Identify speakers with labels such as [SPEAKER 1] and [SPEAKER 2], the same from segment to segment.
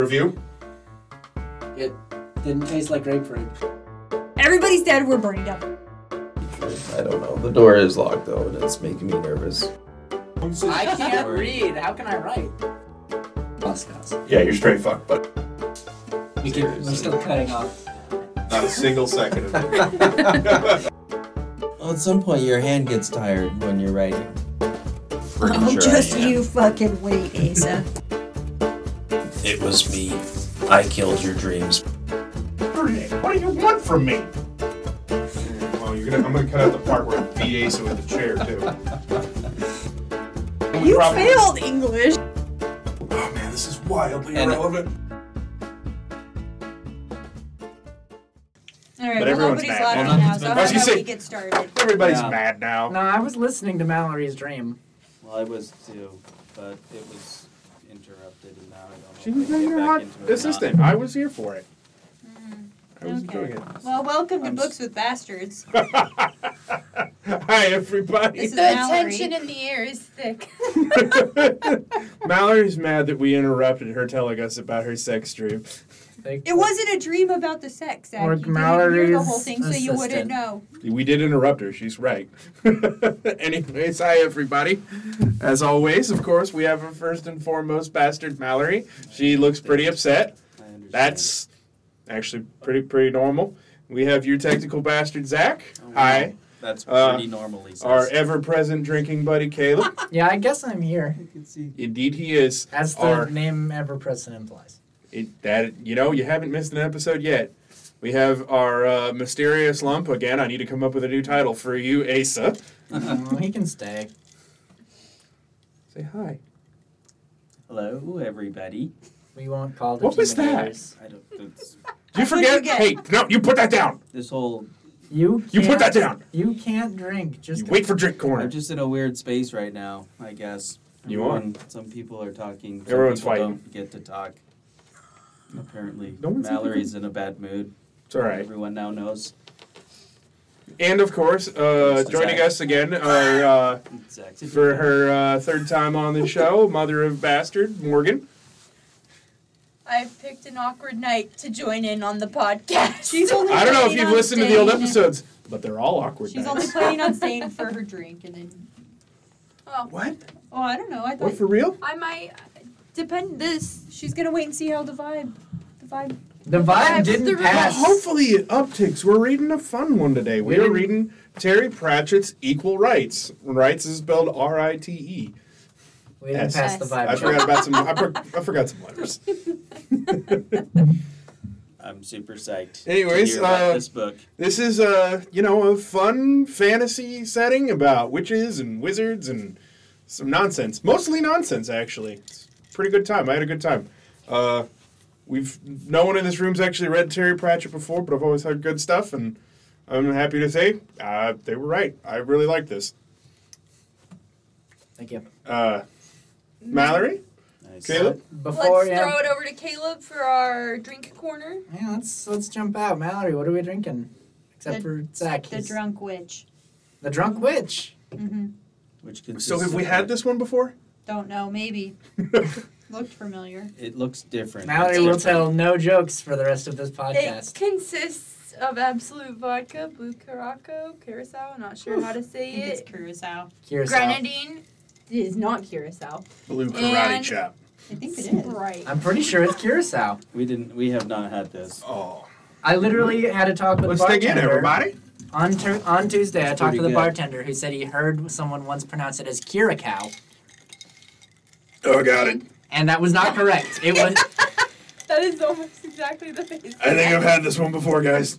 [SPEAKER 1] Review?
[SPEAKER 2] It didn't taste like grapefruit.
[SPEAKER 3] Everybody's dead. We're burning down.
[SPEAKER 4] I don't know. The door is locked though, and it's making me nervous.
[SPEAKER 2] I can't read. How can I write?
[SPEAKER 3] Moscows.
[SPEAKER 1] Yeah, you're straight fucked, but
[SPEAKER 2] We can, we're still cutting off.
[SPEAKER 1] not a single second of it.
[SPEAKER 4] Well, at some point, your hand gets tired when you're writing. Pretty
[SPEAKER 3] Oh,
[SPEAKER 4] sure I
[SPEAKER 3] just
[SPEAKER 4] am.
[SPEAKER 3] you fucking wait, Asa.
[SPEAKER 4] It was me. I killed your dreams.
[SPEAKER 1] What do you want from me? Well, you're gonna, I'm gonna cut out the part where it beat Asa with the chair, too. We
[SPEAKER 3] you
[SPEAKER 1] probably-
[SPEAKER 3] failed English.
[SPEAKER 1] Oh man, this is wildly
[SPEAKER 4] And-
[SPEAKER 1] irrelevant.
[SPEAKER 3] All right,
[SPEAKER 1] But
[SPEAKER 3] well,
[SPEAKER 1] everyone's
[SPEAKER 3] nobody's
[SPEAKER 1] back.
[SPEAKER 3] laughing
[SPEAKER 1] Well,
[SPEAKER 3] now, so
[SPEAKER 1] back.
[SPEAKER 3] I
[SPEAKER 1] As you
[SPEAKER 3] don't know
[SPEAKER 1] say-
[SPEAKER 3] we get started.
[SPEAKER 1] Everybody's
[SPEAKER 5] Yeah.
[SPEAKER 1] mad now.
[SPEAKER 5] No, I was listening to Mallory's dream.
[SPEAKER 6] Well, I was too, but it was interrupted, and now I don't know.
[SPEAKER 1] She
[SPEAKER 6] if
[SPEAKER 1] was
[SPEAKER 6] I can
[SPEAKER 1] your
[SPEAKER 6] get back
[SPEAKER 1] hot
[SPEAKER 6] into it or
[SPEAKER 1] assistant. I was here for it. I was
[SPEAKER 3] okay.
[SPEAKER 1] enjoying
[SPEAKER 3] Well, welcome to
[SPEAKER 6] I'm
[SPEAKER 3] Books with Bastards.
[SPEAKER 1] it. Hi, everybody.
[SPEAKER 3] This is
[SPEAKER 7] The
[SPEAKER 3] Mallory.
[SPEAKER 7] tension in the air is thick.
[SPEAKER 1] Mallory's mad that we interrupted her telling us about her sex dream.
[SPEAKER 3] It wasn't a dream about the sex, Zach.
[SPEAKER 5] Or
[SPEAKER 3] you didn't hear the whole
[SPEAKER 5] Mallory's
[SPEAKER 3] thing, so you wouldn't
[SPEAKER 5] assistant.
[SPEAKER 3] know.
[SPEAKER 1] We did interrupt her. She's right. Anyways, hi everybody. As always, of course, we have our first and foremost bastard, Mallory. She looks pretty upset.
[SPEAKER 6] not. I understand.
[SPEAKER 1] That's actually pretty pretty normal. We have your technical bastard, Zach.
[SPEAKER 6] Oh,
[SPEAKER 1] Hi.
[SPEAKER 6] That's
[SPEAKER 1] Uh,
[SPEAKER 6] pretty normal, Lisa.
[SPEAKER 1] Our ever-present drinking buddy, Caleb.
[SPEAKER 5] Yeah, I guess I'm here,
[SPEAKER 6] You can see.
[SPEAKER 1] Indeed, he is.
[SPEAKER 5] as the
[SPEAKER 1] Our-
[SPEAKER 5] name ever present implies.
[SPEAKER 1] It, that you know, you haven't missed an episode yet. We have our uh, mysterious lump again. I need to come up with a new title for you, Asa. Uh,
[SPEAKER 5] Mm, he can stay.
[SPEAKER 1] Say hi.
[SPEAKER 6] Hello, everybody.
[SPEAKER 5] We won't call.
[SPEAKER 1] What was that?
[SPEAKER 5] intimidators.
[SPEAKER 6] I don't. That's,
[SPEAKER 1] Do you
[SPEAKER 3] That's what you
[SPEAKER 1] forget?
[SPEAKER 3] get.
[SPEAKER 1] Hey, no, you put that down.
[SPEAKER 6] this whole.
[SPEAKER 5] You
[SPEAKER 1] You put
[SPEAKER 5] can't-
[SPEAKER 1] that down.
[SPEAKER 5] You can't drink. Just
[SPEAKER 1] You wait for drink
[SPEAKER 6] I'm
[SPEAKER 1] corner.
[SPEAKER 6] just in a weird space right now. I guess.
[SPEAKER 1] You are.
[SPEAKER 6] Everyone- Some people are talking. Some
[SPEAKER 1] Everyone's
[SPEAKER 6] people
[SPEAKER 1] fighting.
[SPEAKER 6] Don't get to talk. Apparently,
[SPEAKER 1] No one's
[SPEAKER 6] Mallory's in a bad mood.
[SPEAKER 1] It's all right.
[SPEAKER 6] Everyone now knows.
[SPEAKER 1] And of course, uh,
[SPEAKER 6] Mr.
[SPEAKER 1] joining
[SPEAKER 6] Zach.
[SPEAKER 1] us again are, uh,
[SPEAKER 6] Zach's
[SPEAKER 1] for her uh, third time on the show, mother of bastard Morgan.
[SPEAKER 7] I've picked an awkward night to join in on the podcast.
[SPEAKER 3] She's only
[SPEAKER 1] I don't know if
[SPEAKER 3] planning
[SPEAKER 1] you've
[SPEAKER 3] on
[SPEAKER 1] listened to the old
[SPEAKER 3] staying-
[SPEAKER 1] episodes, but they're all awkward.
[SPEAKER 3] She's only
[SPEAKER 1] nights.
[SPEAKER 3] planning on staying for her drink, and then.
[SPEAKER 7] Oh,
[SPEAKER 1] what?
[SPEAKER 3] Oh, I don't know. I
[SPEAKER 1] What
[SPEAKER 3] thought
[SPEAKER 1] for real?
[SPEAKER 7] I might depend this.
[SPEAKER 3] she's gonna wait and see how the vibe, the vibe.
[SPEAKER 5] The
[SPEAKER 7] Vibes
[SPEAKER 5] vibe didn't
[SPEAKER 7] the
[SPEAKER 1] Well,
[SPEAKER 5] pass.
[SPEAKER 1] hopefully it upticks. We're reading a fun one today. We
[SPEAKER 5] We
[SPEAKER 1] are
[SPEAKER 5] didn't-
[SPEAKER 1] reading Terry Pratchett's Equal Rights. Rights is spelled R-I-T-E.
[SPEAKER 5] We didn't
[SPEAKER 1] Yes.
[SPEAKER 5] pass the
[SPEAKER 1] E. I
[SPEAKER 5] vibe. check.
[SPEAKER 1] forgot about some. I, for, I forgot some letters.
[SPEAKER 6] I'm super psyched. to
[SPEAKER 1] Anyways,
[SPEAKER 6] hear about
[SPEAKER 1] uh,
[SPEAKER 6] this book.
[SPEAKER 1] This is a you know a fun fantasy setting about witches and wizards and some nonsense, mostly nonsense actually. It's a pretty good time. I had a good time. Uh, we've no one in this room's actually read Terry Pratchett before, but I've always heard good stuff, and I'm happy to say uh, they were right. I really like this.
[SPEAKER 5] Thank you.
[SPEAKER 1] Uh, Mallory,
[SPEAKER 6] Nice.
[SPEAKER 1] Caleb,
[SPEAKER 5] Before
[SPEAKER 7] Let's
[SPEAKER 5] yeah,
[SPEAKER 7] throw it over to Caleb for our drink corner.
[SPEAKER 5] yeah, let's let's jump out. Mallory, what are we drinking? Except
[SPEAKER 3] The-
[SPEAKER 5] for Zach.
[SPEAKER 3] The
[SPEAKER 5] he's-
[SPEAKER 3] drunk witch.
[SPEAKER 5] the drunk witch.
[SPEAKER 3] Mm-hmm.
[SPEAKER 6] Which consists
[SPEAKER 1] so have we
[SPEAKER 6] of
[SPEAKER 1] had this one before?
[SPEAKER 3] Don't know. Maybe looked familiar.
[SPEAKER 6] It looks different.
[SPEAKER 5] Mallory
[SPEAKER 6] It's
[SPEAKER 5] will
[SPEAKER 6] different.
[SPEAKER 5] tell no jokes for the rest of this
[SPEAKER 7] It
[SPEAKER 5] podcast.
[SPEAKER 7] consists of absolute vodka, blue caraco, curacao. I'm not sure how to say
[SPEAKER 3] I think it's
[SPEAKER 7] it.
[SPEAKER 3] curacao.
[SPEAKER 5] Here's
[SPEAKER 7] Grenadine. It is not curacao.
[SPEAKER 1] Blue
[SPEAKER 7] Karate And-
[SPEAKER 1] Chop.
[SPEAKER 3] I think it is.
[SPEAKER 7] Right.
[SPEAKER 5] I'm pretty sure it's curacao.
[SPEAKER 6] We didn't. We have not had this.
[SPEAKER 1] Oh,
[SPEAKER 5] I literally had a talk with
[SPEAKER 1] let's
[SPEAKER 5] the
[SPEAKER 1] dig
[SPEAKER 5] bartender
[SPEAKER 1] in, everybody.
[SPEAKER 5] on tu- on Tuesday. I
[SPEAKER 6] That's
[SPEAKER 5] talked
[SPEAKER 6] pretty
[SPEAKER 5] to the
[SPEAKER 6] good.
[SPEAKER 5] bartender who said he heard someone once pronounce it as curacao,
[SPEAKER 1] Oh,
[SPEAKER 5] and that was not correct. It was.
[SPEAKER 7] That is almost exactly the face.
[SPEAKER 1] had this one before, guys.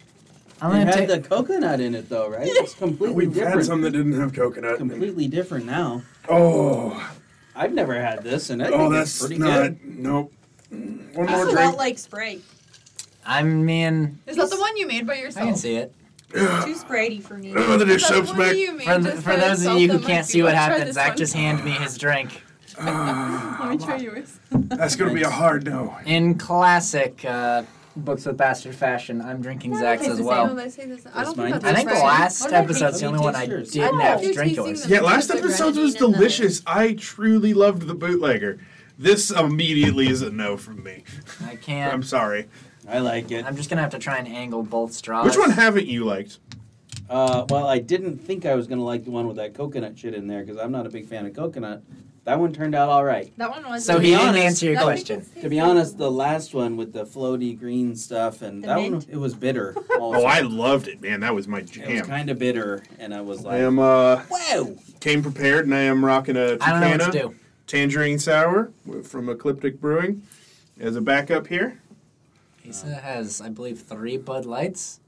[SPEAKER 5] I'm
[SPEAKER 6] It
[SPEAKER 5] gonna
[SPEAKER 6] had
[SPEAKER 5] take.
[SPEAKER 6] the coconut in it though, right? It's completely
[SPEAKER 1] We've
[SPEAKER 6] different.
[SPEAKER 1] had some that didn't have coconut.
[SPEAKER 6] completely different now.
[SPEAKER 1] Oh,
[SPEAKER 6] I've never had this, and I
[SPEAKER 1] oh,
[SPEAKER 6] think
[SPEAKER 1] that's
[SPEAKER 6] it's pretty
[SPEAKER 1] not.
[SPEAKER 6] good.
[SPEAKER 1] Nope. One
[SPEAKER 3] That's
[SPEAKER 1] more
[SPEAKER 3] about
[SPEAKER 1] drink.
[SPEAKER 3] like spray.
[SPEAKER 5] I mean,
[SPEAKER 7] Is that the one you made by yourself?
[SPEAKER 5] I can see it.
[SPEAKER 3] Too sprayty for me.
[SPEAKER 1] Oh, the dish
[SPEAKER 7] Is that the
[SPEAKER 1] soap's
[SPEAKER 7] one
[SPEAKER 1] back.
[SPEAKER 7] you made
[SPEAKER 5] For, th-
[SPEAKER 7] just
[SPEAKER 5] for
[SPEAKER 7] by
[SPEAKER 5] those of
[SPEAKER 7] yourself?
[SPEAKER 5] you who
[SPEAKER 7] That might
[SPEAKER 5] can't
[SPEAKER 7] be-
[SPEAKER 5] see what
[SPEAKER 7] Let's try
[SPEAKER 5] happened,
[SPEAKER 7] this
[SPEAKER 5] Zach
[SPEAKER 7] one.
[SPEAKER 5] just handed me his drink.
[SPEAKER 1] Ah,
[SPEAKER 7] Let me try yours.
[SPEAKER 1] that's gonna be a hard no.
[SPEAKER 5] In classic uh, books with bastard fashion, I'm drinking Zach's
[SPEAKER 7] Tastes
[SPEAKER 5] as
[SPEAKER 7] the
[SPEAKER 5] well.
[SPEAKER 7] same when I say this. I
[SPEAKER 6] Is
[SPEAKER 7] don't
[SPEAKER 6] mine
[SPEAKER 7] think that's
[SPEAKER 5] I think the
[SPEAKER 7] right.
[SPEAKER 5] last
[SPEAKER 7] What did I
[SPEAKER 5] episode's
[SPEAKER 6] taste?
[SPEAKER 5] the only one I
[SPEAKER 6] Let me taste
[SPEAKER 5] didn't
[SPEAKER 6] yours.
[SPEAKER 7] I don't
[SPEAKER 5] have
[SPEAKER 7] know.
[SPEAKER 5] to drink
[SPEAKER 7] You're
[SPEAKER 5] yours.
[SPEAKER 7] tasting
[SPEAKER 1] Yeah, last
[SPEAKER 7] The
[SPEAKER 1] episode
[SPEAKER 7] grenadine
[SPEAKER 1] was
[SPEAKER 7] in there.
[SPEAKER 1] delicious. I truly loved the bootlegger. This immediately is a no from me.
[SPEAKER 5] I
[SPEAKER 1] I'm
[SPEAKER 5] can't.
[SPEAKER 1] sorry.
[SPEAKER 6] I like it.
[SPEAKER 5] I'm just gonna have to try and angle both straws.
[SPEAKER 1] Which one haven't you liked?
[SPEAKER 6] Uh, well, I didn't think I was gonna like the one with that coconut shit in there because I'm not a big fan of coconut. That one turned out all right.
[SPEAKER 7] That one was.
[SPEAKER 5] So
[SPEAKER 7] to
[SPEAKER 5] he
[SPEAKER 7] be
[SPEAKER 5] didn't
[SPEAKER 7] honest-
[SPEAKER 5] answer your
[SPEAKER 7] that one
[SPEAKER 5] question.
[SPEAKER 7] was-
[SPEAKER 6] To be honest, the last one with the floaty green stuff and
[SPEAKER 7] The
[SPEAKER 6] that one
[SPEAKER 7] mint?
[SPEAKER 6] it was bitter.
[SPEAKER 1] Oh,
[SPEAKER 6] Also.
[SPEAKER 1] I loved it, man. That was my
[SPEAKER 6] it was
[SPEAKER 1] jam.
[SPEAKER 6] kind of bitter, and I was
[SPEAKER 1] I
[SPEAKER 6] like,
[SPEAKER 1] am uh
[SPEAKER 6] "Whoa!"
[SPEAKER 1] came prepared, and I am rocking a
[SPEAKER 5] I don't know what to
[SPEAKER 1] Tucana
[SPEAKER 5] do.
[SPEAKER 1] Tangerine Sour wi- from Ecliptic Brewing as a backup here.
[SPEAKER 5] Asa has, I believe, three Bud Lights.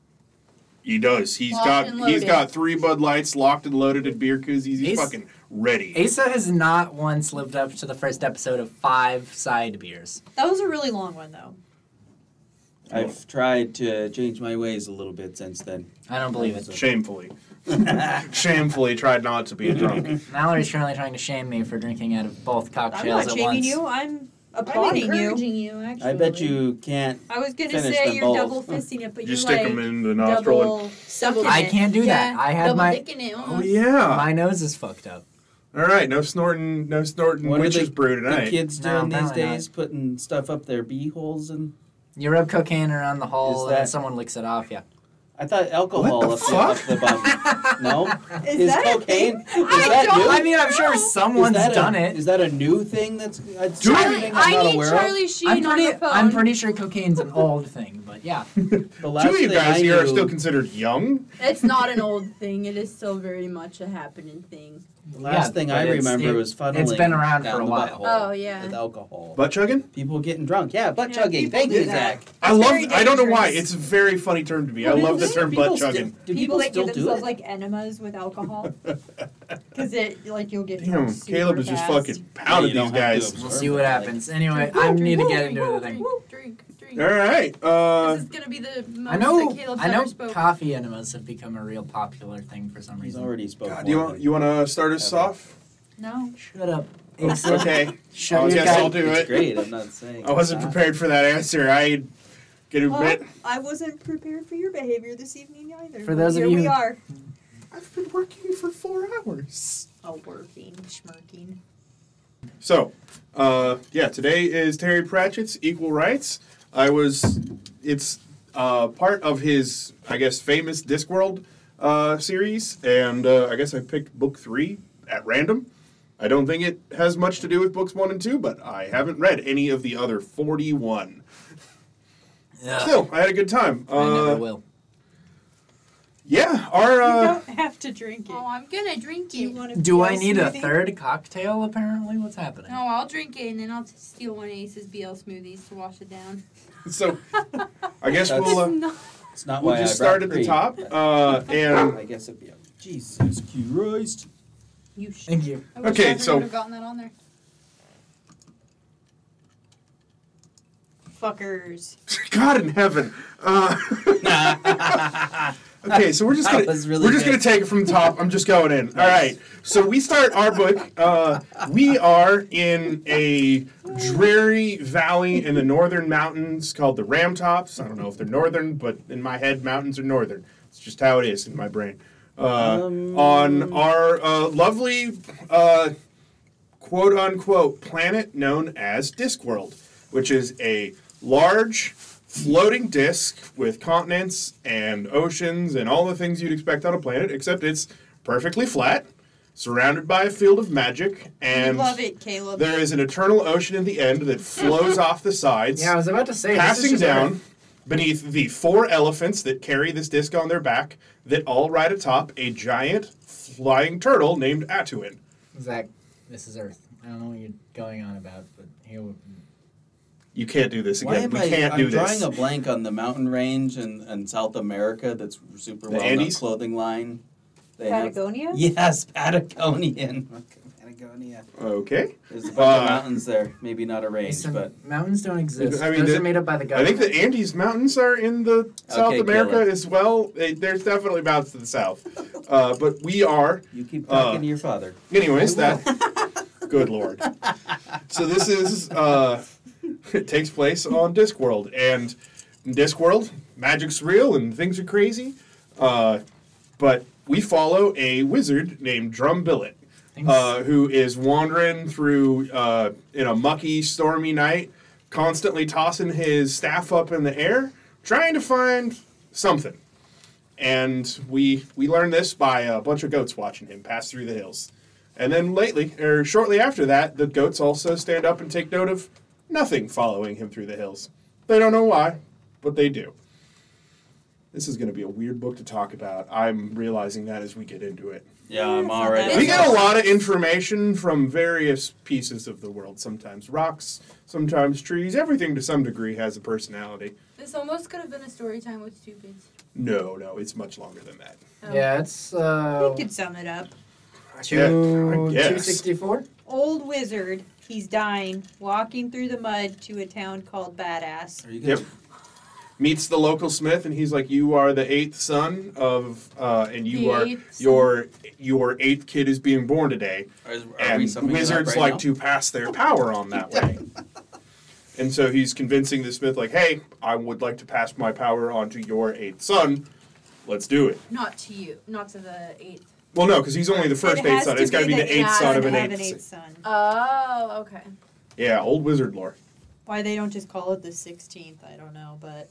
[SPEAKER 1] He does. He's
[SPEAKER 7] Locked
[SPEAKER 1] got
[SPEAKER 7] and
[SPEAKER 1] he's
[SPEAKER 7] loaded.
[SPEAKER 1] got three Bud Lights locked and loaded at beer koozies. He's
[SPEAKER 5] Ace-
[SPEAKER 1] fucking ready.
[SPEAKER 5] Asa has not once lived up to the first episode of five side beers.
[SPEAKER 3] That was a really long one, though.
[SPEAKER 6] I've tried to change my ways a little bit since then.
[SPEAKER 5] I don't believe it.
[SPEAKER 1] Shamefully, shamefully tried not to be a drunk.
[SPEAKER 5] Mallory's currently trying to shame me for drinking out of both
[SPEAKER 3] I'm
[SPEAKER 5] cocktails
[SPEAKER 3] not
[SPEAKER 5] at
[SPEAKER 3] shaming
[SPEAKER 5] once.
[SPEAKER 3] you. I'm
[SPEAKER 2] I'm
[SPEAKER 3] applauding you.
[SPEAKER 2] encouraging you, actually.
[SPEAKER 6] I bet you can't.
[SPEAKER 3] I was gonna
[SPEAKER 6] Finish
[SPEAKER 3] say
[SPEAKER 6] them
[SPEAKER 3] you're
[SPEAKER 6] both.
[SPEAKER 3] double fisting it, but
[SPEAKER 1] you
[SPEAKER 3] you're
[SPEAKER 1] stick
[SPEAKER 3] like
[SPEAKER 1] them in the nostril and
[SPEAKER 3] double sucking
[SPEAKER 5] I
[SPEAKER 3] it.
[SPEAKER 5] can't do that.
[SPEAKER 7] Yeah,
[SPEAKER 5] I had
[SPEAKER 7] double
[SPEAKER 5] my
[SPEAKER 7] dicking it.
[SPEAKER 1] oh
[SPEAKER 7] almost.
[SPEAKER 1] yeah.
[SPEAKER 5] my nose is fucked up.
[SPEAKER 1] All right, no snorting, no snorting
[SPEAKER 6] What are
[SPEAKER 1] witches
[SPEAKER 6] the-
[SPEAKER 1] brew
[SPEAKER 6] The
[SPEAKER 1] tonight.
[SPEAKER 6] kids
[SPEAKER 5] No,
[SPEAKER 6] doing these
[SPEAKER 5] apparently not.
[SPEAKER 6] days putting stuff up their bee holes and
[SPEAKER 5] You rub cocaine around the hole,
[SPEAKER 6] Is
[SPEAKER 5] and then
[SPEAKER 6] that-
[SPEAKER 5] someone licks it off. Yeah.
[SPEAKER 6] I thought alcohol
[SPEAKER 1] What the
[SPEAKER 6] up, the, up the bum. No,
[SPEAKER 3] Is,
[SPEAKER 6] is
[SPEAKER 3] that a thing?
[SPEAKER 6] cocaine? Is
[SPEAKER 3] I
[SPEAKER 6] that
[SPEAKER 3] don't-
[SPEAKER 6] new?
[SPEAKER 5] I mean, I'm sure someone's
[SPEAKER 6] is that
[SPEAKER 5] done
[SPEAKER 6] a,
[SPEAKER 5] it.
[SPEAKER 6] Is that a new thing that's? that's
[SPEAKER 1] Dude,
[SPEAKER 6] something I'm
[SPEAKER 7] I
[SPEAKER 6] not
[SPEAKER 7] need
[SPEAKER 6] aware of?
[SPEAKER 7] Charlie Sheen
[SPEAKER 5] I'm pretty,
[SPEAKER 7] on the phone.
[SPEAKER 5] I'm pretty sure cocaine's an old thing, but yeah.
[SPEAKER 6] The
[SPEAKER 1] Two of you
[SPEAKER 6] thing
[SPEAKER 1] guys
[SPEAKER 6] I
[SPEAKER 1] here are
[SPEAKER 6] knew-
[SPEAKER 1] still considered young.
[SPEAKER 7] It's not an old thing. It is still very much a happening thing.
[SPEAKER 6] The last
[SPEAKER 5] Yeah,
[SPEAKER 6] thing
[SPEAKER 5] but
[SPEAKER 6] I
[SPEAKER 5] it's-
[SPEAKER 6] remember
[SPEAKER 5] it-
[SPEAKER 6] was funneling.
[SPEAKER 5] it's been around
[SPEAKER 6] down
[SPEAKER 5] for a
[SPEAKER 6] the
[SPEAKER 5] while.
[SPEAKER 6] butthole
[SPEAKER 7] Oh, yeah.
[SPEAKER 6] with alcohol.
[SPEAKER 1] Butt chugging?
[SPEAKER 6] people getting drunk. Yeah, butt
[SPEAKER 3] Yeah,
[SPEAKER 6] chugging.
[SPEAKER 3] people
[SPEAKER 6] Thank
[SPEAKER 3] do
[SPEAKER 6] you,
[SPEAKER 3] that.
[SPEAKER 6] Zach.
[SPEAKER 1] I
[SPEAKER 3] It's
[SPEAKER 1] love.
[SPEAKER 3] very
[SPEAKER 1] I don't know why.
[SPEAKER 3] dangerous.
[SPEAKER 1] It's a very funny term to me. I
[SPEAKER 6] What
[SPEAKER 1] love
[SPEAKER 6] is
[SPEAKER 1] the
[SPEAKER 6] it?
[SPEAKER 1] term
[SPEAKER 6] People
[SPEAKER 1] butt
[SPEAKER 6] still-
[SPEAKER 1] chugging.
[SPEAKER 6] do
[SPEAKER 3] people
[SPEAKER 6] people,
[SPEAKER 3] that
[SPEAKER 6] still
[SPEAKER 3] give
[SPEAKER 6] do
[SPEAKER 3] themselves
[SPEAKER 6] it?
[SPEAKER 3] like enemas with alcohol because it like you'll get drunk
[SPEAKER 1] Damn,
[SPEAKER 3] super
[SPEAKER 1] Caleb is just
[SPEAKER 3] fast.
[SPEAKER 1] fucking pounding
[SPEAKER 6] Yeah, you
[SPEAKER 1] these
[SPEAKER 6] don't have
[SPEAKER 1] guys.
[SPEAKER 6] to
[SPEAKER 5] We'll
[SPEAKER 6] observe
[SPEAKER 5] see what
[SPEAKER 6] that, like-
[SPEAKER 5] happens. Anyway,
[SPEAKER 3] Drink,
[SPEAKER 5] I
[SPEAKER 3] drink,
[SPEAKER 5] need to
[SPEAKER 3] drink,
[SPEAKER 5] get into the thing.
[SPEAKER 7] Woo, drink, drink.
[SPEAKER 1] All right. Uh,
[SPEAKER 7] this is gonna be the most
[SPEAKER 5] I know,
[SPEAKER 7] that Caleb's
[SPEAKER 5] I know.
[SPEAKER 7] ever spoke.
[SPEAKER 5] Coffee enemas have become a real popular thing for some
[SPEAKER 6] He's
[SPEAKER 5] reason.
[SPEAKER 6] already spoken.
[SPEAKER 1] God, do you want you want to start us off?
[SPEAKER 3] No,
[SPEAKER 5] Shut up. Asa.
[SPEAKER 1] Okay.
[SPEAKER 5] Shut
[SPEAKER 1] Oh,
[SPEAKER 5] your
[SPEAKER 1] yes,
[SPEAKER 5] guy-
[SPEAKER 1] I'll do
[SPEAKER 6] it's
[SPEAKER 1] it.
[SPEAKER 6] great. I'm not saying.
[SPEAKER 1] I wasn't prepared for that answer. I get
[SPEAKER 3] Well,
[SPEAKER 1] admit.
[SPEAKER 3] I wasn't prepared for your behavior this evening either.
[SPEAKER 5] For
[SPEAKER 3] but
[SPEAKER 5] those of
[SPEAKER 3] here
[SPEAKER 5] you
[SPEAKER 3] we
[SPEAKER 5] who-
[SPEAKER 3] are.
[SPEAKER 1] I've been working for four hours.
[SPEAKER 3] Oh, working, schmirking.
[SPEAKER 1] So, uh, yeah, today is Terry Pratchett's Equal Rights. I was, it's uh, part of his, I guess, famous Discworld uh, series, and uh, I guess I picked book three at random. I don't think it has much to do with books one and two, but I haven't read any of the other 41.
[SPEAKER 5] Ugh,
[SPEAKER 1] Still, I had a good time.
[SPEAKER 5] Uh, I never
[SPEAKER 1] Uh,
[SPEAKER 5] will.
[SPEAKER 1] yeah, our.
[SPEAKER 3] you
[SPEAKER 1] Uh,
[SPEAKER 3] don't have to drink it.
[SPEAKER 7] Oh, I'm gonna drink
[SPEAKER 3] Do you
[SPEAKER 7] it.
[SPEAKER 3] want to
[SPEAKER 5] Do I need a third cocktail? Apparently, what's happening?
[SPEAKER 7] No, I'll drink it and then I'll t- steal one of Ace's BL smoothies to wash it down.
[SPEAKER 1] so, I guess
[SPEAKER 6] That's-
[SPEAKER 1] we'll, uh,
[SPEAKER 7] No.
[SPEAKER 6] It's not
[SPEAKER 1] we'll
[SPEAKER 6] why
[SPEAKER 1] just
[SPEAKER 6] I brought
[SPEAKER 1] start at the
[SPEAKER 6] Creed.
[SPEAKER 1] top. Uh, and
[SPEAKER 6] I guess it'd be. a- Jesus Christ.
[SPEAKER 7] You should.
[SPEAKER 5] Thank you.
[SPEAKER 7] I wish
[SPEAKER 1] Okay,
[SPEAKER 7] Audrey
[SPEAKER 1] so-
[SPEAKER 7] would've gotten that on there.
[SPEAKER 3] Fuckers.
[SPEAKER 1] God in heaven. Uh, okay, so we're just gonna
[SPEAKER 6] That was really
[SPEAKER 1] we're just
[SPEAKER 6] good.
[SPEAKER 1] gonna take it from the top. I'm just going in. All right. So we start our book. Uh, we are in a dreary valley in the northern mountains called the Ram Tops. I don't know if they're northern, but in my head, mountains are northern. It's just how it is in my brain. Uh,
[SPEAKER 6] Um,
[SPEAKER 1] on our uh, lovely uh, quote unquote planet known as Discworld, which is a large floating disk with continents and oceans and all the things you'd expect on a planet, except it's perfectly flat, surrounded by a field of magic, and
[SPEAKER 3] Love it, Caleb.
[SPEAKER 1] there is an eternal ocean in the end that flows off the sides,
[SPEAKER 5] Yeah, I was about to say. this is
[SPEAKER 1] passing
[SPEAKER 5] just a-
[SPEAKER 1] down. Beneath the four elephants that carry this disc on their back, that all ride atop a giant flying turtle named Atuin.
[SPEAKER 5] Zach, this is Earth. I don't know what you're going on about, but here. we-
[SPEAKER 1] You can't do this
[SPEAKER 6] Why
[SPEAKER 1] again.
[SPEAKER 6] am
[SPEAKER 1] We
[SPEAKER 6] I?
[SPEAKER 1] can't
[SPEAKER 6] I'm
[SPEAKER 1] do
[SPEAKER 6] drawing
[SPEAKER 1] this.
[SPEAKER 6] a blank on the mountain range and, and South America. That's super
[SPEAKER 1] The
[SPEAKER 6] well known
[SPEAKER 1] Andes?
[SPEAKER 6] clothing line. They have-
[SPEAKER 3] Patagonia?
[SPEAKER 6] Yes, Patagonian. Patagonia.
[SPEAKER 1] Okay.
[SPEAKER 6] There's a bunch
[SPEAKER 1] Uh,
[SPEAKER 6] of mountains there. Maybe not a range,
[SPEAKER 5] Mason,
[SPEAKER 6] but
[SPEAKER 5] mountains don't exist.
[SPEAKER 1] I mean,
[SPEAKER 5] Those
[SPEAKER 1] the-
[SPEAKER 5] are made up by the
[SPEAKER 1] I
[SPEAKER 5] government.
[SPEAKER 1] think the Andes Mountains are in the South
[SPEAKER 6] Okay,
[SPEAKER 1] America
[SPEAKER 6] Caleb.
[SPEAKER 1] as well. They, there's definitely mountains to the south. Uh, but we are,
[SPEAKER 6] you keep
[SPEAKER 1] Uh,
[SPEAKER 6] talking to your father.
[SPEAKER 1] anyways,
[SPEAKER 6] I
[SPEAKER 1] that. Good lord. So this is, uh, it takes place on Discworld. And in Discworld, magic's real and things are crazy. Uh, but we follow a wizard named Drumbillet.
[SPEAKER 5] Thanks.
[SPEAKER 1] uh, who is wandering through uh, in a mucky, stormy night, constantly tossing his staff up in the air, trying to find something. And we we learned this by a bunch of goats watching him pass through the hills. And then lately, or shortly after that, the goats also stand up and take note of nothing following him through the hills. They don't know why, but they do. This is going to be a weird book to talk about. I'm realizing that as we get into it.
[SPEAKER 6] Yeah, I'm
[SPEAKER 3] It's
[SPEAKER 6] all
[SPEAKER 3] not
[SPEAKER 6] right.
[SPEAKER 3] that
[SPEAKER 1] We
[SPEAKER 3] bad.
[SPEAKER 1] get a lot of information from various pieces of the world. Sometimes rocks, sometimes trees. Everything to some degree has a personality.
[SPEAKER 7] This almost could have been a story time with stupids.
[SPEAKER 1] No, no, it's much longer than that.
[SPEAKER 7] Oh.
[SPEAKER 5] yeah, it's uh,
[SPEAKER 3] We could sum it up.
[SPEAKER 5] two,
[SPEAKER 1] guess.
[SPEAKER 5] 264.
[SPEAKER 3] Old wizard, he's dying, walking through the mud to a town called Badass.
[SPEAKER 4] Are you
[SPEAKER 1] Yep. Meets the local smith, and he's like, "You are the eighth son of, uh, and you
[SPEAKER 7] The
[SPEAKER 1] are
[SPEAKER 7] eighth son.
[SPEAKER 1] your your eighth kid is being born today."
[SPEAKER 4] Are, are we
[SPEAKER 1] and
[SPEAKER 4] summing it up
[SPEAKER 1] wizards
[SPEAKER 4] right
[SPEAKER 1] like
[SPEAKER 4] now?
[SPEAKER 1] to pass their power on that way. and so he's convincing the smith, like, "Hey, I would like to pass my power on to your eighth son. Let's do it."
[SPEAKER 7] Not to you. Not to the eighth.
[SPEAKER 1] Well, no, because he's only the first
[SPEAKER 3] It
[SPEAKER 1] eighth
[SPEAKER 3] has
[SPEAKER 1] son.
[SPEAKER 3] to
[SPEAKER 1] It's got to be the eighth
[SPEAKER 7] eighth
[SPEAKER 1] son
[SPEAKER 7] son
[SPEAKER 1] of an
[SPEAKER 3] to have an
[SPEAKER 1] eighth.
[SPEAKER 3] eighth son.
[SPEAKER 7] Oh, okay.
[SPEAKER 1] Yeah, old wizard lore.
[SPEAKER 3] Why they don't just call it the 16th, I don't know, but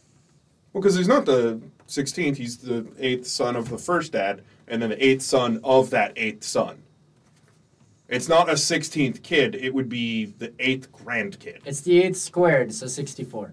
[SPEAKER 1] Well, because he's not the sixteenth; he's the eighth son of the first dad, and then the eighth son of that eighth son. It's not a sixteenth kid; it would be the eighth grandkid.
[SPEAKER 5] It's the 8 squared, so 64. If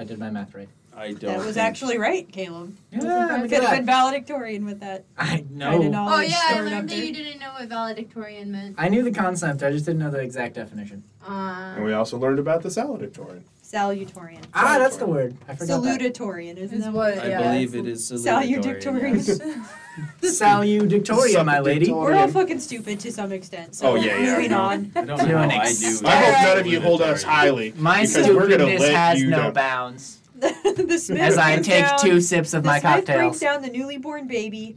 [SPEAKER 5] I did my math right.
[SPEAKER 6] I don't.
[SPEAKER 3] that was
[SPEAKER 6] think-
[SPEAKER 3] actually right, Caleb.
[SPEAKER 5] Yeah,
[SPEAKER 3] Could have been valedictorian with that
[SPEAKER 5] I
[SPEAKER 3] kind of
[SPEAKER 5] know.
[SPEAKER 7] Oh
[SPEAKER 3] knowledge
[SPEAKER 7] yeah, I
[SPEAKER 3] stored up
[SPEAKER 7] learned that
[SPEAKER 3] there.
[SPEAKER 7] you didn't know what valedictorian meant.
[SPEAKER 5] I knew the concept, I just didn't know the exact definition.
[SPEAKER 1] And we also leurned about the salutatorian.
[SPEAKER 3] Salutatorian.
[SPEAKER 5] Ah, that's the word. I forgot
[SPEAKER 3] Salutatorian, isn't
[SPEAKER 7] Is
[SPEAKER 3] that
[SPEAKER 7] what-
[SPEAKER 6] I
[SPEAKER 7] Yeah,
[SPEAKER 6] believe it is salutatory.
[SPEAKER 3] Salutatorian.
[SPEAKER 6] yes.
[SPEAKER 5] that. Salutatorian, my lady.
[SPEAKER 1] Salutatorian.
[SPEAKER 3] We're all fucking stupid to some extent. So
[SPEAKER 1] Oh, yeah, yeah.
[SPEAKER 3] moving on.
[SPEAKER 6] I don't
[SPEAKER 5] To
[SPEAKER 6] know.
[SPEAKER 5] an
[SPEAKER 6] I do.
[SPEAKER 5] extent.
[SPEAKER 1] I hope none of you hold us
[SPEAKER 6] Salutatory.
[SPEAKER 1] highly.
[SPEAKER 5] My
[SPEAKER 1] because we're gonna
[SPEAKER 5] stupidness
[SPEAKER 1] let
[SPEAKER 5] has
[SPEAKER 1] you
[SPEAKER 5] no
[SPEAKER 1] down.
[SPEAKER 5] bounds
[SPEAKER 3] the Smith
[SPEAKER 5] as I
[SPEAKER 3] brings
[SPEAKER 5] take
[SPEAKER 3] down,
[SPEAKER 5] two sips
[SPEAKER 3] the
[SPEAKER 5] of my
[SPEAKER 3] Smith
[SPEAKER 5] cocktails.
[SPEAKER 3] brings down the newly born baby.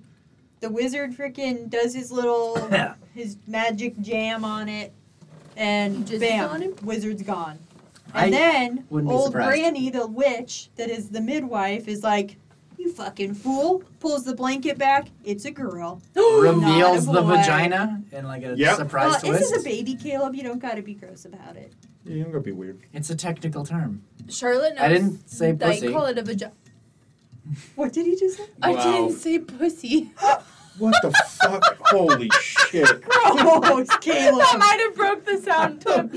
[SPEAKER 3] The wizard freaking does his little his magic jam on it, and
[SPEAKER 7] Jizzes
[SPEAKER 3] bam,
[SPEAKER 7] on him?
[SPEAKER 3] wizard's gone. And
[SPEAKER 5] I
[SPEAKER 3] then
[SPEAKER 5] wouldn't be
[SPEAKER 3] old
[SPEAKER 5] surprised.
[SPEAKER 3] Granny, the witch that is the midwife, is like, "You fucking fool!" Pulls the blanket back. It's a girl.
[SPEAKER 5] Reveals
[SPEAKER 3] Not
[SPEAKER 5] the
[SPEAKER 3] a boy.
[SPEAKER 5] vagina in like a
[SPEAKER 1] Yep.
[SPEAKER 5] surprise
[SPEAKER 3] well,
[SPEAKER 5] twist.
[SPEAKER 3] this is a baby, Caleb. You don't got to be gross about it.
[SPEAKER 1] Yeah, I'm gonna be weird.
[SPEAKER 5] it's a technical term.
[SPEAKER 7] Charlotte knows.
[SPEAKER 5] I didn't say
[SPEAKER 7] that you
[SPEAKER 5] pussy.
[SPEAKER 7] call it a vagina.
[SPEAKER 3] What did he just say?
[SPEAKER 7] I
[SPEAKER 6] Wow.
[SPEAKER 7] didn't say pussy.
[SPEAKER 1] What the fuck? Holy shit!
[SPEAKER 3] Gross, Oh, Caleb.
[SPEAKER 7] that might have broke the sound. I'm,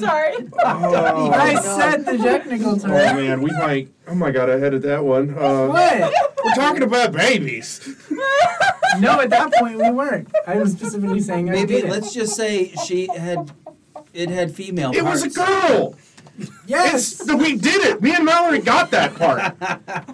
[SPEAKER 7] sorry.
[SPEAKER 1] Oh,
[SPEAKER 5] I
[SPEAKER 3] no.
[SPEAKER 5] said the technical
[SPEAKER 1] oh,
[SPEAKER 5] term.
[SPEAKER 1] man, we might. Oh my god, I headed that one. Uh,
[SPEAKER 5] What?
[SPEAKER 1] we're talking about babies.
[SPEAKER 5] No, at that point we weren't. I was specifically saying I
[SPEAKER 4] Maybe
[SPEAKER 5] did it.
[SPEAKER 4] let's just say she had it had female.
[SPEAKER 1] It was a
[SPEAKER 4] parts.
[SPEAKER 1] girl. Yes,
[SPEAKER 5] Yes.
[SPEAKER 1] we did it. Me and Mallory got that part.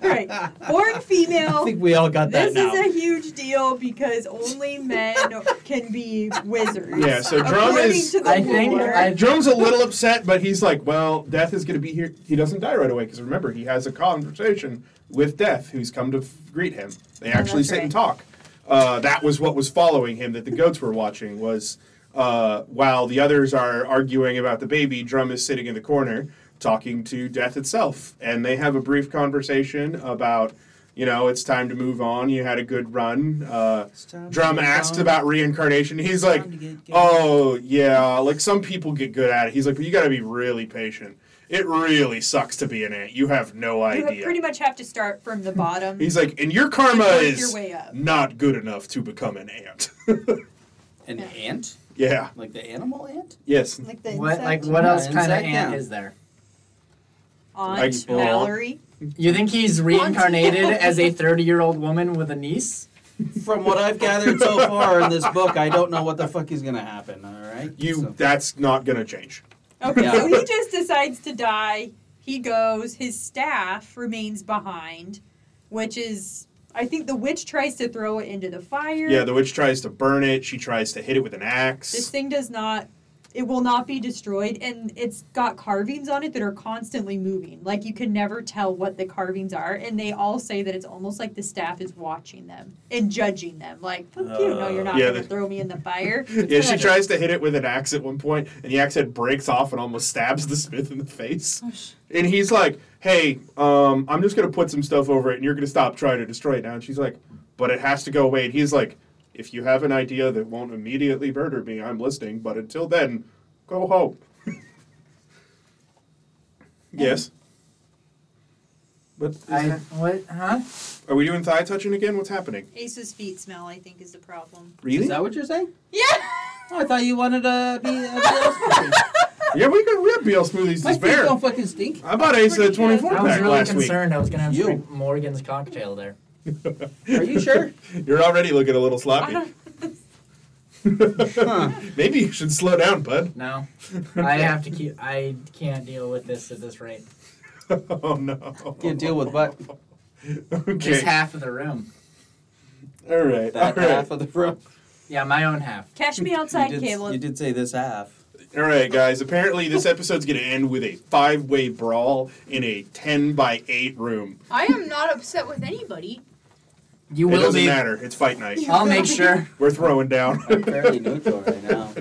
[SPEAKER 3] right. Born female.
[SPEAKER 4] I think we all got that
[SPEAKER 3] This
[SPEAKER 4] now.
[SPEAKER 3] is a huge deal because only men can be wizards.
[SPEAKER 1] Yeah, so Drum
[SPEAKER 3] According
[SPEAKER 1] is-
[SPEAKER 3] to the
[SPEAKER 5] I think
[SPEAKER 3] lore,
[SPEAKER 5] I
[SPEAKER 1] Drum's a little upset, but he's like, "Well, death is going to be here. He doesn't die right away because remember, he has a conversation with death, who's come to f- greet him. They actually
[SPEAKER 3] that's
[SPEAKER 1] sit and
[SPEAKER 3] right.
[SPEAKER 1] talk. Uh, that was what was following him. That the goats were watching was uh, while the others are arguing about the baby. Drum is sitting in the corner talking to death itself, and they have a brief conversation about, you know, it's time to move on. You had a good run. Uh, Drum asked about reincarnation. He's like, oh yeah, like some people get good at it. He's like, but you got to be really patient. It really sucks to be an ant. You have no
[SPEAKER 3] you
[SPEAKER 1] idea.
[SPEAKER 3] pretty much have to start from the bottom.
[SPEAKER 1] He's like, and your karma
[SPEAKER 3] work your
[SPEAKER 1] is
[SPEAKER 3] way up.
[SPEAKER 1] not good enough to become an ant.
[SPEAKER 6] An ant?
[SPEAKER 1] yeah.
[SPEAKER 6] Like the animal ant?
[SPEAKER 1] Yes.
[SPEAKER 3] like the
[SPEAKER 5] What like
[SPEAKER 3] insect
[SPEAKER 5] what
[SPEAKER 6] Yeah,
[SPEAKER 5] else kind of
[SPEAKER 6] insect,
[SPEAKER 5] ant
[SPEAKER 6] yeah.
[SPEAKER 5] is there?
[SPEAKER 3] Aunt
[SPEAKER 1] like people-
[SPEAKER 3] Mallory.
[SPEAKER 5] You think he's reincarnated as a 30-year-old woman with a niece?
[SPEAKER 6] From what I've gathered so far in this book, I don't know what the fuck is gonna happen. All right.
[SPEAKER 1] You.
[SPEAKER 6] So-
[SPEAKER 1] That's not gonna change.
[SPEAKER 3] Okay,
[SPEAKER 6] Yeah.
[SPEAKER 3] so he just decides to die. He goes. His staff remains behind, which is I think the witch tries to throw it into the fire.
[SPEAKER 1] Yeah. The witch tries to burn it. She tries to hit it with an
[SPEAKER 3] This
[SPEAKER 1] axe.
[SPEAKER 3] thing does not. It will not be destroyed, and it's got carvings on it that are constantly moving. Like you can never tell what the carvings are, and they all say that it's almost like the staff is watching them and judging them. Like, fuck you, no, you're not
[SPEAKER 1] Uh, Yeah,
[SPEAKER 3] gonna
[SPEAKER 1] they-
[SPEAKER 3] throw me in the fire.
[SPEAKER 1] Yeah, she tries to hit it with an axe at one point, and the axe head breaks off and almost stabs the smith in the face.
[SPEAKER 6] Oh,
[SPEAKER 1] And he's like, "Hey, um, I'm just gonna put some stuff over it, and you're gonna stop trying to destroy it now." And she's like, "But it has to go away." And he's like, If you have an idea that won't immediately murder me, I'm listening. But until then, go home. yes. But is
[SPEAKER 5] I
[SPEAKER 1] that-
[SPEAKER 5] what? Huh?
[SPEAKER 1] are we doing thigh touching again? What's happening?
[SPEAKER 3] Ace's feet smell, I think, is the problem.
[SPEAKER 1] Really?
[SPEAKER 6] Is that what you're saying?
[SPEAKER 7] Yeah.
[SPEAKER 6] Oh, I thought you wanted to be a BL smoothie.
[SPEAKER 1] yeah, we got we have BL smoothies
[SPEAKER 6] My
[SPEAKER 1] to
[SPEAKER 6] feet
[SPEAKER 1] spare.
[SPEAKER 6] don't fucking stink.
[SPEAKER 1] I bought Ace a
[SPEAKER 3] Pretty good.
[SPEAKER 1] 24
[SPEAKER 5] I
[SPEAKER 1] pack
[SPEAKER 5] was really
[SPEAKER 1] last
[SPEAKER 5] concerned. I was gonna have to
[SPEAKER 6] You.
[SPEAKER 5] drink Morgan's cocktail there.
[SPEAKER 1] week.
[SPEAKER 6] Are you sure?
[SPEAKER 1] You're already looking a little
[SPEAKER 3] I
[SPEAKER 1] sloppy.
[SPEAKER 3] don't,
[SPEAKER 6] Huh.
[SPEAKER 1] Maybe you should slow down, bud.
[SPEAKER 5] No, I have to keep. I can't deal with this at this rate.
[SPEAKER 1] oh no.
[SPEAKER 6] Can't deal with what?
[SPEAKER 1] Okay.
[SPEAKER 5] Just half of the room.
[SPEAKER 1] All right.
[SPEAKER 6] That
[SPEAKER 1] all right.
[SPEAKER 6] half of the room.
[SPEAKER 5] Yeah, my own half.
[SPEAKER 3] catch me outside,
[SPEAKER 6] you did,
[SPEAKER 3] Caleb.
[SPEAKER 6] You did say this half.
[SPEAKER 1] All right, guys. Apparently, this episode's going to end with a five-way brawl in a ten by eight room.
[SPEAKER 7] I am not upset with anybody.
[SPEAKER 5] You
[SPEAKER 1] it
[SPEAKER 5] will
[SPEAKER 1] doesn't
[SPEAKER 5] be.
[SPEAKER 1] matter. It's fight night.
[SPEAKER 5] I'll make sure.
[SPEAKER 1] We're throwing down.
[SPEAKER 6] I'm fairly neutral right now.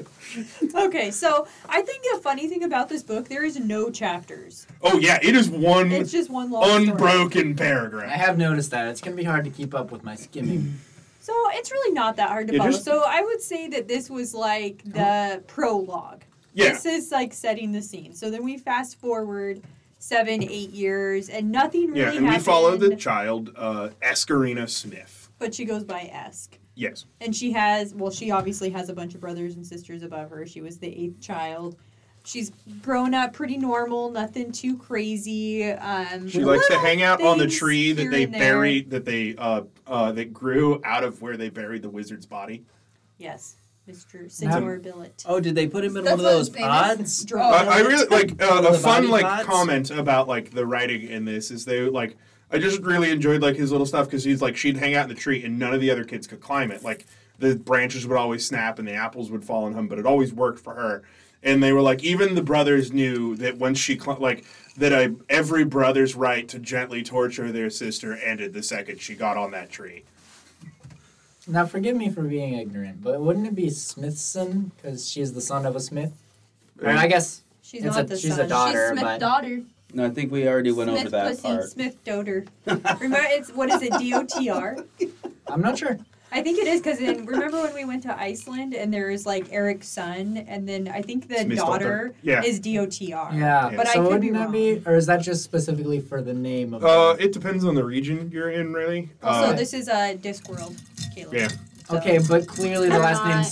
[SPEAKER 3] Okay, so I think the funny thing about this book, there is no chapters.
[SPEAKER 1] oh yeah, it is one
[SPEAKER 3] It's just one long story.
[SPEAKER 1] unbroken
[SPEAKER 5] I
[SPEAKER 1] paragraph.
[SPEAKER 5] have noticed that it's gonna be hard to keep up with my skimming.
[SPEAKER 3] So it's really not that hard to
[SPEAKER 1] Yeah,
[SPEAKER 3] follow.
[SPEAKER 1] just-
[SPEAKER 3] So I would say that this was like the prologue.
[SPEAKER 1] Yeah.
[SPEAKER 3] This is like setting the scene. So then we fast forward seven, eight years, and nothing really
[SPEAKER 1] Yeah, and we
[SPEAKER 3] happened.
[SPEAKER 1] follow the child, uh, Escarina Smith.
[SPEAKER 3] but she goes by Esk.
[SPEAKER 1] Yes.
[SPEAKER 3] And she has, well, she obviously has a bunch of brothers and sisters above her. She was the eighth child. She's grown up pretty normal, nothing too crazy. Um,
[SPEAKER 1] She likes to
[SPEAKER 3] little
[SPEAKER 1] hang out on the
[SPEAKER 3] things
[SPEAKER 1] tree that
[SPEAKER 3] here
[SPEAKER 1] they
[SPEAKER 3] and there.
[SPEAKER 1] buried, that they uh, uh, that grew out of where they buried the wizard's body.
[SPEAKER 3] Yes, Mr. Signor Billet.
[SPEAKER 6] Oh, did they put him in
[SPEAKER 7] That's
[SPEAKER 6] one of those
[SPEAKER 7] what I'm
[SPEAKER 6] pods?
[SPEAKER 3] Drop
[SPEAKER 1] Uh, I
[SPEAKER 3] it.
[SPEAKER 1] really like uh,
[SPEAKER 6] One
[SPEAKER 1] a
[SPEAKER 6] of the
[SPEAKER 1] fun
[SPEAKER 6] body
[SPEAKER 1] like
[SPEAKER 6] pods?
[SPEAKER 1] comment about like the writing in this is they like I just really enjoyed like his little stuff because he's like she'd hang out in the tree and none of the other kids could climb it. Like the branches would always snap and the apples would fall on him, but it always worked for her. And they were like even the brothers knew that once she cl- like that a, every brother's right to gently torture their sister ended the second she got on that tree.
[SPEAKER 5] Now, forgive me for being ignorant, but wouldn't it be Smithson because she's the son of a Smith? Or I guess
[SPEAKER 3] She's
[SPEAKER 5] It's
[SPEAKER 3] not
[SPEAKER 5] a-
[SPEAKER 3] the
[SPEAKER 5] she's a
[SPEAKER 3] son.
[SPEAKER 5] daughter.
[SPEAKER 7] She's Smith's
[SPEAKER 5] but-
[SPEAKER 7] daughter.
[SPEAKER 6] No, I think we already went over
[SPEAKER 7] Smith
[SPEAKER 6] that
[SPEAKER 7] pussy.
[SPEAKER 3] She's Smith Doter. Remember, it's what is it? D O T R.
[SPEAKER 5] I'm not sure.
[SPEAKER 3] I think it is because remember when we went to Iceland and there's like Eric's son, and then I think the
[SPEAKER 1] Smith's
[SPEAKER 3] daughter,
[SPEAKER 1] daughter. Yeah.
[SPEAKER 3] is D O T R.
[SPEAKER 5] Yeah,
[SPEAKER 1] Yeah.
[SPEAKER 3] But I
[SPEAKER 5] so
[SPEAKER 3] could be
[SPEAKER 5] wouldn't that be, or is that just specifically for the name of?
[SPEAKER 1] Uh,
[SPEAKER 5] the-
[SPEAKER 1] it depends on the region you're in, really.
[SPEAKER 3] Also,
[SPEAKER 1] Uh,
[SPEAKER 3] this is a uh, Discworld, Caleb.
[SPEAKER 1] Yeah.
[SPEAKER 3] So-
[SPEAKER 5] okay, but clearly the last
[SPEAKER 3] E.
[SPEAKER 5] name
[SPEAKER 7] Uh,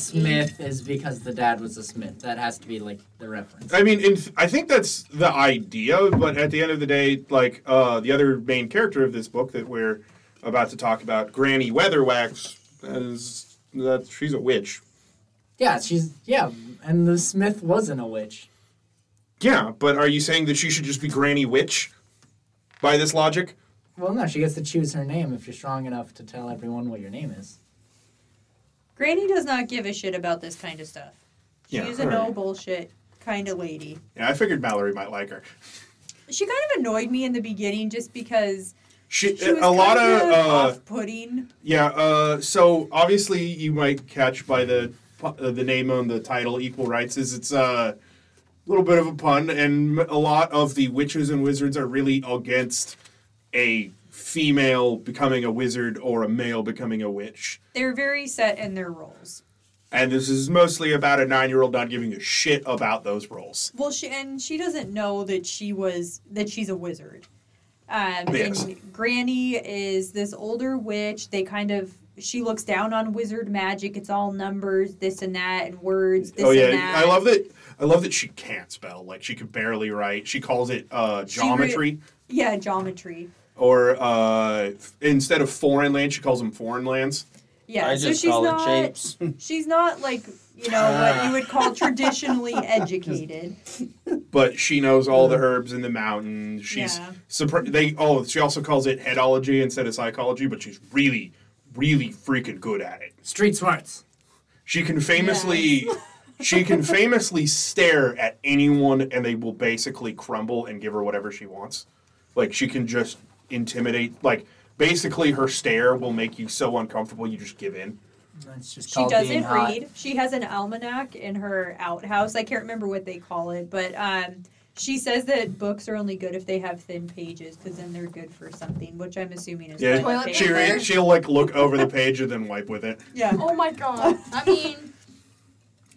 [SPEAKER 5] Smith is because the dad was a Smith. That has to be like the reference.
[SPEAKER 1] I mean, in, I think that's the idea, but at the end of the day, like uh, the other main character of this book that we're about to talk about, Granny Weatherwax, is that she's a witch.
[SPEAKER 5] Yeah, she's yeah, and the Smith wasn't a witch.
[SPEAKER 1] Yeah, but are you saying that she should just be Granny Witch by this logic?
[SPEAKER 5] Well, no, she gets to choose her name if you're strong enough to tell everyone what your name is.
[SPEAKER 3] Granny does not give a shit about this kind of stuff. She's
[SPEAKER 1] Yeah,
[SPEAKER 3] a
[SPEAKER 1] all
[SPEAKER 3] no
[SPEAKER 1] right.
[SPEAKER 3] bullshit kind of lady.
[SPEAKER 1] Yeah, I figured Mallory might like her.
[SPEAKER 3] She kind of annoyed me in the beginning just because
[SPEAKER 1] She,
[SPEAKER 3] she was
[SPEAKER 1] a lot of
[SPEAKER 3] kind
[SPEAKER 1] uh,
[SPEAKER 3] off-putting.
[SPEAKER 1] Yeah. Uh, so obviously, you might catch by the uh, the name on the title, "Equal Rights," is it's a little bit of a pun, and a lot of the witches and wizards are really against a female becoming a wizard or a male becoming a witch.
[SPEAKER 3] They're very set in their roles.
[SPEAKER 1] And this is mostly about a nine year old not giving a shit about those roles.
[SPEAKER 3] Well, she and she doesn't know that she was that she's a wizard. Um,
[SPEAKER 1] Yes.
[SPEAKER 3] And Granny is this older witch. They kind of she looks down on wizard magic. It's all numbers, this and that, and words. This
[SPEAKER 1] oh
[SPEAKER 3] and
[SPEAKER 1] yeah,
[SPEAKER 3] that.
[SPEAKER 1] I love that. I love that she can't spell. Like she could barely write. She calls it uh,
[SPEAKER 3] She re-
[SPEAKER 1] geometry.
[SPEAKER 3] Yeah, geometry.
[SPEAKER 1] or uh, f- instead of foreign lands, she calls them foreign lands.
[SPEAKER 3] Yeah,
[SPEAKER 6] I
[SPEAKER 3] so
[SPEAKER 6] just
[SPEAKER 3] she's
[SPEAKER 6] call
[SPEAKER 3] not.
[SPEAKER 6] it shapes.
[SPEAKER 3] She's not like you know what you would call traditionally educated.
[SPEAKER 1] But she knows all the herbs in the mountains. She's
[SPEAKER 3] Mm. Yeah.
[SPEAKER 1] surpri- they oh she also calls it headology instead of psychology, but she's really, really freaking good at it.
[SPEAKER 5] Street smarts.
[SPEAKER 1] She can famously she can famously stare at anyone and they will basically crumble and give her whatever she wants. Like she can just intimidate like basically her stare will make you so uncomfortable you just give in.
[SPEAKER 5] That's just
[SPEAKER 3] She
[SPEAKER 5] called being
[SPEAKER 3] doesn't
[SPEAKER 5] hot.
[SPEAKER 3] read. She has an almanac in her outhouse. I can't remember what they call it, but um, She says that books are only good if they have thin pages because then they're good for something, which I'm assuming is
[SPEAKER 1] Yeah,
[SPEAKER 3] toilet
[SPEAKER 7] Toilet
[SPEAKER 1] She
[SPEAKER 3] paper.
[SPEAKER 1] re- she'll like look over the page and then wipe with it.
[SPEAKER 3] Yeah.
[SPEAKER 7] Oh my god. I mean,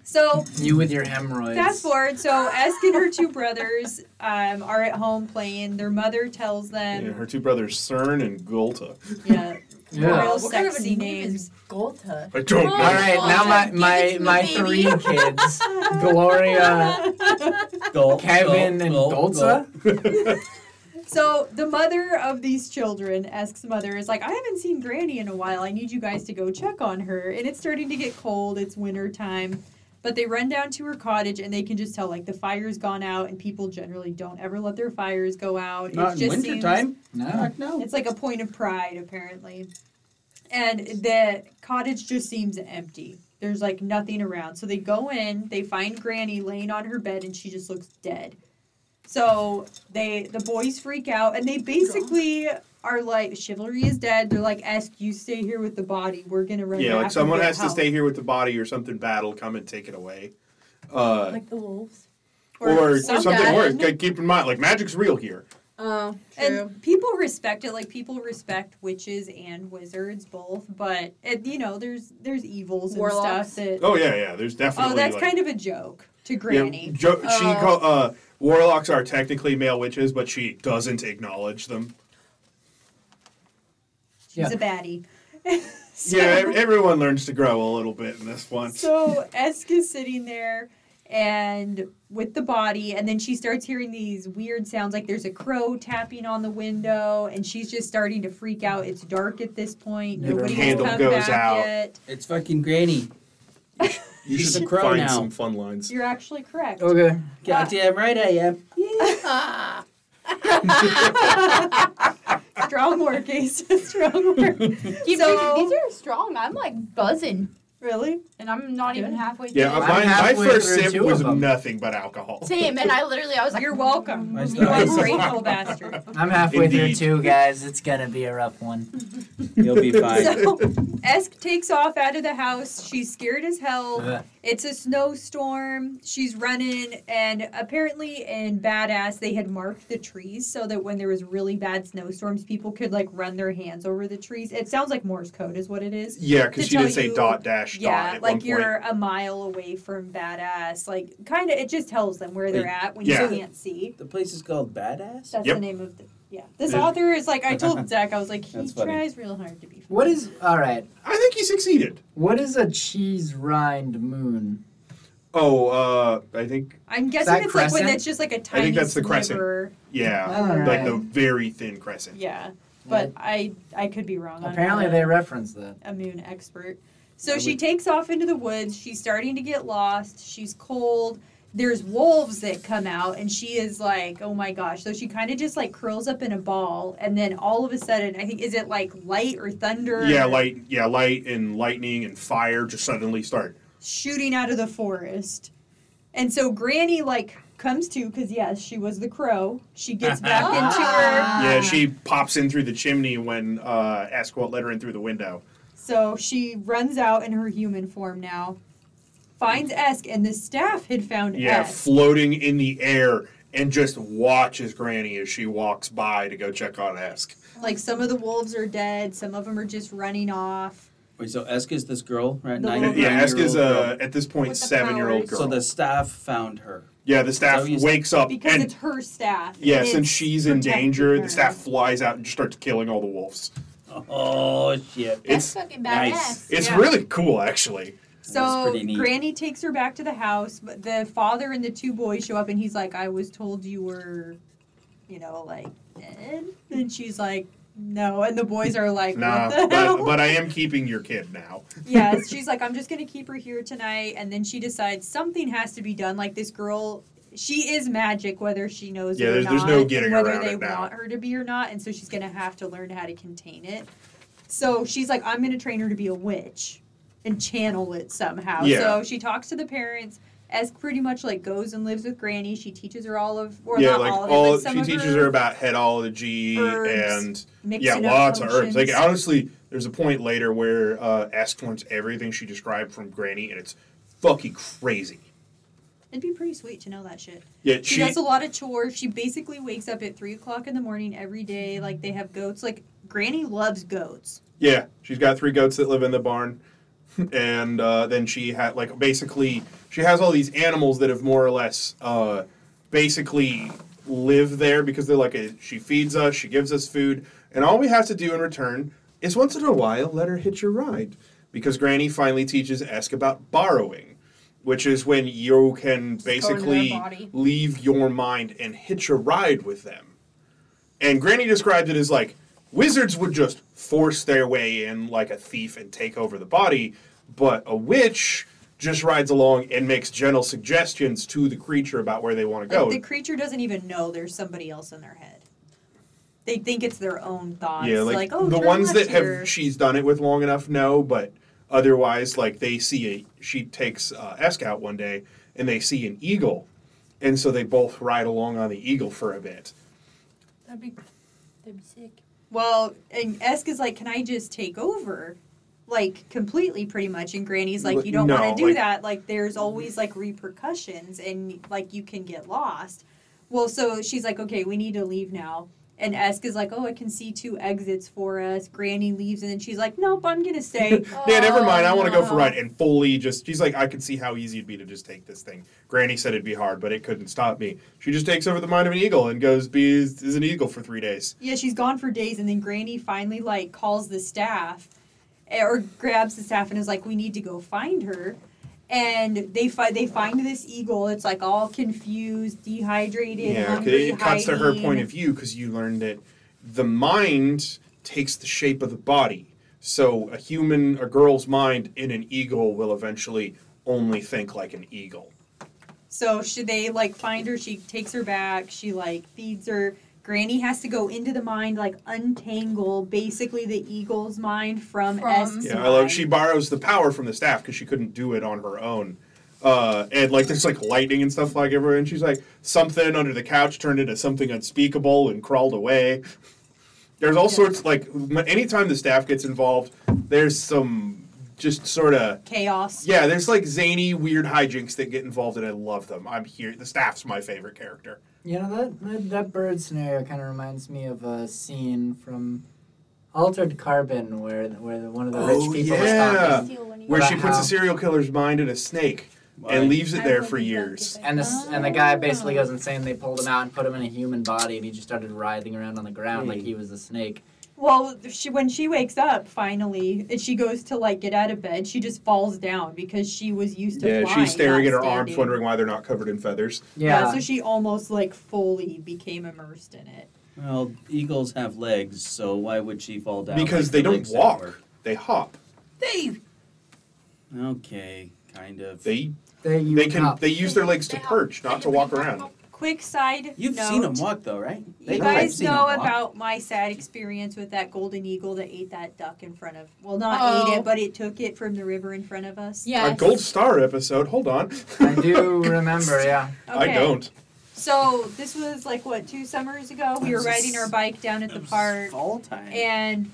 [SPEAKER 3] So
[SPEAKER 5] You with your hemorrhoids.
[SPEAKER 3] Fast forward, so Esk and her two brothers um, are at home playing. Their mother tells
[SPEAKER 1] Yeah,
[SPEAKER 3] them,
[SPEAKER 1] her two brothers, Cern and Gulta.
[SPEAKER 3] yeah,
[SPEAKER 5] Yeah.
[SPEAKER 3] Real
[SPEAKER 7] what kind of a
[SPEAKER 3] sexy
[SPEAKER 7] name is
[SPEAKER 3] names.
[SPEAKER 7] Golta?
[SPEAKER 1] I don't
[SPEAKER 7] Oh,
[SPEAKER 5] All right,
[SPEAKER 7] God.
[SPEAKER 5] now my
[SPEAKER 7] Give
[SPEAKER 5] my
[SPEAKER 7] it to
[SPEAKER 5] my
[SPEAKER 7] the
[SPEAKER 5] three
[SPEAKER 7] baby.
[SPEAKER 5] kids, Gloria,
[SPEAKER 6] Gulp,
[SPEAKER 5] Kevin, and
[SPEAKER 6] gulp, gulp, gulp.
[SPEAKER 5] Golza.
[SPEAKER 1] know.
[SPEAKER 3] So the mother of these children, Esk's mother, is like, I haven't seen Granny in a while. I need you guys to go check on her. And it's starting to get cold. It's winter time. But they run down to her cottage and they can just tell, like, the fire's gone out and people generally don't ever let their fires go out. It
[SPEAKER 6] Not in
[SPEAKER 3] just
[SPEAKER 6] winter
[SPEAKER 3] seems-
[SPEAKER 6] time.
[SPEAKER 5] No,
[SPEAKER 6] Heck no.
[SPEAKER 3] It's like a point of pride, apparently. And the cottage just seems empty. There's like nothing around. So they go in, they find Granny laying on her bed, and she just looks dead. So they the boys freak out and they basically are like chivalry is dead. They're like, Esk, you stay here with the body. We're gonna run.
[SPEAKER 1] yeah,
[SPEAKER 3] back
[SPEAKER 1] like
[SPEAKER 3] and
[SPEAKER 1] someone
[SPEAKER 3] get
[SPEAKER 1] has to
[SPEAKER 3] help."
[SPEAKER 1] stay here with the body or something bad will come and take it away. Uh,
[SPEAKER 7] Like the wolves.
[SPEAKER 1] or,
[SPEAKER 3] some
[SPEAKER 1] something
[SPEAKER 7] bad.
[SPEAKER 1] worse. Like, Keep in mind, like magic's real here.
[SPEAKER 7] Oh, true.
[SPEAKER 3] And people respect it, like people respect witches and wizards both, but it, you know, there's there's evils and
[SPEAKER 7] Warlocks.
[SPEAKER 3] stuff that
[SPEAKER 1] Oh yeah, yeah. There's definitely.
[SPEAKER 3] Oh, that's
[SPEAKER 1] like,
[SPEAKER 3] kind of a joke to
[SPEAKER 1] Yeah,
[SPEAKER 3] Granny.
[SPEAKER 1] Jo- she
[SPEAKER 7] Oh.
[SPEAKER 1] call, uh, warlocks are technically male witches, but she doesn't acknowledge them.
[SPEAKER 5] Yeah.
[SPEAKER 3] She's a baddie. so,
[SPEAKER 1] yeah, ev- everyone learns to grow a little bit in this one.
[SPEAKER 3] so Esk is sitting there and with the body, and then she starts hearing these weird sounds like there's a crow tapping on the window, and she's just starting to freak out. It's dark at this point.
[SPEAKER 5] Yeah, the
[SPEAKER 3] Nobody has
[SPEAKER 1] handle
[SPEAKER 3] come
[SPEAKER 1] goes
[SPEAKER 3] back
[SPEAKER 1] out.
[SPEAKER 3] yet.
[SPEAKER 6] It's fucking Granny.
[SPEAKER 1] you
[SPEAKER 6] She's
[SPEAKER 1] should
[SPEAKER 6] a crow
[SPEAKER 1] find
[SPEAKER 6] now.
[SPEAKER 1] some fun lines.
[SPEAKER 3] You're actually correct.
[SPEAKER 5] okay.
[SPEAKER 6] Goddamn right I am.
[SPEAKER 7] Ah.
[SPEAKER 3] Strong work, Ace. Strong work. So-
[SPEAKER 7] Keep drinking. These are strong. I'm like buzzing,
[SPEAKER 3] Really?
[SPEAKER 7] and I'm not even
[SPEAKER 3] Good.
[SPEAKER 7] halfway through.
[SPEAKER 1] Yeah, uh,
[SPEAKER 5] I'm
[SPEAKER 1] my, my
[SPEAKER 5] halfway
[SPEAKER 1] first
[SPEAKER 5] through
[SPEAKER 1] sip
[SPEAKER 5] two
[SPEAKER 1] was
[SPEAKER 5] of 'em.
[SPEAKER 1] nothing but alcohol.
[SPEAKER 7] Same, and I literally I was like,
[SPEAKER 3] You're welcome.
[SPEAKER 6] Nice
[SPEAKER 3] You
[SPEAKER 6] try.
[SPEAKER 3] are grateful bastard.
[SPEAKER 5] I'm halfway
[SPEAKER 1] Indeed.
[SPEAKER 5] through too, guys. It's gonna be a rough one.
[SPEAKER 6] You'll be fine.
[SPEAKER 3] So Esk takes off out of the house. She's scared as hell.
[SPEAKER 5] Ugh.
[SPEAKER 3] It's a snowstorm. She's running, and apparently in Badass, they had marked the trees so that when there was really bad snowstorms, people could like run their hands over the trees. It sounds like Morse code is what it is.
[SPEAKER 1] Yeah,
[SPEAKER 3] To
[SPEAKER 1] because she
[SPEAKER 3] tell
[SPEAKER 1] did say
[SPEAKER 3] you-
[SPEAKER 1] dot dash dot
[SPEAKER 3] Yeah,
[SPEAKER 1] at one
[SPEAKER 3] like
[SPEAKER 1] point.
[SPEAKER 3] you're a mile away from Badass. Like, kind of, it just tells them where they're
[SPEAKER 6] Wait,
[SPEAKER 3] at when
[SPEAKER 1] yeah.
[SPEAKER 3] you can't see.
[SPEAKER 6] The place is called Badass?
[SPEAKER 3] That's
[SPEAKER 1] Yep.
[SPEAKER 3] the name of the. Yeah, this
[SPEAKER 1] Yeah.
[SPEAKER 3] author is like I told Zach. I was like he
[SPEAKER 6] That's funny.
[SPEAKER 3] tries real hard to be. Funny.
[SPEAKER 5] What is all right?
[SPEAKER 1] I think he succeeded.
[SPEAKER 5] What is a cheese rind moon?
[SPEAKER 1] Oh, uh, I think
[SPEAKER 3] I'm guessing
[SPEAKER 5] that
[SPEAKER 3] it's like when
[SPEAKER 5] crescent?
[SPEAKER 3] it's just like a tiny.
[SPEAKER 1] that's the crescent.
[SPEAKER 3] sliver.
[SPEAKER 1] yeah,
[SPEAKER 5] All
[SPEAKER 1] like the
[SPEAKER 5] right.
[SPEAKER 1] very thin crescent.
[SPEAKER 3] Yeah, but I I could be wrong.
[SPEAKER 5] Apparently
[SPEAKER 3] on
[SPEAKER 5] they reference that.
[SPEAKER 3] a moon expert. So she takes off into the woods. She's starting to get lost. She's cold. There's wolves that come out, and she is like, "Oh my gosh!" So she kind of just like curls up in a ball, and then all of a sudden, I think is it like light or thunder?
[SPEAKER 1] Yeah, light. Yeah, light and lightning and fire just suddenly start.
[SPEAKER 3] shooting out of the forest. And so Granny like comes to because yes, she was the crow. She gets back into her.
[SPEAKER 1] Yeah, she pops in through the chimney when uh, Asquith let her in through the window.
[SPEAKER 3] So she runs out in her human form now, finds Esk, and the staff had found
[SPEAKER 1] Yeah,
[SPEAKER 3] Esk.
[SPEAKER 1] floating in the air and just watches Granny as she walks by to go check on Esk.
[SPEAKER 3] Like some of the wolves are dead, some of them are just running off.
[SPEAKER 6] Wait, so Esk is this girl, right?
[SPEAKER 3] The
[SPEAKER 6] Nine-
[SPEAKER 3] little-
[SPEAKER 1] Yeah, Esk is uh,
[SPEAKER 6] nine-year-old
[SPEAKER 1] at this point
[SPEAKER 7] With the
[SPEAKER 1] seven year old
[SPEAKER 7] powers.
[SPEAKER 1] girl.
[SPEAKER 6] girl. So the staff found her.
[SPEAKER 1] yeah, the
[SPEAKER 6] So
[SPEAKER 1] staff
[SPEAKER 6] you-
[SPEAKER 1] wakes up
[SPEAKER 3] Because
[SPEAKER 1] and
[SPEAKER 3] it's her staff.
[SPEAKER 1] yeah,
[SPEAKER 3] and
[SPEAKER 1] since
[SPEAKER 3] it's
[SPEAKER 1] she's in
[SPEAKER 3] protecting
[SPEAKER 1] danger,
[SPEAKER 3] her.
[SPEAKER 1] the staff flies out and just starts killing all the wolves.
[SPEAKER 6] Oh, shit.
[SPEAKER 7] That's
[SPEAKER 1] It's
[SPEAKER 7] fucking badass.
[SPEAKER 6] nice.
[SPEAKER 1] it's
[SPEAKER 3] Yeah.
[SPEAKER 1] really cool actually.
[SPEAKER 3] So
[SPEAKER 6] pretty neat.
[SPEAKER 3] Granny takes her back to the house, but the father and the two boys show up, and he's like, "I was told you were, you know, like dead," and she's like, "No," and the boys are like,
[SPEAKER 1] Nah,
[SPEAKER 3] "What the hell?"
[SPEAKER 1] but but I am keeping your kid now.
[SPEAKER 3] yeah, she's like, I'm just gonna keep her here tonight, and then she decides something has to be done. Like this girl, she is magic, whether she knows
[SPEAKER 1] Yeah,
[SPEAKER 3] it or
[SPEAKER 1] there's- there's
[SPEAKER 3] not,
[SPEAKER 1] no getting
[SPEAKER 3] whether
[SPEAKER 1] around
[SPEAKER 3] they
[SPEAKER 1] it now.
[SPEAKER 3] want her to be or not, and so she's gonna have to learn how to contain it. So she's like, I'm gonna train her to be a witch and channel it somehow.
[SPEAKER 1] Yeah.
[SPEAKER 3] So she talks to the parents. As pretty much like goes and lives with Granny, she teaches her all of, or
[SPEAKER 1] yeah,
[SPEAKER 3] not
[SPEAKER 1] like
[SPEAKER 3] all of it,
[SPEAKER 1] all
[SPEAKER 3] but some
[SPEAKER 1] she
[SPEAKER 3] of
[SPEAKER 1] teaches her, about headology
[SPEAKER 3] herbs,
[SPEAKER 1] and
[SPEAKER 3] mixing
[SPEAKER 1] yeah,
[SPEAKER 3] up
[SPEAKER 1] lots of herbs.
[SPEAKER 3] potions.
[SPEAKER 1] Like honestly, there's a point later where uh, Ask learns everything she described from Granny, and it's fucking crazy.
[SPEAKER 3] It'd be pretty sweet to know that shit.
[SPEAKER 1] Yeah,
[SPEAKER 3] She,
[SPEAKER 1] she.
[SPEAKER 3] does a lot of chores. She basically wakes up at three o'clock in the morning every day. Like they have goats. Like Granny loves goats.
[SPEAKER 1] Yeah, she's got three goats that live in the barn, and uh, then she had like basically she has all these animals that have more or less uh, basically live there because they're like a, she feeds us, she gives us food, and all we have to do in return is once in a while let her hitch a ride because Granny finally teaches Esk about borrowing, which is when you can
[SPEAKER 7] go into their
[SPEAKER 1] basically
[SPEAKER 7] body.
[SPEAKER 1] leave your mind and hitch a ride with them. And Granny described it as like wizards would just force their way in like a thief and take over the body, but a witch just rides along and makes gentle suggestions to the creature about where they want to
[SPEAKER 3] Like
[SPEAKER 1] go.
[SPEAKER 3] the creature doesn't even know there's somebody else in their head. They think it's their own thoughts.
[SPEAKER 1] yeah, like,
[SPEAKER 3] oh,
[SPEAKER 1] the
[SPEAKER 3] turn
[SPEAKER 1] ones
[SPEAKER 3] left
[SPEAKER 1] that
[SPEAKER 3] here.
[SPEAKER 1] have she's done it with long enough know, but otherwise, like they see a she takes uh, Esk out one day and they see an eagle, and so they both ride along on the eagle for a bit.
[SPEAKER 7] That'd be, that'd be sick.
[SPEAKER 3] Well, and Esk is like, "Can I just take over?" Like completely, pretty much. And Granny's like,
[SPEAKER 1] Like,
[SPEAKER 3] "You don't
[SPEAKER 1] no,
[SPEAKER 3] want to do
[SPEAKER 1] like-
[SPEAKER 3] that. Like, there's always like repercussions, and like you can get lost." Well, so she's like, "Okay, we need to leave now." And Esk is like, "Oh, I can see two exits for us." Granny leaves, and then she's like, "Nope, I'm gonna stay."
[SPEAKER 1] Yeah, never
[SPEAKER 7] Oh,
[SPEAKER 1] mind. I want to go for a
[SPEAKER 7] no.
[SPEAKER 1] ride and fully just. She's like, I could see how easy it'd be to just take this thing. Granny said it'd be hard, but it couldn't stop me. She just takes over the mind of an eagle and goes be is, is an eagle for three days.
[SPEAKER 3] yeah, she's gone for days, and then Granny finally like calls the staff, eh, or grabs the staff and is like, "We need to go find her." And they find they find this eagle. It's like all confused, dehydrated,
[SPEAKER 1] Yeah, 'cause
[SPEAKER 3] hungry,
[SPEAKER 1] it cuts to her
[SPEAKER 3] hiding.
[SPEAKER 1] point of view because you learned that the mind takes the shape of the body. So a human, a girl's mind in an eagle will eventually only think like an eagle.
[SPEAKER 3] So should they like find her? She takes her back. She like feeds her. Granny has to go into the mind, like untangle basically the eagle's mind from,
[SPEAKER 7] From-
[SPEAKER 3] Esk's
[SPEAKER 1] Yeah, I love.
[SPEAKER 3] mind.
[SPEAKER 1] She borrows the power from the staff because she couldn't do it on her own. Uh, and like there's like lightning and stuff like everywhere, and she's like something under the couch turned into something unspeakable and crawled away. There's all
[SPEAKER 3] Yeah.
[SPEAKER 1] sorts like m- anytime the staff gets involved, there's some just sort of
[SPEAKER 3] chaos.
[SPEAKER 1] yeah. There's like zany weird hijinks that get involved, and I love them. I'm here. The staff's my favorite character.
[SPEAKER 5] You know that that, that bird scenario kind of reminds me of a scene from Altered Carbon, where where the, one of the
[SPEAKER 1] Oh,
[SPEAKER 5] rich people was
[SPEAKER 1] yeah.
[SPEAKER 5] talking,
[SPEAKER 7] Steal when you
[SPEAKER 1] Where
[SPEAKER 7] go
[SPEAKER 1] she
[SPEAKER 5] About
[SPEAKER 1] puts
[SPEAKER 5] how-
[SPEAKER 1] a serial killer's mind in a snake and leaves it
[SPEAKER 7] I
[SPEAKER 1] there
[SPEAKER 7] would
[SPEAKER 1] for
[SPEAKER 7] like it
[SPEAKER 1] years.
[SPEAKER 7] if I-
[SPEAKER 5] and this and the
[SPEAKER 3] Oh.
[SPEAKER 5] guy basically goes insane. They pulled him out and put him in a human body, and he just started writhing around on the ground like
[SPEAKER 6] Hmm.
[SPEAKER 5] he was a snake.
[SPEAKER 3] Well, she when she wakes up finally, and she goes to like get out of bed, she just falls down because she was used to.
[SPEAKER 1] Yeah,
[SPEAKER 3] flying,
[SPEAKER 1] she's staring at her
[SPEAKER 3] not
[SPEAKER 1] arms,
[SPEAKER 3] standing.
[SPEAKER 1] wondering why they're not covered in feathers.
[SPEAKER 3] Yeah, so she almost like fully became immersed in it.
[SPEAKER 6] Well, eagles have legs, so why would she fall down?
[SPEAKER 1] because
[SPEAKER 6] like
[SPEAKER 1] they
[SPEAKER 6] the
[SPEAKER 1] don't
[SPEAKER 6] legs that
[SPEAKER 1] walk
[SPEAKER 6] work?
[SPEAKER 1] they hop
[SPEAKER 7] They
[SPEAKER 6] Okay, kind of.
[SPEAKER 1] they
[SPEAKER 5] they, you
[SPEAKER 1] they can
[SPEAKER 5] hop.
[SPEAKER 1] they use their legs to
[SPEAKER 7] They hop.
[SPEAKER 1] perch not to walk around
[SPEAKER 3] Quick side
[SPEAKER 6] You've
[SPEAKER 3] note.
[SPEAKER 6] seen them walk though, right? They
[SPEAKER 3] You
[SPEAKER 6] know I've
[SPEAKER 3] guys
[SPEAKER 6] seen 'em
[SPEAKER 3] know
[SPEAKER 6] walk.
[SPEAKER 3] about my sad experience with that golden eagle that ate that duck in front of. Well, not
[SPEAKER 7] Oh.
[SPEAKER 3] ate it, but it took it from the river in front of us.
[SPEAKER 7] Yes.
[SPEAKER 1] a gold star episode hold on
[SPEAKER 5] I do remember, yeah.
[SPEAKER 1] i don't
[SPEAKER 3] So this was like what two summers ago. We
[SPEAKER 6] It
[SPEAKER 3] were
[SPEAKER 6] was a
[SPEAKER 3] riding our
[SPEAKER 6] s-
[SPEAKER 3] bike down at
[SPEAKER 6] It
[SPEAKER 3] the
[SPEAKER 6] was
[SPEAKER 3] park,
[SPEAKER 6] Fall time.
[SPEAKER 3] and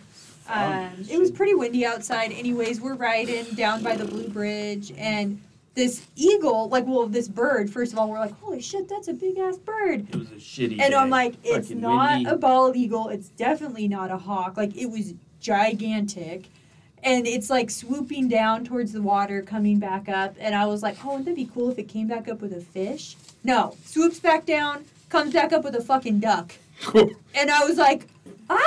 [SPEAKER 6] Fall.
[SPEAKER 3] um, it was pretty windy outside. Anyways, we're riding down by the Blue Bridge, and this eagle, like, well, this bird. First of all, we're like, holy shit, that's a big ass bird.
[SPEAKER 6] It was a shitty.
[SPEAKER 3] And I'm
[SPEAKER 6] day.
[SPEAKER 3] like, it's
[SPEAKER 6] Fucking
[SPEAKER 3] not
[SPEAKER 6] windy.
[SPEAKER 3] a bald eagle. It's definitely not a hawk. Like it was gigantic. And it's like swooping down towards the water, coming back up. And I was like, oh, wouldn't that be cool if it came back up with a fish? No. Swoops back down, comes back up with a fucking duck. And I was like, ah!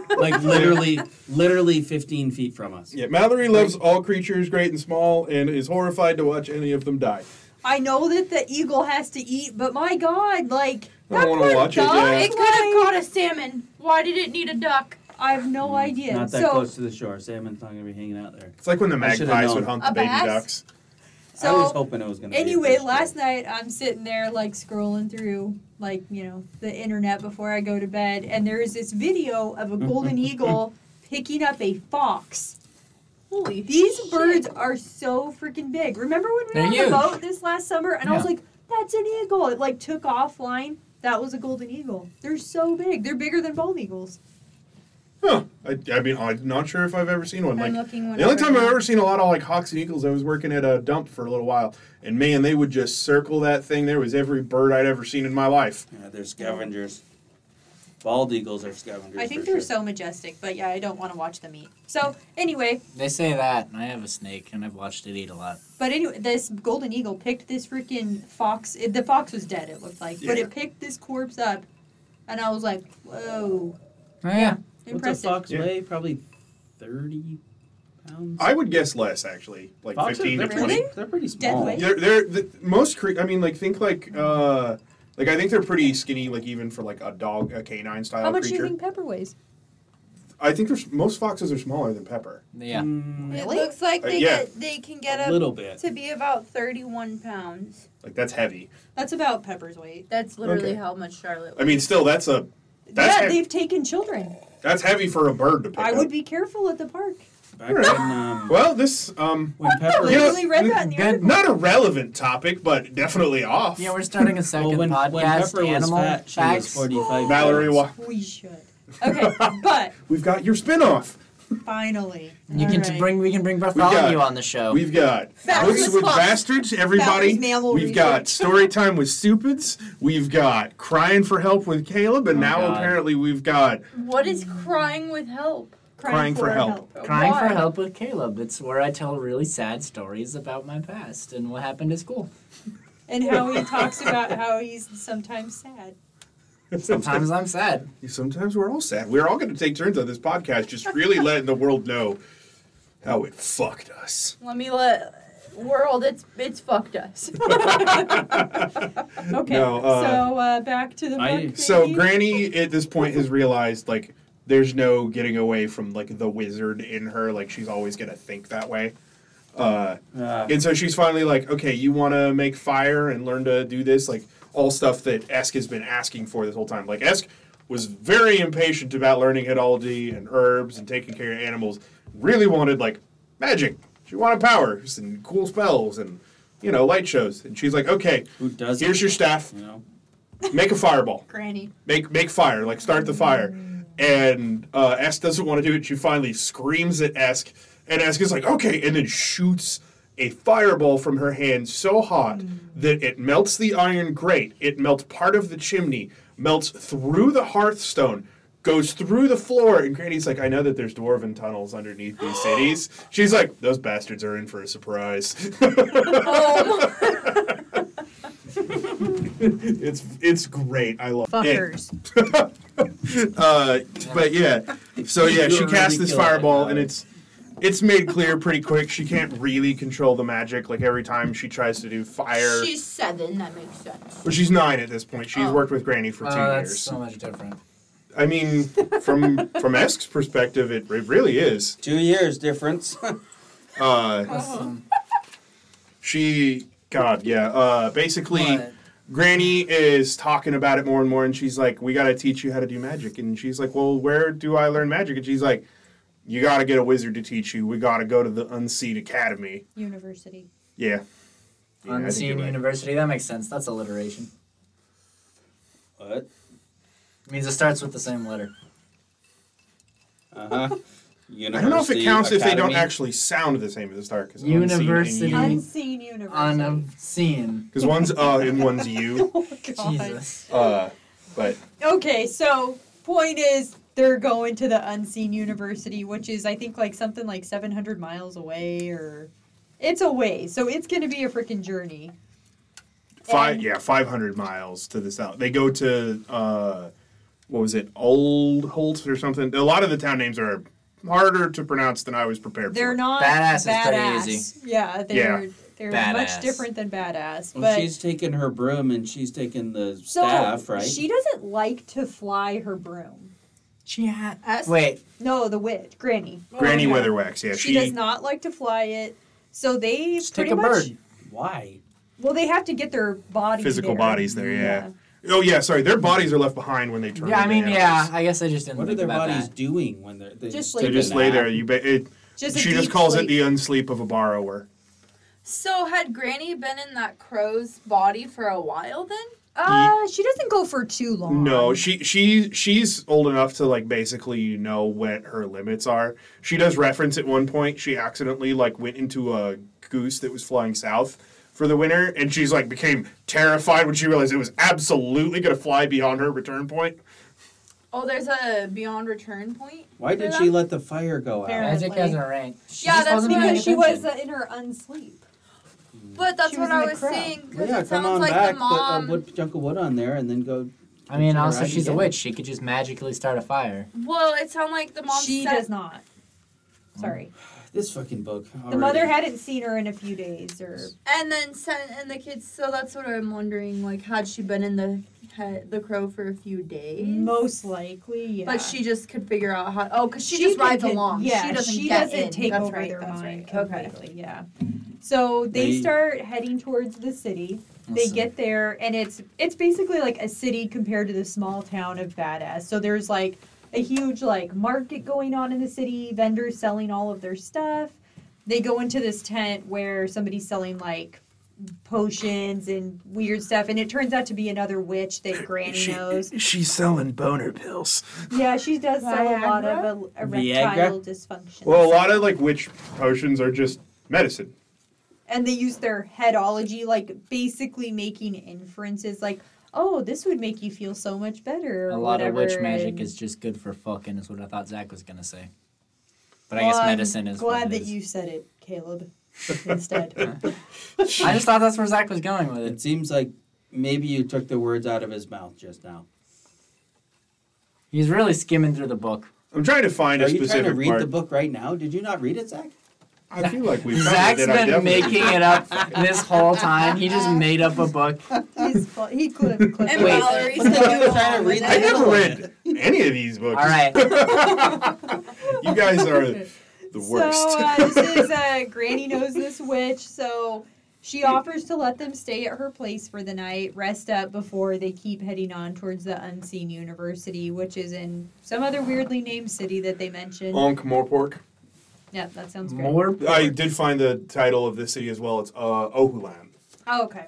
[SPEAKER 6] like literally, literally 15 feet from us.
[SPEAKER 1] yeah mallory loves all creatures great and small and is horrified to watch any of them die
[SPEAKER 3] I know that the eagle has to eat, but my God, like,
[SPEAKER 1] I don't
[SPEAKER 3] that
[SPEAKER 1] wanna
[SPEAKER 3] poor
[SPEAKER 1] watch it,
[SPEAKER 3] duck,
[SPEAKER 1] yeah.
[SPEAKER 7] It could have
[SPEAKER 3] like,
[SPEAKER 7] caught a salmon. Why did it need a duck?
[SPEAKER 3] I have no idea.
[SPEAKER 6] Mm-hmm. Mm, Not that
[SPEAKER 3] so,
[SPEAKER 6] close to the shore. Salmon's not gonna be hanging out there.
[SPEAKER 1] it's like when the
[SPEAKER 6] I should've
[SPEAKER 1] magpies
[SPEAKER 6] known.
[SPEAKER 1] would hunt
[SPEAKER 7] A
[SPEAKER 1] the baby
[SPEAKER 7] bass?
[SPEAKER 1] ducks
[SPEAKER 6] I
[SPEAKER 3] so
[SPEAKER 6] was hoping it was gonna. be a
[SPEAKER 3] Anyway,
[SPEAKER 6] fish
[SPEAKER 3] last
[SPEAKER 6] though.
[SPEAKER 3] night I'm sitting there like scrolling through like, you know, the internet before I go to bed and there is this video of a golden eagle picking up a fox.
[SPEAKER 7] Holy
[SPEAKER 3] These
[SPEAKER 7] shit.
[SPEAKER 3] birds are so freaking big. Remember when we
[SPEAKER 5] They're
[SPEAKER 3] were on
[SPEAKER 5] huge.
[SPEAKER 3] the boat this last summer and I was
[SPEAKER 5] Yeah.
[SPEAKER 3] like, that's an eagle. It like took offline. That was a golden eagle. They're so big. They're bigger than bald eagles.
[SPEAKER 1] Huh. I, I mean, I'm not sure if I've ever seen one. Like
[SPEAKER 7] I'm looking
[SPEAKER 1] the only
[SPEAKER 7] whenever-
[SPEAKER 1] time I've ever seen a lot of like hawks and eagles, I was working at a dump for a little while, and man, they would just circle that thing. There was every bird I'd ever seen in my life.
[SPEAKER 6] Yeah, they're scavengers. Bald eagles are scavengers.
[SPEAKER 3] I think
[SPEAKER 6] for
[SPEAKER 3] they're
[SPEAKER 6] sure.
[SPEAKER 3] so majestic, but yeah, I don't want to watch them eat. So anyway,
[SPEAKER 5] They say that, and I have a snake, and I've watched it eat a lot.
[SPEAKER 3] but anyway, this golden eagle picked this freaking fox. It, the fox was dead. It looked like, but
[SPEAKER 1] Yeah.
[SPEAKER 3] it picked this corpse up, and I was like, whoa,
[SPEAKER 5] Oh, yeah.
[SPEAKER 6] What's a
[SPEAKER 3] impressive.
[SPEAKER 6] fox
[SPEAKER 1] Yeah.
[SPEAKER 6] weigh? Probably thirty pounds.
[SPEAKER 1] I would guess less actually, like
[SPEAKER 6] Foxes,
[SPEAKER 1] fifteen to
[SPEAKER 6] they're
[SPEAKER 1] twenty.
[SPEAKER 6] pretty-
[SPEAKER 3] Really?
[SPEAKER 6] They're pretty
[SPEAKER 3] Dead
[SPEAKER 6] small.
[SPEAKER 3] weight?
[SPEAKER 1] They're they're the, most. Cre- I mean, like think like uh, like I think they're pretty skinny. Like even for like a dog, a canine style
[SPEAKER 3] How much do
[SPEAKER 1] creature.
[SPEAKER 3] you think Pepper weighs?
[SPEAKER 1] I think there's, most foxes are smaller than Pepper.
[SPEAKER 5] Yeah.
[SPEAKER 3] Um,
[SPEAKER 6] Mm,
[SPEAKER 7] It
[SPEAKER 3] Really?
[SPEAKER 7] looks like
[SPEAKER 1] Uh,
[SPEAKER 7] they
[SPEAKER 1] yeah.
[SPEAKER 7] get they can get
[SPEAKER 6] a
[SPEAKER 7] up
[SPEAKER 6] little bit.
[SPEAKER 7] to be about 31 pounds.
[SPEAKER 1] Like that's heavy.
[SPEAKER 3] That's about Pepper's weight.
[SPEAKER 7] That's literally
[SPEAKER 1] Okay.
[SPEAKER 7] how much Charlotte.
[SPEAKER 1] I mean, still that's a That's
[SPEAKER 3] yeah,
[SPEAKER 1] heavy.
[SPEAKER 3] they've taken children.
[SPEAKER 1] that's heavy for a bird to pick
[SPEAKER 3] I
[SPEAKER 1] up.
[SPEAKER 3] would be careful at the park.
[SPEAKER 6] Back when, um,
[SPEAKER 1] Well, this um,
[SPEAKER 6] when Pepper,
[SPEAKER 3] I
[SPEAKER 1] You know,
[SPEAKER 3] literally read that in the
[SPEAKER 5] good-
[SPEAKER 3] article.
[SPEAKER 1] not a relevant topic, but definitely off.
[SPEAKER 5] Yeah, we're starting a
[SPEAKER 6] well,
[SPEAKER 5] second
[SPEAKER 6] when,
[SPEAKER 5] podcast.
[SPEAKER 6] when Pepper
[SPEAKER 5] animal
[SPEAKER 6] was fat, she was
[SPEAKER 5] facts.
[SPEAKER 6] forty-five.
[SPEAKER 1] Valerie,
[SPEAKER 6] pounds.
[SPEAKER 1] Wa-
[SPEAKER 3] We should. Okay, but
[SPEAKER 1] we've got your spin-off.
[SPEAKER 3] finally,
[SPEAKER 5] you can
[SPEAKER 3] All
[SPEAKER 5] t-
[SPEAKER 3] right.
[SPEAKER 5] bring. We can bring Bartholomew
[SPEAKER 1] got-
[SPEAKER 5] on the show.
[SPEAKER 1] We've got
[SPEAKER 7] Fabulous
[SPEAKER 1] books with
[SPEAKER 7] Fox.
[SPEAKER 1] bastards, everybody.
[SPEAKER 3] Valerie's mammal
[SPEAKER 1] We've
[SPEAKER 3] research.
[SPEAKER 1] got story time with stupids. We've got crying for help with Caleb, and
[SPEAKER 5] Oh,
[SPEAKER 1] now
[SPEAKER 5] God.
[SPEAKER 1] apparently we've got
[SPEAKER 7] what is crying with help?
[SPEAKER 1] crying for help.
[SPEAKER 5] Crying
[SPEAKER 7] Why?
[SPEAKER 5] for help with Caleb. It's where I tell really sad stories about my past and what happened at school.
[SPEAKER 3] And how he talks about how he's sometimes sad.
[SPEAKER 5] Sometimes I'm sad.
[SPEAKER 1] Sometimes we're all sad. We're all going to take turns on this podcast, just really letting the world know how it fucked us.
[SPEAKER 7] Let me let world. It's it's fucked us.
[SPEAKER 3] Okay,
[SPEAKER 1] No, uh,
[SPEAKER 3] so uh, back to the
[SPEAKER 6] I-
[SPEAKER 3] book.
[SPEAKER 1] So
[SPEAKER 3] thingy.
[SPEAKER 1] Granny at this point has realized like there's no getting away from like the wizard in her. Like she's always going to think that way. Uh,
[SPEAKER 6] Uh,
[SPEAKER 1] And so she's finally like, okay, you want to make fire and learn to do this? Like, all stuff that Esk has been asking for this whole time. Like, Esk was very impatient about learning hidalgy and herbs and taking care of animals. Really wanted, like, magic. She wanted powers and cool spells and, you know, light shows. And she's like, okay,
[SPEAKER 6] who does?
[SPEAKER 1] here's your staff.
[SPEAKER 6] You know,
[SPEAKER 1] Make a fireball.
[SPEAKER 3] Granny.
[SPEAKER 1] Make, make fire. Like, start the fire. And uh, Esk doesn't want to do it. She finally screams at Esk. And Esk is like, okay. And then shoots a fireball from her hand so hot that it melts the iron grate, it melts part of the chimney, melts through the hearthstone, goes through the floor. And Granny's like, I know that there's dwarven tunnels underneath these cities. She's like, those bastards are in for a surprise. it's it's great. I love it.
[SPEAKER 3] Fuckers.
[SPEAKER 1] Uh, but yeah, so yeah, she
[SPEAKER 6] You're
[SPEAKER 1] casts
[SPEAKER 6] really
[SPEAKER 1] this
[SPEAKER 6] killing it,
[SPEAKER 1] fireball, and
[SPEAKER 6] Alex.
[SPEAKER 1] it's it's made clear pretty quick. She can't really control the magic. Like every time she tries to do fire,
[SPEAKER 7] She's seven. That makes sense.
[SPEAKER 1] well, she's nine at this point. She's
[SPEAKER 7] Oh.
[SPEAKER 1] worked with Granny for two
[SPEAKER 5] Oh, that's
[SPEAKER 1] years.
[SPEAKER 5] so much different.
[SPEAKER 1] I mean, from from Esk's perspective, it, it really is.
[SPEAKER 6] two years difference.
[SPEAKER 1] Uh,
[SPEAKER 5] Um,
[SPEAKER 1] she, God, yeah. Uh, basically.
[SPEAKER 5] but-
[SPEAKER 1] Granny is talking about it more and more, and she's like, "We got to teach you how to do magic." And she's like, "Well, where do I learn magic?" And she's like, "You got to get a wizard to teach you. We got to go to the Unseed Academy."
[SPEAKER 3] University.
[SPEAKER 1] Yeah. Yeah, I think
[SPEAKER 5] Unseen
[SPEAKER 1] you're right.
[SPEAKER 5] University. That makes sense. That's alliteration.
[SPEAKER 6] what?
[SPEAKER 5] It means it starts with the same letter.
[SPEAKER 6] Uh huh.
[SPEAKER 1] I don't know if it counts if they don't actually sound the same as the star because
[SPEAKER 5] University.
[SPEAKER 3] Unseen University.
[SPEAKER 5] Unseen.
[SPEAKER 1] because one's uh and one's you.
[SPEAKER 3] oh, God.
[SPEAKER 5] Jesus.
[SPEAKER 1] Uh, but
[SPEAKER 3] Okay, so point is they're going to the unseen university, which is I think like something like 700 miles away or it's a way. So it's going to be a freaking journey.
[SPEAKER 1] five
[SPEAKER 3] And-
[SPEAKER 1] yeah five hundred miles to the south. They go to uh, what was it Old Holt or something? A lot of the town names are harder to pronounce than I was prepared for.
[SPEAKER 3] They're not
[SPEAKER 5] Badass is pretty
[SPEAKER 3] badass. Yeah, they're they're
[SPEAKER 5] Badass.
[SPEAKER 3] much different than badass.
[SPEAKER 6] Well,
[SPEAKER 3] but
[SPEAKER 6] she's taking her broom and she's taking the
[SPEAKER 3] so
[SPEAKER 6] staff, right?
[SPEAKER 3] she doesn't like to fly her broom.
[SPEAKER 5] She had.
[SPEAKER 3] Us-
[SPEAKER 5] Wait.
[SPEAKER 3] No, the witch, Granny.
[SPEAKER 7] Oh,
[SPEAKER 1] Granny
[SPEAKER 3] oh, yeah.
[SPEAKER 1] Weatherwax, yeah,
[SPEAKER 3] she, does not like to fly it. So they
[SPEAKER 5] Just
[SPEAKER 3] pretty
[SPEAKER 5] take a
[SPEAKER 3] much
[SPEAKER 5] bird.
[SPEAKER 6] Why?
[SPEAKER 3] well they have to get their bodies
[SPEAKER 1] physical
[SPEAKER 3] there.
[SPEAKER 1] bodies there, yeah. Oh yeah, sorry, their bodies are left behind when they turn.
[SPEAKER 5] Yeah, I
[SPEAKER 1] into
[SPEAKER 5] mean, yeah.
[SPEAKER 1] animals.
[SPEAKER 5] I guess I just didn't
[SPEAKER 6] What are
[SPEAKER 5] think
[SPEAKER 6] their
[SPEAKER 5] about
[SPEAKER 6] bodies
[SPEAKER 5] that.
[SPEAKER 6] doing when they're they
[SPEAKER 3] Just
[SPEAKER 6] take
[SPEAKER 1] They
[SPEAKER 6] a
[SPEAKER 3] sleeping.
[SPEAKER 1] just lay
[SPEAKER 6] nap?
[SPEAKER 1] there. You ba- it,
[SPEAKER 3] Just a
[SPEAKER 1] she just
[SPEAKER 3] deep
[SPEAKER 1] calls it
[SPEAKER 3] sleep.
[SPEAKER 1] the unsleep of a borrower.
[SPEAKER 7] So had Granny been in that crow's body for a while then?
[SPEAKER 3] Uh, she doesn't go for too long.
[SPEAKER 1] No, she she she's old enough to like basically know what her limits are. She does reference at one point she accidentally like went into a goose that was flying south for the winter, and she's like became terrified when she realized it was absolutely going to fly beyond her return point.
[SPEAKER 7] Oh, there's a beyond return point.
[SPEAKER 6] Why did she let the fire go out?
[SPEAKER 3] Fair.
[SPEAKER 5] Magic
[SPEAKER 3] Apparently.
[SPEAKER 5] has a rank. She
[SPEAKER 7] Yeah,
[SPEAKER 5] just
[SPEAKER 7] that's
[SPEAKER 5] wasn't paying
[SPEAKER 3] because she was
[SPEAKER 5] attention.
[SPEAKER 3] uh, in her unsleep.
[SPEAKER 7] But that's
[SPEAKER 3] She was
[SPEAKER 7] what
[SPEAKER 3] in
[SPEAKER 7] I
[SPEAKER 3] the
[SPEAKER 7] was
[SPEAKER 3] crowd.
[SPEAKER 7] saying.
[SPEAKER 6] Well,
[SPEAKER 7] Because
[SPEAKER 6] yeah,
[SPEAKER 7] it
[SPEAKER 6] come
[SPEAKER 7] sounds
[SPEAKER 6] on
[SPEAKER 7] like
[SPEAKER 6] back, uh,
[SPEAKER 7] the
[SPEAKER 6] put a
[SPEAKER 7] mom.
[SPEAKER 6] wood, chunk of wood on there, and then go.
[SPEAKER 5] I mean,
[SPEAKER 6] Right,
[SPEAKER 5] also she's a
[SPEAKER 6] yeah.
[SPEAKER 5] witch. She could just magically start a fire.
[SPEAKER 7] well, it sounded like the mom
[SPEAKER 3] she
[SPEAKER 7] said.
[SPEAKER 3] does not. Sorry.
[SPEAKER 6] This fucking book.
[SPEAKER 3] The mother hadn't seen her in a few days or
[SPEAKER 7] And then sent and the kids. So that's what I'm wondering. Like, had she been in the head, the crow for a few days?
[SPEAKER 3] most likely, yeah.
[SPEAKER 7] But she just could figure out how. Oh, because she,
[SPEAKER 3] She
[SPEAKER 7] just
[SPEAKER 3] can-
[SPEAKER 7] rides
[SPEAKER 3] can-
[SPEAKER 7] along.
[SPEAKER 3] Yeah,
[SPEAKER 7] she doesn't,
[SPEAKER 3] she
[SPEAKER 7] get
[SPEAKER 3] doesn't
[SPEAKER 7] in.
[SPEAKER 3] take
[SPEAKER 7] that's
[SPEAKER 3] over
[SPEAKER 7] right,
[SPEAKER 3] their
[SPEAKER 7] that's
[SPEAKER 3] mind
[SPEAKER 7] right. Okay.
[SPEAKER 3] completely. Yeah. So they
[SPEAKER 6] They-
[SPEAKER 3] start heading towards the city. They
[SPEAKER 5] Awesome.
[SPEAKER 3] get there, and it's it's basically like a city compared to the small town of Badass. So there's like a huge like market going on in the city. Vendors selling all of their stuff. They go into this tent where somebody's selling like potions and weird stuff, and it turns out to be another witch that Granny knows.
[SPEAKER 1] she's selling boner pills.
[SPEAKER 3] Yeah, she does sell a lot of uh, erectile dysfunction.
[SPEAKER 1] Well, a lot of like witch potions are just medicine.
[SPEAKER 3] and they use their headology, like basically making inferences, like, "Oh, this would make you feel so much better." Or
[SPEAKER 5] A lot of
[SPEAKER 3] whatever,
[SPEAKER 5] witch magic
[SPEAKER 3] and-
[SPEAKER 5] is just good for fucking, is what I thought Zach was gonna say. But I
[SPEAKER 3] Well,
[SPEAKER 5] guess
[SPEAKER 3] I'm
[SPEAKER 5] medicine is. what
[SPEAKER 3] Glad
[SPEAKER 5] it
[SPEAKER 3] that
[SPEAKER 5] is.
[SPEAKER 3] you said it, Caleb. Instead,
[SPEAKER 5] I just thought that's where Zach was going with
[SPEAKER 6] It
[SPEAKER 5] it.
[SPEAKER 6] seems like maybe you took the words out of his mouth just now.
[SPEAKER 5] He's really skimming through the book.
[SPEAKER 1] I'm trying to find
[SPEAKER 6] Are
[SPEAKER 1] a
[SPEAKER 6] you trying
[SPEAKER 1] specific
[SPEAKER 6] to read
[SPEAKER 1] part.
[SPEAKER 6] the book right now? Did you not read it, Zach?
[SPEAKER 1] I feel like we found
[SPEAKER 5] Zach's
[SPEAKER 1] it. that I
[SPEAKER 5] been
[SPEAKER 1] definitely-
[SPEAKER 5] making it up this whole time. He just made up a book.
[SPEAKER 3] his fault. He could have clipped
[SPEAKER 7] And
[SPEAKER 3] it.
[SPEAKER 5] Wait.
[SPEAKER 7] Valerie
[SPEAKER 6] What the
[SPEAKER 7] said
[SPEAKER 6] hell
[SPEAKER 7] you
[SPEAKER 6] was I
[SPEAKER 7] wrong
[SPEAKER 6] reading?
[SPEAKER 7] with
[SPEAKER 1] I
[SPEAKER 7] it.
[SPEAKER 1] never read any of these books.
[SPEAKER 5] All right.
[SPEAKER 1] you guys are the worst.
[SPEAKER 3] So uh, this is uh, Granny knows this witch, so she offers to let them stay at her place for the night, rest up before they keep heading on towards the unseen university, which is in some other weirdly named city that they mentioned.
[SPEAKER 1] Onk more pork.
[SPEAKER 3] yeah, that sounds great.
[SPEAKER 5] More.
[SPEAKER 1] I did find the title of this city as well. It's uh, Ohulan.
[SPEAKER 3] Oh, okay.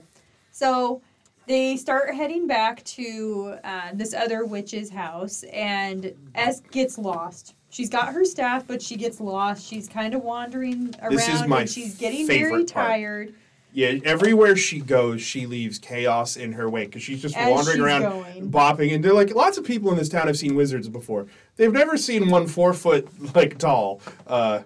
[SPEAKER 3] So they start heading back to uh, this other witch's house, and Es gets lost. She's got her staff, but she gets lost. She's kind of wandering around,
[SPEAKER 1] This is my
[SPEAKER 3] and she's getting
[SPEAKER 1] favorite
[SPEAKER 3] very
[SPEAKER 1] part.
[SPEAKER 3] tired
[SPEAKER 1] Yeah, everywhere she goes, she leaves chaos in her wake because she's just
[SPEAKER 3] as
[SPEAKER 1] wandering
[SPEAKER 3] she's
[SPEAKER 1] around,
[SPEAKER 3] going.
[SPEAKER 1] bopping. And they're like, lots of people in this town have seen wizards before. They've never seen one four foot like tall, uh,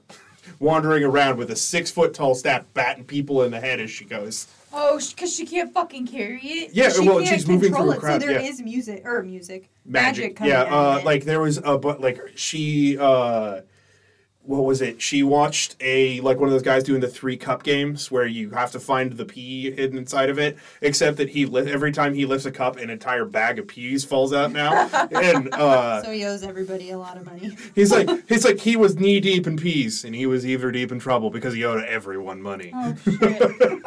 [SPEAKER 1] wandering around with a six foot tall staff, batting people in the head as she goes.
[SPEAKER 7] Oh, because she can't fucking carry it.
[SPEAKER 1] Yeah,
[SPEAKER 3] she
[SPEAKER 1] well,
[SPEAKER 3] can't
[SPEAKER 1] she's moving
[SPEAKER 3] control
[SPEAKER 1] through a
[SPEAKER 3] it,
[SPEAKER 1] crowd.
[SPEAKER 3] so there
[SPEAKER 1] yeah.
[SPEAKER 3] is music or music
[SPEAKER 1] magic.
[SPEAKER 3] coming
[SPEAKER 1] yeah,
[SPEAKER 3] out
[SPEAKER 1] uh,
[SPEAKER 3] of it.
[SPEAKER 1] like there was a but like she uh what was it? She watched a like one of those guys doing the three cup games where you have to find the pea hidden inside of it. Except that he li- every time he lifts a cup, an entire bag of peas falls out now, and uh,
[SPEAKER 3] so he owes everybody a lot of money.
[SPEAKER 1] he's like he's like he was knee deep in peas, and he was either deep in trouble because he owed everyone money.
[SPEAKER 7] Oh shit.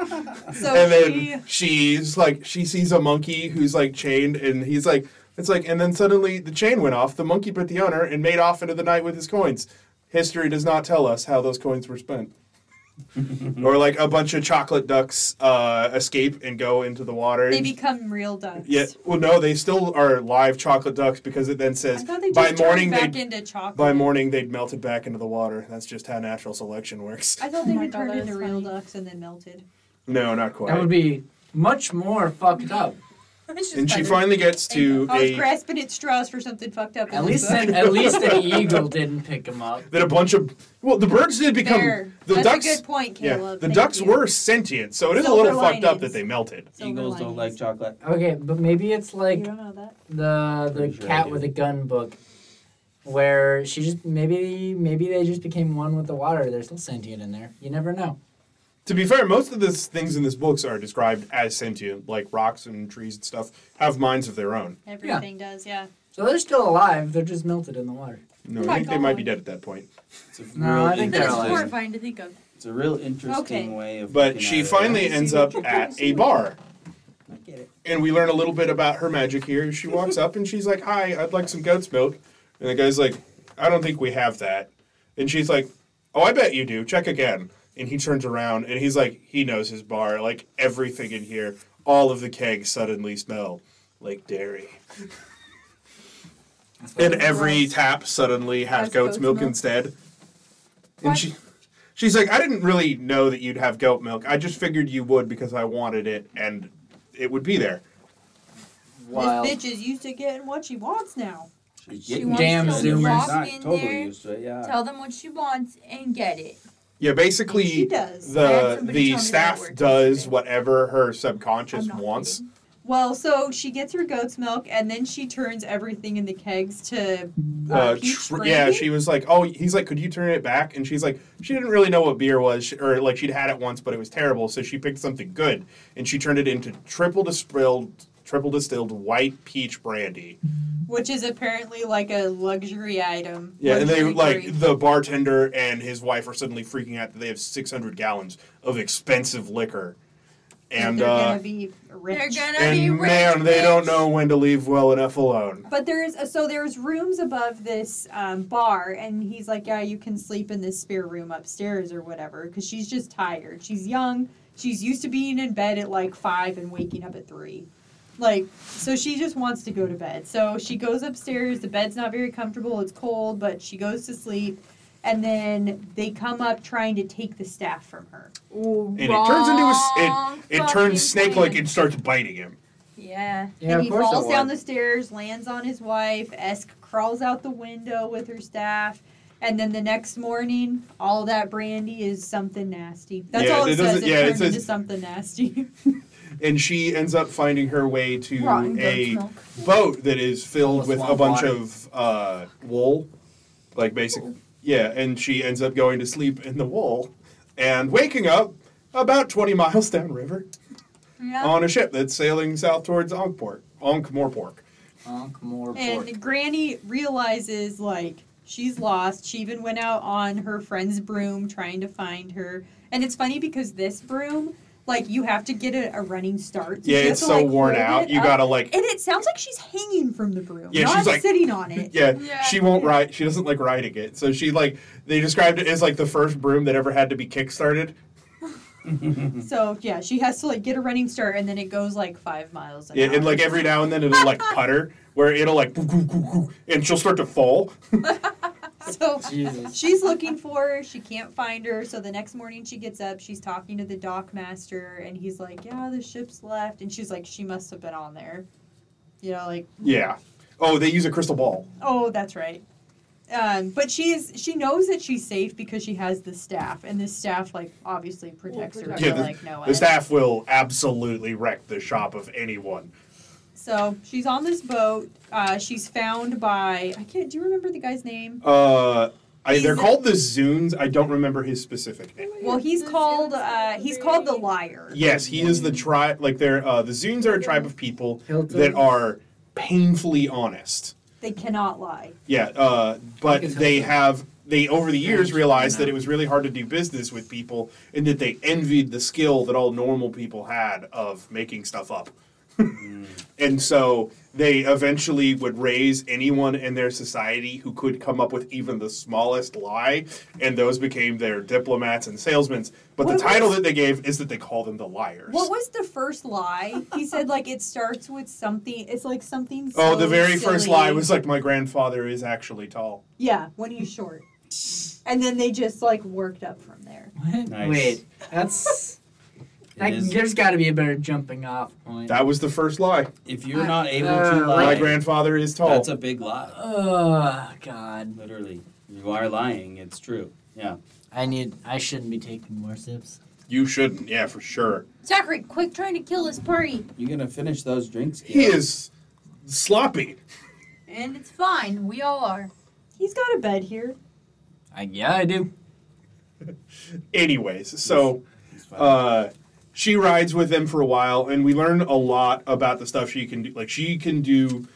[SPEAKER 3] So
[SPEAKER 1] and
[SPEAKER 3] Oh, she
[SPEAKER 1] then she's like she sees a monkey who's like chained and he's like it's like and then suddenly the chain went off the monkey bit the owner and made off into the night with his coins history does not tell us how those coins were spent or like a bunch of chocolate ducks uh, escape and go into the water
[SPEAKER 3] they become real ducks.
[SPEAKER 1] yeah well no they still are live chocolate ducks because it then
[SPEAKER 3] I
[SPEAKER 1] says
[SPEAKER 3] thought they just
[SPEAKER 1] by
[SPEAKER 3] turned
[SPEAKER 1] morning
[SPEAKER 3] back
[SPEAKER 1] they
[SPEAKER 3] into chocolate.
[SPEAKER 1] by morning they'd melted back into the water that's just how natural selection works
[SPEAKER 3] I thought
[SPEAKER 7] Oh
[SPEAKER 3] they
[SPEAKER 7] my
[SPEAKER 3] had
[SPEAKER 7] God,
[SPEAKER 3] turned
[SPEAKER 7] that
[SPEAKER 3] into
[SPEAKER 7] is
[SPEAKER 3] real
[SPEAKER 7] funny.
[SPEAKER 3] ducks and then melted.
[SPEAKER 1] no not quite
[SPEAKER 5] That would be much more fucked up.
[SPEAKER 7] It's just
[SPEAKER 1] and she
[SPEAKER 7] better.
[SPEAKER 1] finally gets to
[SPEAKER 3] I was
[SPEAKER 1] a
[SPEAKER 3] grasping at straws for something fucked up. in
[SPEAKER 5] At
[SPEAKER 3] this
[SPEAKER 5] least,
[SPEAKER 3] book.
[SPEAKER 5] an, at least an eagle didn't pick him up.
[SPEAKER 1] that a bunch of well the birds did become
[SPEAKER 3] Fair.
[SPEAKER 1] the
[SPEAKER 3] That's
[SPEAKER 1] ducks
[SPEAKER 3] a good point,
[SPEAKER 1] yeah
[SPEAKER 3] Caleb.
[SPEAKER 1] the
[SPEAKER 3] Thank
[SPEAKER 1] ducks
[SPEAKER 3] you.
[SPEAKER 1] were sentient so it is
[SPEAKER 3] Silver
[SPEAKER 1] a little fucked up
[SPEAKER 3] linings.
[SPEAKER 1] that they melted
[SPEAKER 3] Silver
[SPEAKER 6] Eagles don't like
[SPEAKER 3] linings.
[SPEAKER 6] chocolate.
[SPEAKER 5] Okay, but maybe it's like
[SPEAKER 3] You don't know that.
[SPEAKER 5] the the
[SPEAKER 6] Pretty sure I
[SPEAKER 5] cat
[SPEAKER 6] do.
[SPEAKER 5] with a gun book, where she just maybe maybe they just became one with the water. They're still sentient in there. You never know.
[SPEAKER 1] to be fair most of the things in this books are described as sentient like rocks and trees and stuff have minds of their own
[SPEAKER 3] Everything does, yeah.
[SPEAKER 5] So they're still alive. They're just melted in the water.
[SPEAKER 1] no
[SPEAKER 3] Oh
[SPEAKER 1] i
[SPEAKER 3] my
[SPEAKER 1] think they might be
[SPEAKER 3] God.
[SPEAKER 1] dead at that point
[SPEAKER 6] It's a
[SPEAKER 5] No,
[SPEAKER 6] real
[SPEAKER 5] I think they're
[SPEAKER 7] That is
[SPEAKER 5] Paralyzing. alive.
[SPEAKER 6] interesting,
[SPEAKER 7] horrifying to think of.
[SPEAKER 6] it's a real interesting
[SPEAKER 3] Okay.
[SPEAKER 6] way of.
[SPEAKER 1] but
[SPEAKER 6] looking
[SPEAKER 1] she
[SPEAKER 6] at it.
[SPEAKER 1] finally
[SPEAKER 6] I
[SPEAKER 1] ends
[SPEAKER 6] see
[SPEAKER 1] up
[SPEAKER 6] what you're
[SPEAKER 1] at a
[SPEAKER 6] doing.
[SPEAKER 1] bar
[SPEAKER 6] I get it.
[SPEAKER 1] and we learn a little bit about her magic here she walks up and she's like hi i'd like some goat's milk and the guy's like i don't think we have that and she's like oh i bet you do check again and he turns around and he's like he knows his bar like everything in here all of the kegs suddenly smell like dairy.
[SPEAKER 5] That's what
[SPEAKER 1] And
[SPEAKER 5] it-
[SPEAKER 1] every tap suddenly has
[SPEAKER 7] Has
[SPEAKER 1] goat's,
[SPEAKER 7] goat's
[SPEAKER 1] milk,
[SPEAKER 7] milk.
[SPEAKER 1] instead.
[SPEAKER 7] What?
[SPEAKER 1] And she she's like, I didn't really know that you'd have goat milk. I just figured you would because I wanted it and it would be there.
[SPEAKER 5] Wild.
[SPEAKER 3] This bitch is used to getting what she wants now.
[SPEAKER 6] She's
[SPEAKER 7] She
[SPEAKER 6] getting
[SPEAKER 7] wants
[SPEAKER 5] Damn
[SPEAKER 7] to
[SPEAKER 5] Zoomers.
[SPEAKER 7] walk
[SPEAKER 6] Not
[SPEAKER 7] in
[SPEAKER 6] totally
[SPEAKER 7] there,
[SPEAKER 6] used to it, yeah.
[SPEAKER 7] tell them what she wants, and get it.
[SPEAKER 1] Yeah, basically
[SPEAKER 3] She does.
[SPEAKER 7] I had
[SPEAKER 1] the
[SPEAKER 7] somebody tell me
[SPEAKER 1] the
[SPEAKER 7] that
[SPEAKER 1] staff
[SPEAKER 7] work
[SPEAKER 1] does
[SPEAKER 7] yesterday.
[SPEAKER 1] whatever her subconscious
[SPEAKER 7] I'm not
[SPEAKER 1] wants.
[SPEAKER 3] Well, so she gets her goat's milk and then she turns everything in the kegs to uh,
[SPEAKER 1] Uh,
[SPEAKER 3] peach
[SPEAKER 1] tr-
[SPEAKER 3] brandy.
[SPEAKER 1] yeah, she was like, "Oh, he's like, could you turn it back?" And she's like, she didn't really know what beer was, she- or like she'd had it once, but it was terrible. So she picked something good, and she turned it into triple distilled, triple distilled white peach brandy.
[SPEAKER 3] which is apparently like a luxury item.
[SPEAKER 1] Yeah, and they
[SPEAKER 3] luxury
[SPEAKER 1] like
[SPEAKER 3] drink.
[SPEAKER 1] the bartender and his wife are suddenly freaking out that they have six hundred gallons of expensive liquor, and
[SPEAKER 3] they're
[SPEAKER 1] uh,
[SPEAKER 3] gonna be
[SPEAKER 7] They're
[SPEAKER 3] rich.
[SPEAKER 7] gonna be
[SPEAKER 1] and
[SPEAKER 7] rich.
[SPEAKER 1] man, they
[SPEAKER 7] bitch.
[SPEAKER 1] don't know when to leave well enough alone.
[SPEAKER 3] But there's so there's rooms above this um, bar, and he's like, "Yeah, you can sleep in this spare room upstairs or whatever," because she's just tired. She's young. She's used to being in bed at like five and waking up at three. Like, so she just wants to go to bed. So she goes upstairs. The bed's not very comfortable. It's cold, but she goes to sleep. And then they come up trying to take the staff from her.
[SPEAKER 1] And it turns into a s- It turns snake like and starts biting him.
[SPEAKER 7] Yeah.
[SPEAKER 5] Yeah,
[SPEAKER 3] and
[SPEAKER 5] of
[SPEAKER 3] he
[SPEAKER 5] course it
[SPEAKER 3] falls down
[SPEAKER 5] was.
[SPEAKER 3] the stairs, lands on his wife. Esk crawls out the window with her staff. And then the next morning, all that brandy is something nasty. That's
[SPEAKER 1] Yeah,
[SPEAKER 3] all
[SPEAKER 1] it
[SPEAKER 3] it, says.
[SPEAKER 1] doesn't-
[SPEAKER 3] It
[SPEAKER 1] yeah, it
[SPEAKER 3] turns
[SPEAKER 1] says-
[SPEAKER 3] into something nasty.
[SPEAKER 1] and she ends up finding her way to
[SPEAKER 7] Rotten goat's
[SPEAKER 1] a
[SPEAKER 7] milk.
[SPEAKER 1] boat that is filled
[SPEAKER 5] Almost
[SPEAKER 1] with a
[SPEAKER 5] swamp
[SPEAKER 1] bunch
[SPEAKER 5] water.
[SPEAKER 1] of uh, wool, like basic. Yeah, and she ends up going to sleep in the wool and waking up about 20 miles downriver
[SPEAKER 7] Yeah.
[SPEAKER 1] on a ship that's sailing south towards Onkport, Onkmorpork.
[SPEAKER 5] Onk more pork.
[SPEAKER 3] and Granny realizes, like, she's lost. She even went out on her friend's broom trying to find her. And it's funny because this broom, like, you have to get a, a running start.
[SPEAKER 1] Yeah,
[SPEAKER 3] you have
[SPEAKER 1] it's
[SPEAKER 3] to,
[SPEAKER 1] so
[SPEAKER 3] like,
[SPEAKER 1] worn
[SPEAKER 3] hold
[SPEAKER 1] out.
[SPEAKER 3] it
[SPEAKER 1] You
[SPEAKER 3] up.
[SPEAKER 1] gotta like,
[SPEAKER 3] And it sounds like she's hanging from the broom,
[SPEAKER 1] Yeah,
[SPEAKER 3] not
[SPEAKER 1] she's like-
[SPEAKER 3] sitting on it.
[SPEAKER 1] yeah,
[SPEAKER 7] Yeah.
[SPEAKER 1] She won't ride. She doesn't like riding it. So she like they described it as like the first broom that ever had to be kickstarted.
[SPEAKER 3] So yeah, she has to like get a running start, and then it goes like five miles. An
[SPEAKER 1] Yeah, and
[SPEAKER 3] hour.
[SPEAKER 1] like every now and then it'll like putter where it'll like goo, goo, goo, goo, and she'll start to fall.
[SPEAKER 3] so
[SPEAKER 5] Jesus.
[SPEAKER 3] she's looking for her. She can't find her. So the next morning she gets up. She's talking to the dock master, and he's like, "Yeah, the ship's left," and she's like, "She must have been on there." You know, like,
[SPEAKER 1] Yeah. Oh, they use a crystal ball.
[SPEAKER 3] oh, that's right. Um, but she is. She knows that she's safe because she has the staff, and this staff like obviously protects her
[SPEAKER 7] protect
[SPEAKER 1] her. Yeah,
[SPEAKER 3] from,
[SPEAKER 1] the-
[SPEAKER 3] like no
[SPEAKER 1] The
[SPEAKER 3] end.
[SPEAKER 1] staff will absolutely wreck the shop of anyone.
[SPEAKER 3] So she's on this boat. Uh, she's found by I can't. Do you remember the guy's name?
[SPEAKER 1] Uh, I,
[SPEAKER 3] He's
[SPEAKER 1] they're
[SPEAKER 3] a-
[SPEAKER 1] called the Zunes. I don't remember his specific name.
[SPEAKER 3] Well, he's called uh, he's called the liar.
[SPEAKER 1] Yes, he is the tribe. Like they're uh, the Zunes are a tribe of people
[SPEAKER 5] Hilton.
[SPEAKER 1] that are painfully honest.
[SPEAKER 3] They cannot lie.
[SPEAKER 1] Yeah, uh, but
[SPEAKER 5] Because
[SPEAKER 1] they
[SPEAKER 5] Hilton-
[SPEAKER 1] have they over the years
[SPEAKER 5] Strange,
[SPEAKER 1] realized
[SPEAKER 5] you know.
[SPEAKER 1] that it was really hard to do business with people, and that they envied the skill that all normal people had of making stuff up. and so they eventually would raise anyone in their society who could come up with even the smallest lie, and those became their diplomats and salesmen. But
[SPEAKER 3] What
[SPEAKER 1] the title
[SPEAKER 3] was-
[SPEAKER 1] that they gave is that they call them the liars.
[SPEAKER 3] What was the first lie? He said like it starts with something. It's like something.
[SPEAKER 1] Oh,
[SPEAKER 3] so
[SPEAKER 1] the very first
[SPEAKER 3] silly.
[SPEAKER 1] lie was like my grandfather is actually tall.
[SPEAKER 3] yeah when he's short, and then they just like worked up from there.
[SPEAKER 6] Nice.
[SPEAKER 5] Wait, that's.
[SPEAKER 6] It
[SPEAKER 5] That,
[SPEAKER 6] is-
[SPEAKER 5] there's got to be a better jumping off point.
[SPEAKER 1] That was the first lie.
[SPEAKER 6] if you're not able
[SPEAKER 5] Uh,
[SPEAKER 6] to lie,
[SPEAKER 1] My grandfather is tall.
[SPEAKER 6] that's a big lie.
[SPEAKER 5] oh God!
[SPEAKER 6] Literally, you are lying. It's true. Yeah.
[SPEAKER 5] I need. I shouldn't be taking more sips.
[SPEAKER 1] You shouldn't, yeah, for sure.
[SPEAKER 7] Zachary, quick, trying to kill this party,
[SPEAKER 6] You're gonna finish those drinks.
[SPEAKER 1] He
[SPEAKER 6] Gail.
[SPEAKER 1] is sloppy.
[SPEAKER 7] and it's fine. We all are.
[SPEAKER 3] He's got a bed here.
[SPEAKER 5] I, yeah, I do.
[SPEAKER 1] Anyways, so
[SPEAKER 6] He's fine.
[SPEAKER 1] uh, she rides with them for a while, and we learn a lot about the stuff she can do. Like, she can do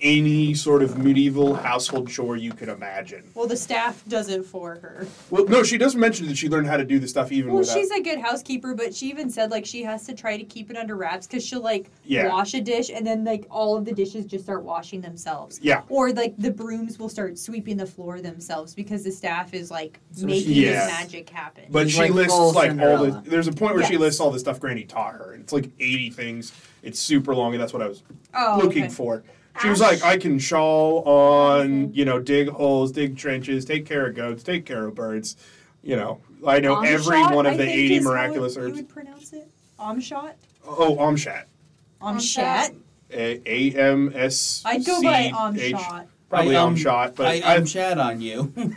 [SPEAKER 1] any sort of medieval household chore you could imagine.
[SPEAKER 3] Well, the staff does it for her.
[SPEAKER 1] Well, no, she does mention that she learned how to do the stuff even
[SPEAKER 3] Well,
[SPEAKER 1] without.
[SPEAKER 3] she's a good housekeeper, but she even said like she has to try to keep it under wraps because she'll like
[SPEAKER 1] Yeah.
[SPEAKER 3] wash a dish and then like all of the dishes just start washing themselves.
[SPEAKER 1] Yeah.
[SPEAKER 3] Or like the brooms will start sweeping the floor themselves because the staff is like
[SPEAKER 5] So
[SPEAKER 3] making
[SPEAKER 1] she-
[SPEAKER 3] the
[SPEAKER 1] Yeah.
[SPEAKER 3] magic happen.
[SPEAKER 1] But
[SPEAKER 5] She's
[SPEAKER 1] she
[SPEAKER 5] like
[SPEAKER 1] lists
[SPEAKER 5] full
[SPEAKER 1] like all the.
[SPEAKER 5] Cinderella.
[SPEAKER 1] There's a point where she
[SPEAKER 3] Yes.
[SPEAKER 1] lists all the stuff Granny taught her, and it's like 80 things. It's super long, and that's what I was
[SPEAKER 3] oh,
[SPEAKER 1] looking
[SPEAKER 3] okay.
[SPEAKER 1] for. She was like, I can shawl on, you know, dig holes, dig trenches, take care of goats, take care of birds. You know, I know every
[SPEAKER 3] Amshot,
[SPEAKER 1] one of
[SPEAKER 3] I
[SPEAKER 1] the
[SPEAKER 3] think,
[SPEAKER 1] 80
[SPEAKER 3] is how
[SPEAKER 1] miraculous
[SPEAKER 3] it- You
[SPEAKER 1] herbs.
[SPEAKER 3] would pronounce it Amshat.
[SPEAKER 1] Oh, Amshat.
[SPEAKER 3] Amshat.
[SPEAKER 1] A- A-M-S.
[SPEAKER 3] I'd go by Amshat.
[SPEAKER 1] Probably
[SPEAKER 6] I, um,
[SPEAKER 1] Amshat, but
[SPEAKER 6] I,
[SPEAKER 1] I,
[SPEAKER 6] I'm chat on you.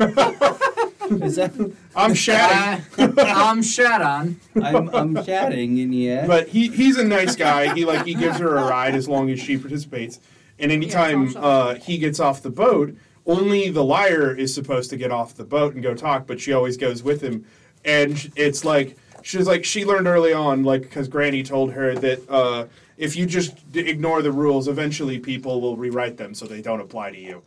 [SPEAKER 6] Is that,
[SPEAKER 1] I'm shatting.
[SPEAKER 5] I'm Um, shut on.
[SPEAKER 6] I'm, I'm chatting in the air.
[SPEAKER 1] But he, he's a nice guy. He like he gives her a ride as long as she participates. And anytime
[SPEAKER 7] awesome.
[SPEAKER 1] uh, he gets off the boat, only the liar is supposed to get off the boat and go talk, but she always goes with him. And sh- it's like she's like she learned early on, like because Granny told her that uh, if you just d- ignore the rules, eventually people will rewrite them so they don't apply to you.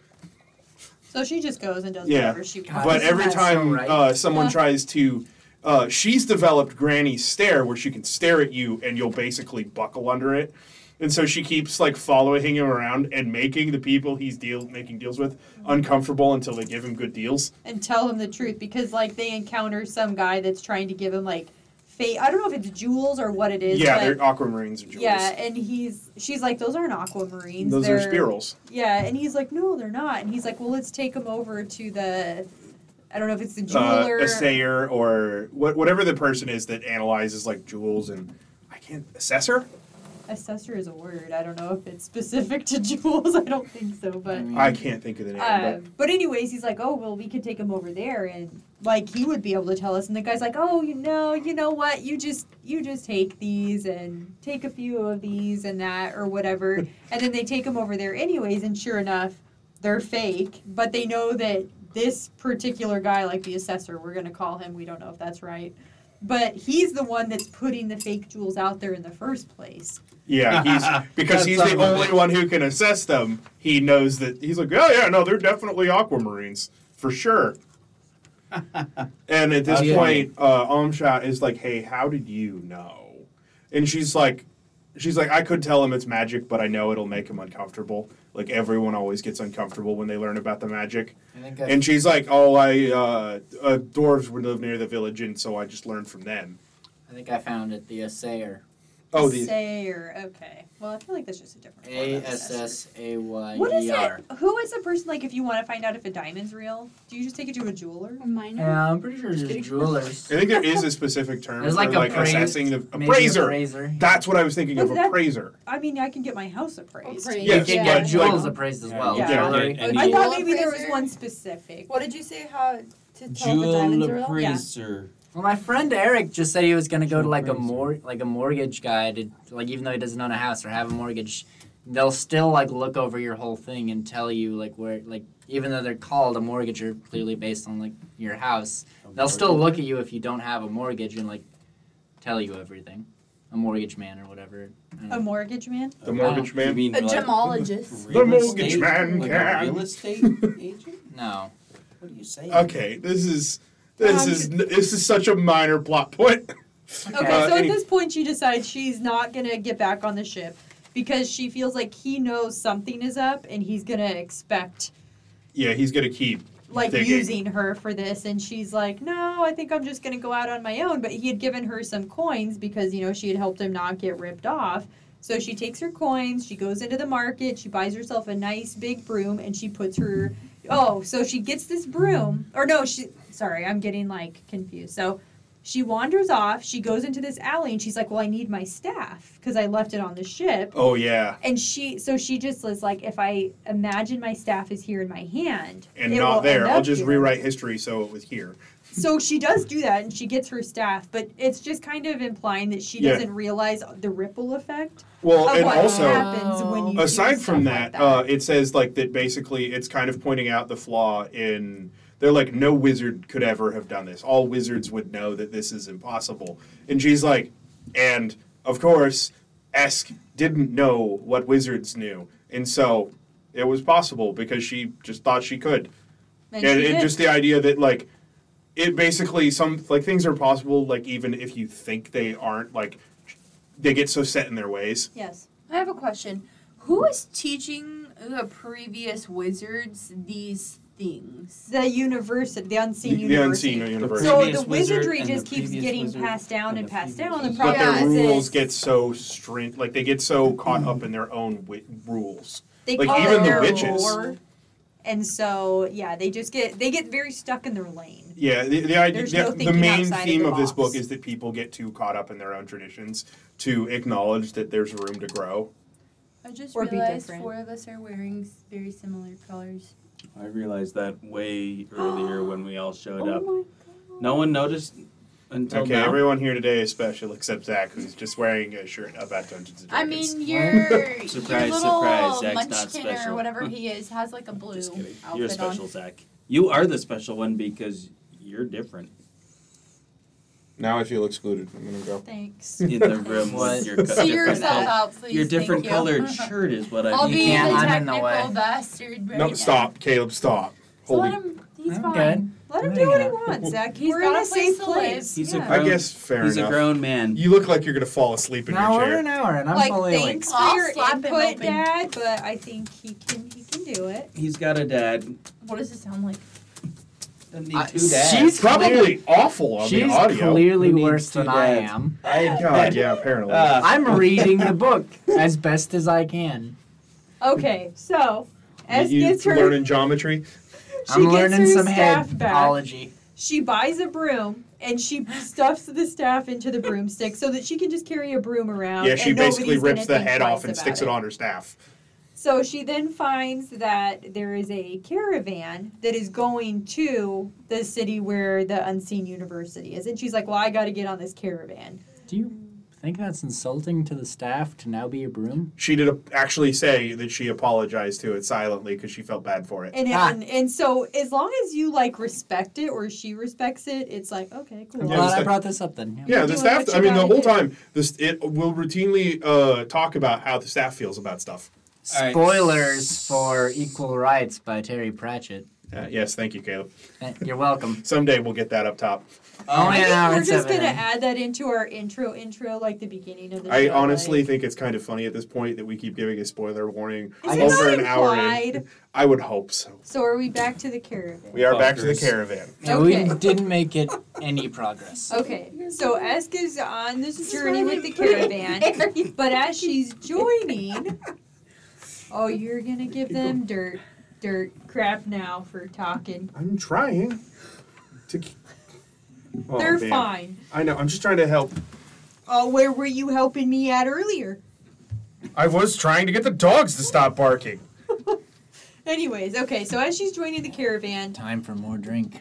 [SPEAKER 3] So she just goes and does
[SPEAKER 1] Yeah.
[SPEAKER 3] whatever she wants.
[SPEAKER 5] God,
[SPEAKER 1] but
[SPEAKER 5] isn't
[SPEAKER 1] every
[SPEAKER 5] that so
[SPEAKER 1] time
[SPEAKER 5] right?
[SPEAKER 1] uh, someone tries to, uh, she's developed Granny's stare where she can stare at you and you'll basically buckle under it. And so she keeps like following him around and making the people he's deal making deals with uncomfortable until they give him good deals.
[SPEAKER 3] and tell him the truth because like they encounter some guy that's trying to give him like fake I don't know if it's jewels or what it is.
[SPEAKER 1] yeah,
[SPEAKER 3] but-
[SPEAKER 1] they're aquamarines or jewels.
[SPEAKER 3] yeah, and he's she's like those aren't aquamarines.
[SPEAKER 1] Those
[SPEAKER 3] they're,
[SPEAKER 1] are spirals.
[SPEAKER 3] Yeah, and he's like no, they're not. And he's like, well, let's take him over to the I don't know if it's the
[SPEAKER 1] Uh,
[SPEAKER 3] jeweler.
[SPEAKER 1] a sayer or what, whatever the person is that analyzes like jewels and I can't assessor.
[SPEAKER 3] Assessor is a word. I don't know if it's specific to jewels. I don't think so, but.
[SPEAKER 1] I can't think of the name.
[SPEAKER 3] Uh,
[SPEAKER 1] but
[SPEAKER 3] but anyways, he's like, oh well, we could take him over there, and like he would be able to tell us. And the guy's like, oh, you know, you know what? You just you just take these and take a few of these and that or whatever. and then they take him over there anyways, and sure enough, they're fake. But they know that this particular guy, like the assessor, we're gonna call him. We don't know if that's right. But he's the one that's putting the fake jewels out there in the first place.
[SPEAKER 1] Yeah, he's because
[SPEAKER 6] That's
[SPEAKER 1] he's the
[SPEAKER 6] not
[SPEAKER 1] only one who can assess them. He knows that he's like, oh yeah, no, they're definitely aquamarines for sure. and at this
[SPEAKER 5] Okay.
[SPEAKER 1] point, uh, Omshot is like, hey, how did you know? And she's like, she's like, I could tell him it's magic, but I know it'll make him uncomfortable. Like everyone always gets uncomfortable when they learn about the magic.
[SPEAKER 5] I think that's
[SPEAKER 1] And she's like, oh, I uh, uh, dwarves would live near the village, and so I just learned from them.
[SPEAKER 5] I think I found it. The assayer.
[SPEAKER 1] Oh, the
[SPEAKER 3] Sayer. Okay. Well, I feel like that's just a different. form
[SPEAKER 5] A
[SPEAKER 3] of
[SPEAKER 5] S
[SPEAKER 3] assessor.
[SPEAKER 5] S A Y
[SPEAKER 3] What is
[SPEAKER 5] E R.
[SPEAKER 3] it? Who is the person like? If you want to find out if a diamond's real, do you just take it to a jeweler?
[SPEAKER 7] Minor.
[SPEAKER 5] Yeah, I'm pretty sure there's jewelers.
[SPEAKER 1] I think there is a specific term
[SPEAKER 5] There's
[SPEAKER 1] for
[SPEAKER 5] like
[SPEAKER 1] like,
[SPEAKER 5] appra-
[SPEAKER 1] assessing the
[SPEAKER 5] Maybe
[SPEAKER 1] appraiser.
[SPEAKER 5] appraiser.
[SPEAKER 1] That's what I was thinking of
[SPEAKER 3] Well, that-
[SPEAKER 1] appraiser.
[SPEAKER 3] I mean, I can get my house appraised.
[SPEAKER 7] Appraised.
[SPEAKER 1] Yes,
[SPEAKER 5] you can
[SPEAKER 1] yeah.
[SPEAKER 5] get
[SPEAKER 1] like-
[SPEAKER 5] jewels appraised as well.
[SPEAKER 1] Yeah.
[SPEAKER 5] Jewelry.
[SPEAKER 7] and
[SPEAKER 3] I
[SPEAKER 7] you-
[SPEAKER 3] thought maybe there was
[SPEAKER 7] Appraiser?
[SPEAKER 3] one specific.
[SPEAKER 7] What did you say? How to tell the diamonds
[SPEAKER 6] Jewel
[SPEAKER 7] are real?
[SPEAKER 6] appraiser.
[SPEAKER 5] Well, my friend Eric just said he was gonna go to like a
[SPEAKER 6] Appraiser.
[SPEAKER 5] mor- like a mortgage guy to like even though he doesn't own a house or have a mortgage, they'll still like look over your whole thing and tell you like where like even though they're called a mortgage or clearly based on like your house, they'll still look at you if you don't have a mortgage and like tell you everything. A mortgage man or whatever. I don't
[SPEAKER 3] A
[SPEAKER 5] know.
[SPEAKER 3] mortgage man?
[SPEAKER 1] The mortgage
[SPEAKER 6] Oh, You
[SPEAKER 1] man.
[SPEAKER 6] mean
[SPEAKER 7] A
[SPEAKER 6] like
[SPEAKER 7] gemologist.
[SPEAKER 1] The
[SPEAKER 6] real
[SPEAKER 1] mortgage
[SPEAKER 6] estate-
[SPEAKER 1] man
[SPEAKER 6] like
[SPEAKER 1] can.
[SPEAKER 6] A real estate agent?
[SPEAKER 5] No.
[SPEAKER 6] What are you saying?
[SPEAKER 1] Okay, this is this
[SPEAKER 3] Um,
[SPEAKER 1] is this is such a minor plot point.
[SPEAKER 3] Okay,
[SPEAKER 1] Uh,
[SPEAKER 3] so
[SPEAKER 1] any-
[SPEAKER 3] at this point, she decides she's not gonna get back on the ship because she feels like he knows something is up and he's gonna expect
[SPEAKER 1] Yeah, he's gonna keep.
[SPEAKER 3] like
[SPEAKER 1] Digging.
[SPEAKER 3] using her for this and she's like no i think i'm just going to go out on my own but he had given her some coins because you know she had helped him not get ripped off so she takes her coins she goes into the market she buys herself a nice big broom and she puts her oh so she gets this broom or no she sorry i'm getting like confused so she wanders off she goes into this alley and she's like well i need my staff because i left it on the ship
[SPEAKER 1] Oh yeah,
[SPEAKER 3] and she, so she just was like, if I imagine my staff is here in my hand,
[SPEAKER 1] and
[SPEAKER 3] it will
[SPEAKER 1] not there.
[SPEAKER 3] end
[SPEAKER 1] I'll
[SPEAKER 3] up
[SPEAKER 1] just
[SPEAKER 3] here.
[SPEAKER 1] rewrite history so it was here.
[SPEAKER 3] So she does do that, and she gets her staff, but it's just kind of implying that she
[SPEAKER 1] Yeah.
[SPEAKER 3] doesn't realize the ripple effect
[SPEAKER 1] Well,
[SPEAKER 3] of
[SPEAKER 1] and
[SPEAKER 3] what
[SPEAKER 1] also
[SPEAKER 3] happens when you do
[SPEAKER 1] aside from
[SPEAKER 3] stuff like
[SPEAKER 1] that, uh, it says like that basically it's kind of pointing out the flaw in they're like no wizard could ever have done this all wizards would know that this is impossible and she's like and of course esk didn't know what wizards knew and so It was possible because she just thought she could.
[SPEAKER 3] And
[SPEAKER 1] and
[SPEAKER 3] she
[SPEAKER 1] it,
[SPEAKER 3] did.
[SPEAKER 1] just the idea that like it basically some like things are possible like even if you think they aren't like they get so set in their ways.
[SPEAKER 3] yes.
[SPEAKER 7] I have a question. Who is teaching the previous wizards these things?
[SPEAKER 3] The university, the unseen
[SPEAKER 1] The, the
[SPEAKER 3] university.
[SPEAKER 1] unseen universe.
[SPEAKER 3] So
[SPEAKER 6] previous
[SPEAKER 3] the
[SPEAKER 6] wizard
[SPEAKER 3] wizardry
[SPEAKER 6] and
[SPEAKER 3] just
[SPEAKER 6] the
[SPEAKER 3] keeps
[SPEAKER 6] previous
[SPEAKER 3] getting
[SPEAKER 6] wizard
[SPEAKER 3] passed down
[SPEAKER 6] and
[SPEAKER 3] and
[SPEAKER 6] the
[SPEAKER 3] passed
[SPEAKER 6] previous
[SPEAKER 3] down. The
[SPEAKER 6] wizard.
[SPEAKER 1] but
[SPEAKER 3] problem
[SPEAKER 1] their
[SPEAKER 7] Yeah,
[SPEAKER 3] is
[SPEAKER 1] rules
[SPEAKER 3] that
[SPEAKER 1] get so stringent, like they get so caught up in their own wi- rules.
[SPEAKER 3] they
[SPEAKER 1] like,
[SPEAKER 3] call
[SPEAKER 7] even
[SPEAKER 3] it
[SPEAKER 7] the
[SPEAKER 3] their
[SPEAKER 1] witches.
[SPEAKER 3] lore. And so yeah, they just get they get very stuck in their lane.
[SPEAKER 1] Yeah, the the, idea,
[SPEAKER 3] There's
[SPEAKER 1] the,
[SPEAKER 3] no
[SPEAKER 1] the
[SPEAKER 3] thinking
[SPEAKER 1] main
[SPEAKER 3] outside of
[SPEAKER 1] theme
[SPEAKER 3] the
[SPEAKER 1] of, this
[SPEAKER 3] box.
[SPEAKER 1] book is that people get too caught up in their own traditions to acknowledge that there's room to grow.
[SPEAKER 7] I just
[SPEAKER 3] Or be
[SPEAKER 7] realized
[SPEAKER 3] different.
[SPEAKER 7] four of us are wearing s- very similar colors.
[SPEAKER 6] I realized that way earlier when we all showed up.
[SPEAKER 3] Oh,
[SPEAKER 7] my
[SPEAKER 6] No one noticed until
[SPEAKER 1] okay,
[SPEAKER 6] now.
[SPEAKER 1] everyone here today is special except Zach, who's just wearing a shirt about Dungeons and
[SPEAKER 7] I
[SPEAKER 1] Dragons.
[SPEAKER 7] mean, your,
[SPEAKER 6] Surprise,
[SPEAKER 7] your little
[SPEAKER 6] surprise, Zach's not
[SPEAKER 7] munchkin or
[SPEAKER 6] special.
[SPEAKER 7] whatever he is has like a blue
[SPEAKER 6] Just kidding.
[SPEAKER 7] outfit
[SPEAKER 6] You're special, Zach. You are the special one because you're different
[SPEAKER 1] now I feel excluded. I'm gonna go.
[SPEAKER 3] Thanks.
[SPEAKER 6] in the room
[SPEAKER 5] What?
[SPEAKER 6] with your
[SPEAKER 7] on.
[SPEAKER 6] co-
[SPEAKER 7] See
[SPEAKER 6] different,
[SPEAKER 7] yourself
[SPEAKER 6] col-
[SPEAKER 7] out, please.
[SPEAKER 6] your different
[SPEAKER 7] Thank you.
[SPEAKER 6] colored shirt is what I
[SPEAKER 7] I'll
[SPEAKER 6] mean.
[SPEAKER 7] be
[SPEAKER 5] can't-
[SPEAKER 7] the
[SPEAKER 5] I'm in the
[SPEAKER 7] technical
[SPEAKER 5] way.
[SPEAKER 7] bastard. Right
[SPEAKER 1] No,
[SPEAKER 7] now.
[SPEAKER 1] stop, Caleb, stop.
[SPEAKER 7] So
[SPEAKER 1] Holy
[SPEAKER 7] let him. He's
[SPEAKER 5] I'm
[SPEAKER 7] fine.
[SPEAKER 5] good.
[SPEAKER 3] Let him
[SPEAKER 5] Yeah.
[SPEAKER 3] do what he wants, Zach.
[SPEAKER 7] He's
[SPEAKER 3] We're
[SPEAKER 7] got
[SPEAKER 3] in a
[SPEAKER 7] a place
[SPEAKER 3] safe
[SPEAKER 7] to
[SPEAKER 3] place.
[SPEAKER 6] live. He's a
[SPEAKER 3] yeah.
[SPEAKER 1] I guess fair
[SPEAKER 6] He's
[SPEAKER 1] enough.
[SPEAKER 6] a grown man.
[SPEAKER 1] You look like you're gonna fall asleep in
[SPEAKER 5] Now
[SPEAKER 1] your
[SPEAKER 5] we're
[SPEAKER 1] chair.
[SPEAKER 5] an hour, and I'm
[SPEAKER 3] like
[SPEAKER 5] fully awake.
[SPEAKER 3] thanks
[SPEAKER 7] I'll
[SPEAKER 3] for your
[SPEAKER 7] slap him
[SPEAKER 3] input,
[SPEAKER 7] open.
[SPEAKER 3] Dad, but I think he can he can do it.
[SPEAKER 6] He's got a dad.
[SPEAKER 7] What does it sound like?
[SPEAKER 6] Doesn't need
[SPEAKER 5] I-
[SPEAKER 6] two dads.
[SPEAKER 5] she's
[SPEAKER 1] Probably awful on
[SPEAKER 5] She's
[SPEAKER 1] the audio.
[SPEAKER 5] clearly
[SPEAKER 6] Who needs
[SPEAKER 5] worse
[SPEAKER 6] two
[SPEAKER 5] than I
[SPEAKER 6] dads?
[SPEAKER 5] am.
[SPEAKER 1] God, yeah, apparently.
[SPEAKER 6] Uh,
[SPEAKER 5] I'm reading the book as best as I can.
[SPEAKER 3] Okay, so as
[SPEAKER 1] you
[SPEAKER 3] gets her
[SPEAKER 1] learning geometry.
[SPEAKER 3] she
[SPEAKER 5] I'm
[SPEAKER 3] gets
[SPEAKER 5] learning
[SPEAKER 3] her
[SPEAKER 5] some
[SPEAKER 3] staff back.
[SPEAKER 5] headology.
[SPEAKER 3] She buys a broom and she stuffs the staff into the broomstick so that she can just carry a broom around.
[SPEAKER 1] Yeah, she
[SPEAKER 3] and
[SPEAKER 1] basically
[SPEAKER 3] nobody's gonna
[SPEAKER 1] rips the
[SPEAKER 3] think
[SPEAKER 1] head
[SPEAKER 3] twice
[SPEAKER 1] off and
[SPEAKER 3] about
[SPEAKER 1] sticks it on her staff.
[SPEAKER 3] So she then finds that there is a caravan that is going to the city where the unseen university is, and she's like, "Well, I got to get on this caravan."
[SPEAKER 5] Do you think that's insulting to the staff to now be a broom?
[SPEAKER 1] She did a- actually say that she apologized to it silently because she felt bad for it.
[SPEAKER 3] And,
[SPEAKER 5] Ah.
[SPEAKER 3] and and so as long as you like respect it or she respects it, it's like okay, cool.
[SPEAKER 5] I'm
[SPEAKER 1] Yeah,
[SPEAKER 5] glad
[SPEAKER 1] it's
[SPEAKER 5] I
[SPEAKER 1] like-
[SPEAKER 5] brought this up then.
[SPEAKER 1] Yeah, the
[SPEAKER 3] doing
[SPEAKER 1] staff.
[SPEAKER 3] what
[SPEAKER 1] I
[SPEAKER 3] you
[SPEAKER 1] mean, the
[SPEAKER 3] gotta
[SPEAKER 1] whole
[SPEAKER 3] do.
[SPEAKER 1] time, this it will routinely uh, talk about how the staff feels about stuff.
[SPEAKER 6] All right.
[SPEAKER 5] Spoilers for Equal Rights by Terry Pratchett.
[SPEAKER 1] Uh, yes, thank you, Caleb.
[SPEAKER 5] Eh, You're welcome.
[SPEAKER 1] Someday we'll get that up top.
[SPEAKER 5] Oh,
[SPEAKER 3] I
[SPEAKER 5] yeah.
[SPEAKER 3] think
[SPEAKER 5] now
[SPEAKER 3] we're
[SPEAKER 5] it's
[SPEAKER 3] just gonna
[SPEAKER 5] evident.
[SPEAKER 3] add that into our intro, intro like the beginning of the.
[SPEAKER 1] I
[SPEAKER 3] show,
[SPEAKER 1] honestly
[SPEAKER 3] like-
[SPEAKER 1] think it's kind of funny at this point that we keep giving a spoiler warning
[SPEAKER 3] Is
[SPEAKER 5] it
[SPEAKER 1] over
[SPEAKER 3] not
[SPEAKER 1] an hour. In.
[SPEAKER 3] implied?
[SPEAKER 1] I would hope so.
[SPEAKER 3] So are we back to the caravan?
[SPEAKER 1] We are back to the
[SPEAKER 6] Fuckers.
[SPEAKER 1] caravan.
[SPEAKER 5] Yeah,
[SPEAKER 3] Okay.
[SPEAKER 5] We didn't make it any progress.
[SPEAKER 3] Okay, so Esk is on this,
[SPEAKER 7] This is
[SPEAKER 3] journey
[SPEAKER 7] why
[SPEAKER 3] with the
[SPEAKER 7] we put it
[SPEAKER 3] caravan,
[SPEAKER 7] there.
[SPEAKER 3] but as she's joining, oh, you're gonna give them dirt, dirt crap now for talking.
[SPEAKER 1] I'm trying to. k- Oh,
[SPEAKER 3] They're
[SPEAKER 1] man.
[SPEAKER 3] fine.
[SPEAKER 1] I know. I'm just trying to help.
[SPEAKER 3] Oh, where were you helping me at earlier?
[SPEAKER 1] I was trying to get the dogs to stop barking.
[SPEAKER 3] Anyways, okay, so as she's joining the caravan,
[SPEAKER 5] Time for more drink.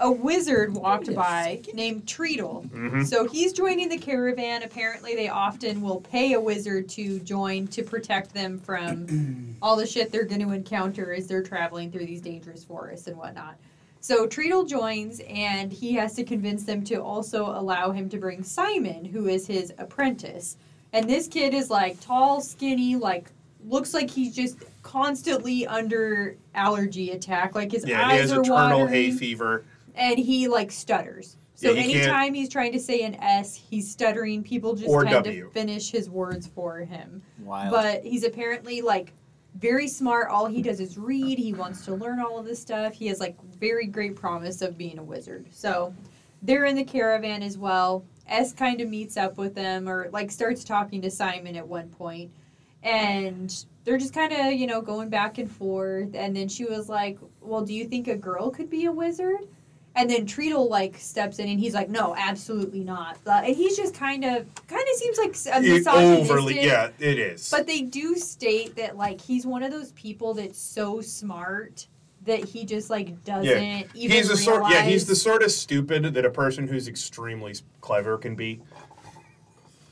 [SPEAKER 3] a wizard walked by named Treadle.
[SPEAKER 1] Mm-hmm.
[SPEAKER 3] So he's joining the caravan. Apparently, they often will pay a wizard to join to protect them from all the shit they're going to encounter as they're traveling through these dangerous forests and whatnot. So Treadle joins, and he has to convince them to also allow him to bring Simon, who is his apprentice. And this kid is like tall, skinny, like looks like he's just constantly under allergy attack. Like his
[SPEAKER 1] Yeah,
[SPEAKER 3] eyes
[SPEAKER 1] he has
[SPEAKER 3] are
[SPEAKER 1] eternal
[SPEAKER 3] watering
[SPEAKER 1] hay fever.
[SPEAKER 3] and he like stutters. So
[SPEAKER 1] Yeah, he can't-
[SPEAKER 3] anytime he's trying to say an S, he's stuttering. People just
[SPEAKER 1] Or
[SPEAKER 3] tend
[SPEAKER 1] W.
[SPEAKER 3] to finish his words for him.
[SPEAKER 5] Wild.
[SPEAKER 3] But he's apparently like very smart. All he does is read. He wants to learn all of this stuff. He has like very great promise of being a wizard. So they're in the caravan as well. S kind of meets up with them or like starts talking to Simon at one point. And they're just kind of, you know, going back and forth. And then she was like, Well, do you think a girl could be a wizard? And then Treadle like steps in and he's like, No, absolutely not. Uh, And he's just kind of, kind of seems like a
[SPEAKER 1] It
[SPEAKER 3] misogynistic.
[SPEAKER 1] overly, yeah, it is.
[SPEAKER 3] But they do state that like he's one of those people that's so smart that he just like doesn't even
[SPEAKER 1] he's the sort, yeah, he's the
[SPEAKER 3] realize-
[SPEAKER 1] sort of stupid that a person who's extremely s- clever can be.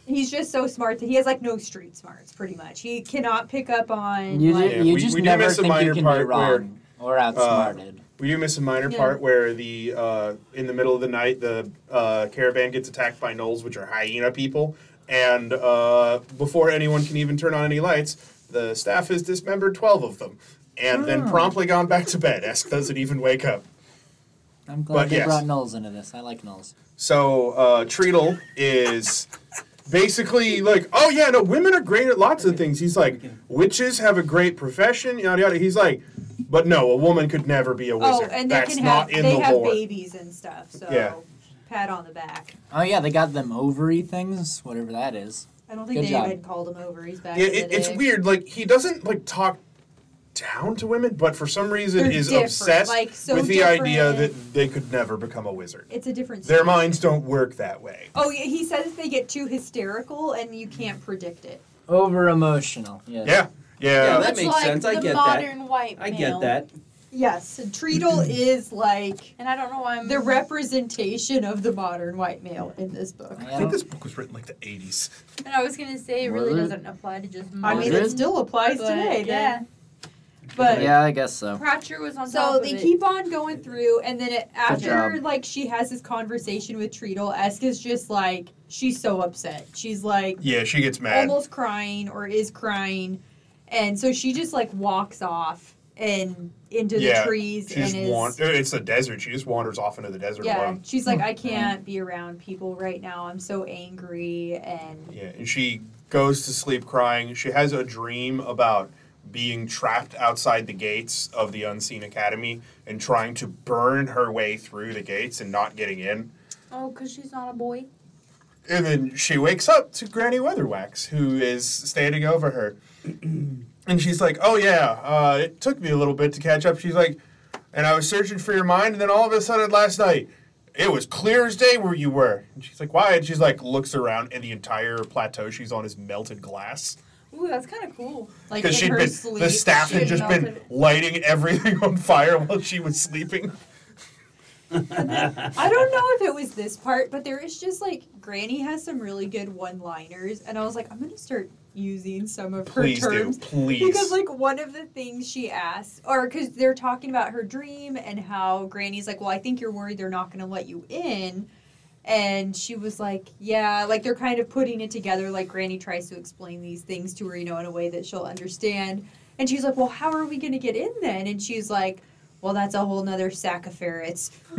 [SPEAKER 3] he's just so smart that he has like no street smarts pretty much. He cannot pick up on
[SPEAKER 5] You,
[SPEAKER 3] like
[SPEAKER 5] ju-
[SPEAKER 1] Yeah,
[SPEAKER 5] you
[SPEAKER 1] we-
[SPEAKER 5] just
[SPEAKER 1] we do
[SPEAKER 5] never
[SPEAKER 1] miss a
[SPEAKER 5] think
[SPEAKER 1] minor
[SPEAKER 5] you can be
[SPEAKER 1] part where, uh,
[SPEAKER 5] wrong or outsmarted.
[SPEAKER 1] We do miss a minor
[SPEAKER 3] Yeah.
[SPEAKER 1] part where the uh, in the middle of the night the uh, caravan gets attacked by gnolls, which are hyena people, and uh, before anyone can even turn on any lights, the staff has dismembered twelve of them. and then
[SPEAKER 5] Oh.
[SPEAKER 1] promptly gone back to bed. Ask doesn't even wake up.
[SPEAKER 5] I'm glad
[SPEAKER 1] But
[SPEAKER 5] they
[SPEAKER 1] yes.
[SPEAKER 5] brought Knowles into this. I like Knowles.
[SPEAKER 1] So uh, Treadle is basically like, oh yeah, no, women are great at lots of things. He's like, witches have a great profession, yada yada. He's like, but no, a woman could never be a
[SPEAKER 3] Oh,
[SPEAKER 1] wizard.
[SPEAKER 3] and they
[SPEAKER 1] That's
[SPEAKER 3] can
[SPEAKER 1] not
[SPEAKER 3] have
[SPEAKER 1] in
[SPEAKER 3] they
[SPEAKER 1] the
[SPEAKER 3] have
[SPEAKER 1] lore.
[SPEAKER 3] babies and stuff. So
[SPEAKER 1] Yeah.
[SPEAKER 3] pat on the back.
[SPEAKER 5] Oh yeah, they got them ovary things, whatever that is.
[SPEAKER 3] I don't think
[SPEAKER 5] Good job.
[SPEAKER 3] David called him over. He's back.
[SPEAKER 1] Yeah,
[SPEAKER 3] in the
[SPEAKER 1] it, it's
[SPEAKER 3] day.
[SPEAKER 1] weird. Like he doesn't like talk down to women, but for some reason
[SPEAKER 3] They're
[SPEAKER 1] is
[SPEAKER 3] different,
[SPEAKER 1] obsessed
[SPEAKER 3] like, so
[SPEAKER 1] with the idea
[SPEAKER 3] different.
[SPEAKER 1] that they could never become a wizard.
[SPEAKER 3] It's a different.
[SPEAKER 1] Their
[SPEAKER 3] state.
[SPEAKER 1] minds don't work that way.
[SPEAKER 3] Oh yeah, he says they get too hysterical and you can't predict it.
[SPEAKER 5] Over emotional. Yes.
[SPEAKER 1] Yeah, yeah.
[SPEAKER 6] that
[SPEAKER 7] Much
[SPEAKER 6] makes
[SPEAKER 7] like
[SPEAKER 6] sense. I
[SPEAKER 7] the
[SPEAKER 6] get that.
[SPEAKER 7] modern white
[SPEAKER 6] I
[SPEAKER 7] male.
[SPEAKER 6] get that.
[SPEAKER 3] Yes, Treadle is like
[SPEAKER 7] And I don't know why I'm
[SPEAKER 3] the representation of the modern white male in this book.
[SPEAKER 5] I
[SPEAKER 1] I think
[SPEAKER 5] don't-
[SPEAKER 1] this book was written like the '80s.
[SPEAKER 7] And I was gonna say it really
[SPEAKER 5] Word.
[SPEAKER 7] doesn't apply to just
[SPEAKER 3] I
[SPEAKER 7] modern.
[SPEAKER 3] mean,
[SPEAKER 5] Modern?
[SPEAKER 3] it still applies
[SPEAKER 7] but,
[SPEAKER 3] today,
[SPEAKER 7] yeah.
[SPEAKER 3] yeah. But
[SPEAKER 5] Uh, yeah, I guess so.
[SPEAKER 7] Pratcher was on top
[SPEAKER 3] so they
[SPEAKER 7] of it.
[SPEAKER 3] keep on going through, and then it, after
[SPEAKER 5] job.
[SPEAKER 3] like she has this conversation with Treadle, Esk is just like she's so upset. She's like
[SPEAKER 1] Yeah, she gets mad.
[SPEAKER 3] almost crying or is crying, and so she just like walks off and into
[SPEAKER 1] Yeah,
[SPEAKER 3] the trees
[SPEAKER 1] She
[SPEAKER 3] and
[SPEAKER 1] just
[SPEAKER 3] is
[SPEAKER 1] wan- uh, It's a desert. She just wanders off into the desert
[SPEAKER 3] yeah.
[SPEAKER 1] alone.
[SPEAKER 3] She's like I
[SPEAKER 7] Hmm.
[SPEAKER 3] can't be around people right now. I'm so angry and
[SPEAKER 1] Yeah, and she goes to sleep crying. She has a dream about being trapped outside the gates of the Unseen Academy and trying to burn her way through the gates and not getting in.
[SPEAKER 7] Oh, cause she's not a boy.
[SPEAKER 1] And then she wakes up to Granny Weatherwax, who is standing over her. and she's like, Oh, yeah, uh, it took me a little bit to catch up. She's like, And I was searching for your mind, and then all of a sudden last night, it was clear as day where you were. And she's like, Why? And she's like, looks around, and the entire plateau she's on is melted glass.
[SPEAKER 7] Ooh, that's kind of cool.
[SPEAKER 3] like in
[SPEAKER 1] Because she'd
[SPEAKER 3] her
[SPEAKER 1] been,
[SPEAKER 3] sleep.
[SPEAKER 1] the staff
[SPEAKER 7] she
[SPEAKER 1] had just been
[SPEAKER 7] melted.
[SPEAKER 1] lighting everything on fire while she was sleeping.
[SPEAKER 3] I don't know if it was this part, but there is just like Granny has some really good one-liners, and I was like, I'm gonna start using some of her
[SPEAKER 1] Please do,
[SPEAKER 3] terms
[SPEAKER 1] please.
[SPEAKER 3] because like one of the things she asked, or because they're talking about her dream and how Granny's like, well, I think you're worried they're not gonna let you in. And she was like, Yeah, like they're kind of putting it together. Like, Granny tries to explain these things to her, you know, in a way that she'll understand. And she's like, Well, how are we going to get in then? And she's like, Well, that's a whole nother sack of ferrets.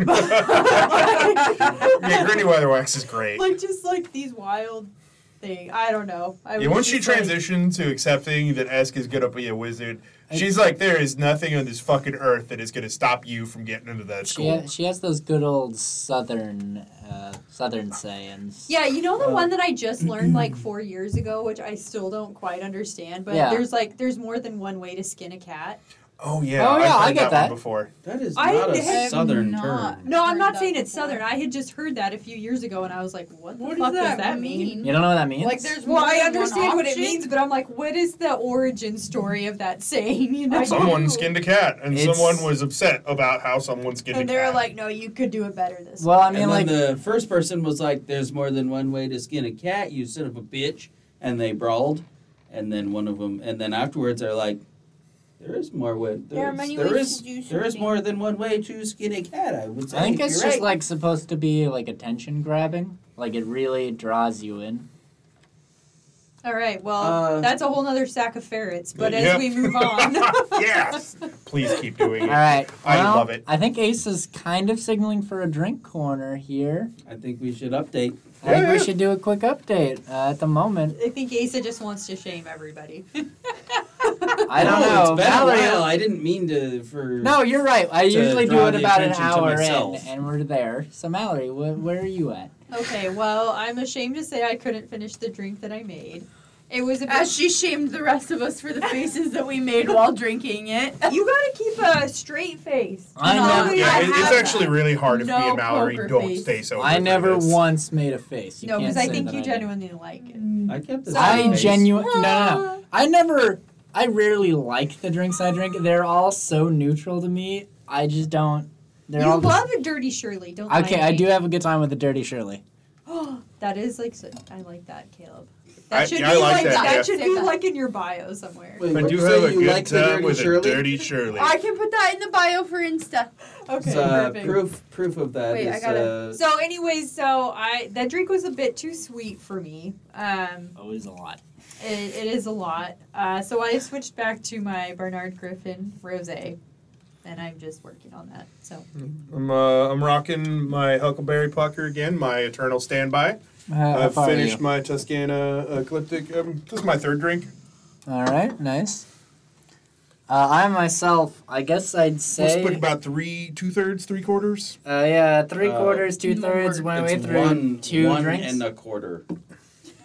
[SPEAKER 1] yeah, Granny Weatherwax is great.
[SPEAKER 3] like just like these wild thing. I don't know. I
[SPEAKER 1] Yeah,
[SPEAKER 3] was
[SPEAKER 1] once she
[SPEAKER 3] just like-
[SPEAKER 1] transitioned to accepting that Esk is gonna be a wizard,
[SPEAKER 5] I-
[SPEAKER 1] she's like, there is nothing on this fucking earth that is gonna stop you from getting into that
[SPEAKER 5] She,
[SPEAKER 1] school.
[SPEAKER 5] ha- she has those good old southern uh, southern sayings.
[SPEAKER 3] yeah, you know the
[SPEAKER 5] Uh,
[SPEAKER 3] one that I just learned like four years ago, which I still don't quite understand. But
[SPEAKER 5] Yeah.
[SPEAKER 3] there's like there's more than one way to skin a cat.
[SPEAKER 1] Oh yeah,
[SPEAKER 5] Oh,
[SPEAKER 1] I've
[SPEAKER 5] yeah, I
[SPEAKER 1] heard
[SPEAKER 5] get
[SPEAKER 1] that
[SPEAKER 5] that.
[SPEAKER 1] one before.
[SPEAKER 6] That is
[SPEAKER 3] I
[SPEAKER 6] not a
[SPEAKER 3] have
[SPEAKER 6] southern
[SPEAKER 7] not-
[SPEAKER 6] term.
[SPEAKER 3] No, I'm
[SPEAKER 7] Heard
[SPEAKER 3] not
[SPEAKER 7] that
[SPEAKER 3] saying it's
[SPEAKER 7] before.
[SPEAKER 3] southern. I had just heard that a few years ago, and I was like, what the
[SPEAKER 7] What
[SPEAKER 3] fuck
[SPEAKER 7] does that,
[SPEAKER 3] that
[SPEAKER 7] mean?
[SPEAKER 5] You don't know what that means?
[SPEAKER 7] Like, there's
[SPEAKER 3] Well,
[SPEAKER 7] more
[SPEAKER 3] I
[SPEAKER 7] than one
[SPEAKER 3] understand what it
[SPEAKER 7] option?
[SPEAKER 3] means, but I'm like, what is the origin story of that saying? You know,
[SPEAKER 1] Someone skinned a cat, and
[SPEAKER 5] It's-
[SPEAKER 1] someone was upset about how someone skinned
[SPEAKER 3] and
[SPEAKER 1] a
[SPEAKER 3] they're
[SPEAKER 1] cat.
[SPEAKER 3] like, no, you could do it better this
[SPEAKER 5] well,
[SPEAKER 3] way.
[SPEAKER 5] I mean,
[SPEAKER 6] and
[SPEAKER 5] like,
[SPEAKER 6] then the first person was like, "There's more than one way to skin a cat, you son of a bitch," and they brawled. And then one of them, and then afterwards, they're like, "There is more way.
[SPEAKER 7] There are many
[SPEAKER 6] there
[SPEAKER 7] ways
[SPEAKER 6] is-
[SPEAKER 7] to do
[SPEAKER 6] there is
[SPEAKER 7] something.
[SPEAKER 6] more than one way to skin a cat." I would say.
[SPEAKER 5] I think
[SPEAKER 6] You're
[SPEAKER 5] it's just
[SPEAKER 6] right.
[SPEAKER 5] like supposed to be like attention grabbing. Like it really draws you in.
[SPEAKER 3] All right, well,
[SPEAKER 6] Uh,
[SPEAKER 3] that's a whole nother sack of ferrets. But as
[SPEAKER 1] Yep.
[SPEAKER 3] we move on,
[SPEAKER 1] yes, please keep doing
[SPEAKER 5] All
[SPEAKER 1] it.
[SPEAKER 5] right,
[SPEAKER 1] I
[SPEAKER 5] well,
[SPEAKER 1] love it.
[SPEAKER 5] I think Ace is kind of signaling for a drink corner here.
[SPEAKER 6] I think we should update.
[SPEAKER 5] I think
[SPEAKER 1] Yeah,
[SPEAKER 5] we
[SPEAKER 1] yeah.
[SPEAKER 5] should do a quick update. Uh, at the moment,
[SPEAKER 3] I think Asa just wants to shame everybody.
[SPEAKER 5] I don't
[SPEAKER 6] Oh,
[SPEAKER 5] know.
[SPEAKER 6] It's been
[SPEAKER 5] Valerie-
[SPEAKER 6] a while. I didn't mean to. For
[SPEAKER 5] No, you're right. I
[SPEAKER 6] To
[SPEAKER 5] usually do
[SPEAKER 6] draw
[SPEAKER 5] it
[SPEAKER 6] the
[SPEAKER 5] about an
[SPEAKER 6] attention to
[SPEAKER 5] hour in,
[SPEAKER 6] myself.
[SPEAKER 5] and we're there. So, Mallory, wh- where are you at?
[SPEAKER 3] okay, well, I'm ashamed to say I couldn't finish the drink that I made. It was about
[SPEAKER 7] As she shamed the rest of us for the faces that we made while drinking it.
[SPEAKER 3] you gotta keep a straight face.
[SPEAKER 5] I
[SPEAKER 7] No,
[SPEAKER 5] never,
[SPEAKER 7] we
[SPEAKER 1] Yeah,
[SPEAKER 7] I
[SPEAKER 1] it, it's
[SPEAKER 7] have
[SPEAKER 1] actually
[SPEAKER 7] that.
[SPEAKER 1] really hard if me
[SPEAKER 7] No
[SPEAKER 1] and Mallory
[SPEAKER 7] poker
[SPEAKER 1] don't
[SPEAKER 7] face.
[SPEAKER 1] stay so.
[SPEAKER 5] I never once made a face. You
[SPEAKER 3] no,
[SPEAKER 5] because
[SPEAKER 3] because I think you genuinely like it.
[SPEAKER 6] I kept this.
[SPEAKER 5] I
[SPEAKER 6] face.
[SPEAKER 5] genuinely no, no,
[SPEAKER 3] Ah,
[SPEAKER 5] no. I never. I rarely like the drinks I drink. They're all so neutral to me. I just don't. They're
[SPEAKER 3] you
[SPEAKER 5] all. just-
[SPEAKER 3] love a dirty Shirley, don't lie
[SPEAKER 5] okay,
[SPEAKER 3] to
[SPEAKER 5] I
[SPEAKER 3] me.
[SPEAKER 5] do have a good time with the dirty Shirley.
[SPEAKER 3] that is like so, I like that, Caleb.
[SPEAKER 1] I-
[SPEAKER 3] That should
[SPEAKER 1] yeah, I
[SPEAKER 3] be
[SPEAKER 1] like
[SPEAKER 3] like,
[SPEAKER 1] that,
[SPEAKER 3] that,
[SPEAKER 1] yeah.
[SPEAKER 3] should
[SPEAKER 7] Say
[SPEAKER 3] be
[SPEAKER 7] that.
[SPEAKER 3] like in your bio somewhere.
[SPEAKER 6] Wait,
[SPEAKER 1] I
[SPEAKER 6] what'd
[SPEAKER 1] do
[SPEAKER 6] you say?
[SPEAKER 1] have a
[SPEAKER 6] You
[SPEAKER 1] good
[SPEAKER 6] like the
[SPEAKER 1] time
[SPEAKER 6] dirty
[SPEAKER 1] with
[SPEAKER 6] Shirley?
[SPEAKER 1] a dirty Shirley.
[SPEAKER 7] I can put that in the bio for Insta.
[SPEAKER 3] Okay,
[SPEAKER 6] So, uh,
[SPEAKER 3] perfect.
[SPEAKER 6] proof proof of that
[SPEAKER 7] Wait, I
[SPEAKER 6] is,
[SPEAKER 7] gotta-
[SPEAKER 6] uh,
[SPEAKER 3] So, anyways, so I that drink was a bit too sweet for me. Um,
[SPEAKER 5] Always a lot.
[SPEAKER 3] It, it is a lot. Uh, so I switched back to my Bernard Griffin rosé, and I'm just working on that. So
[SPEAKER 1] I'm uh, I'm rocking my Huckleberry Pucker again, my eternal standby.
[SPEAKER 8] How, how
[SPEAKER 1] I've
[SPEAKER 8] far are
[SPEAKER 1] finished
[SPEAKER 8] you?
[SPEAKER 1] my Tuscana Ecliptic. Um, this is my third drink.
[SPEAKER 8] All right, nice.
[SPEAKER 5] Uh, I myself, I guess I'd
[SPEAKER 1] We'll
[SPEAKER 5] say,
[SPEAKER 1] split about three, two thirds, three quarters.
[SPEAKER 5] uh, yeah, three
[SPEAKER 6] Uh,
[SPEAKER 5] quarters, two thirds, went way
[SPEAKER 6] It's
[SPEAKER 5] through
[SPEAKER 6] one,
[SPEAKER 5] two
[SPEAKER 6] one
[SPEAKER 5] drinks.
[SPEAKER 6] and a quarter,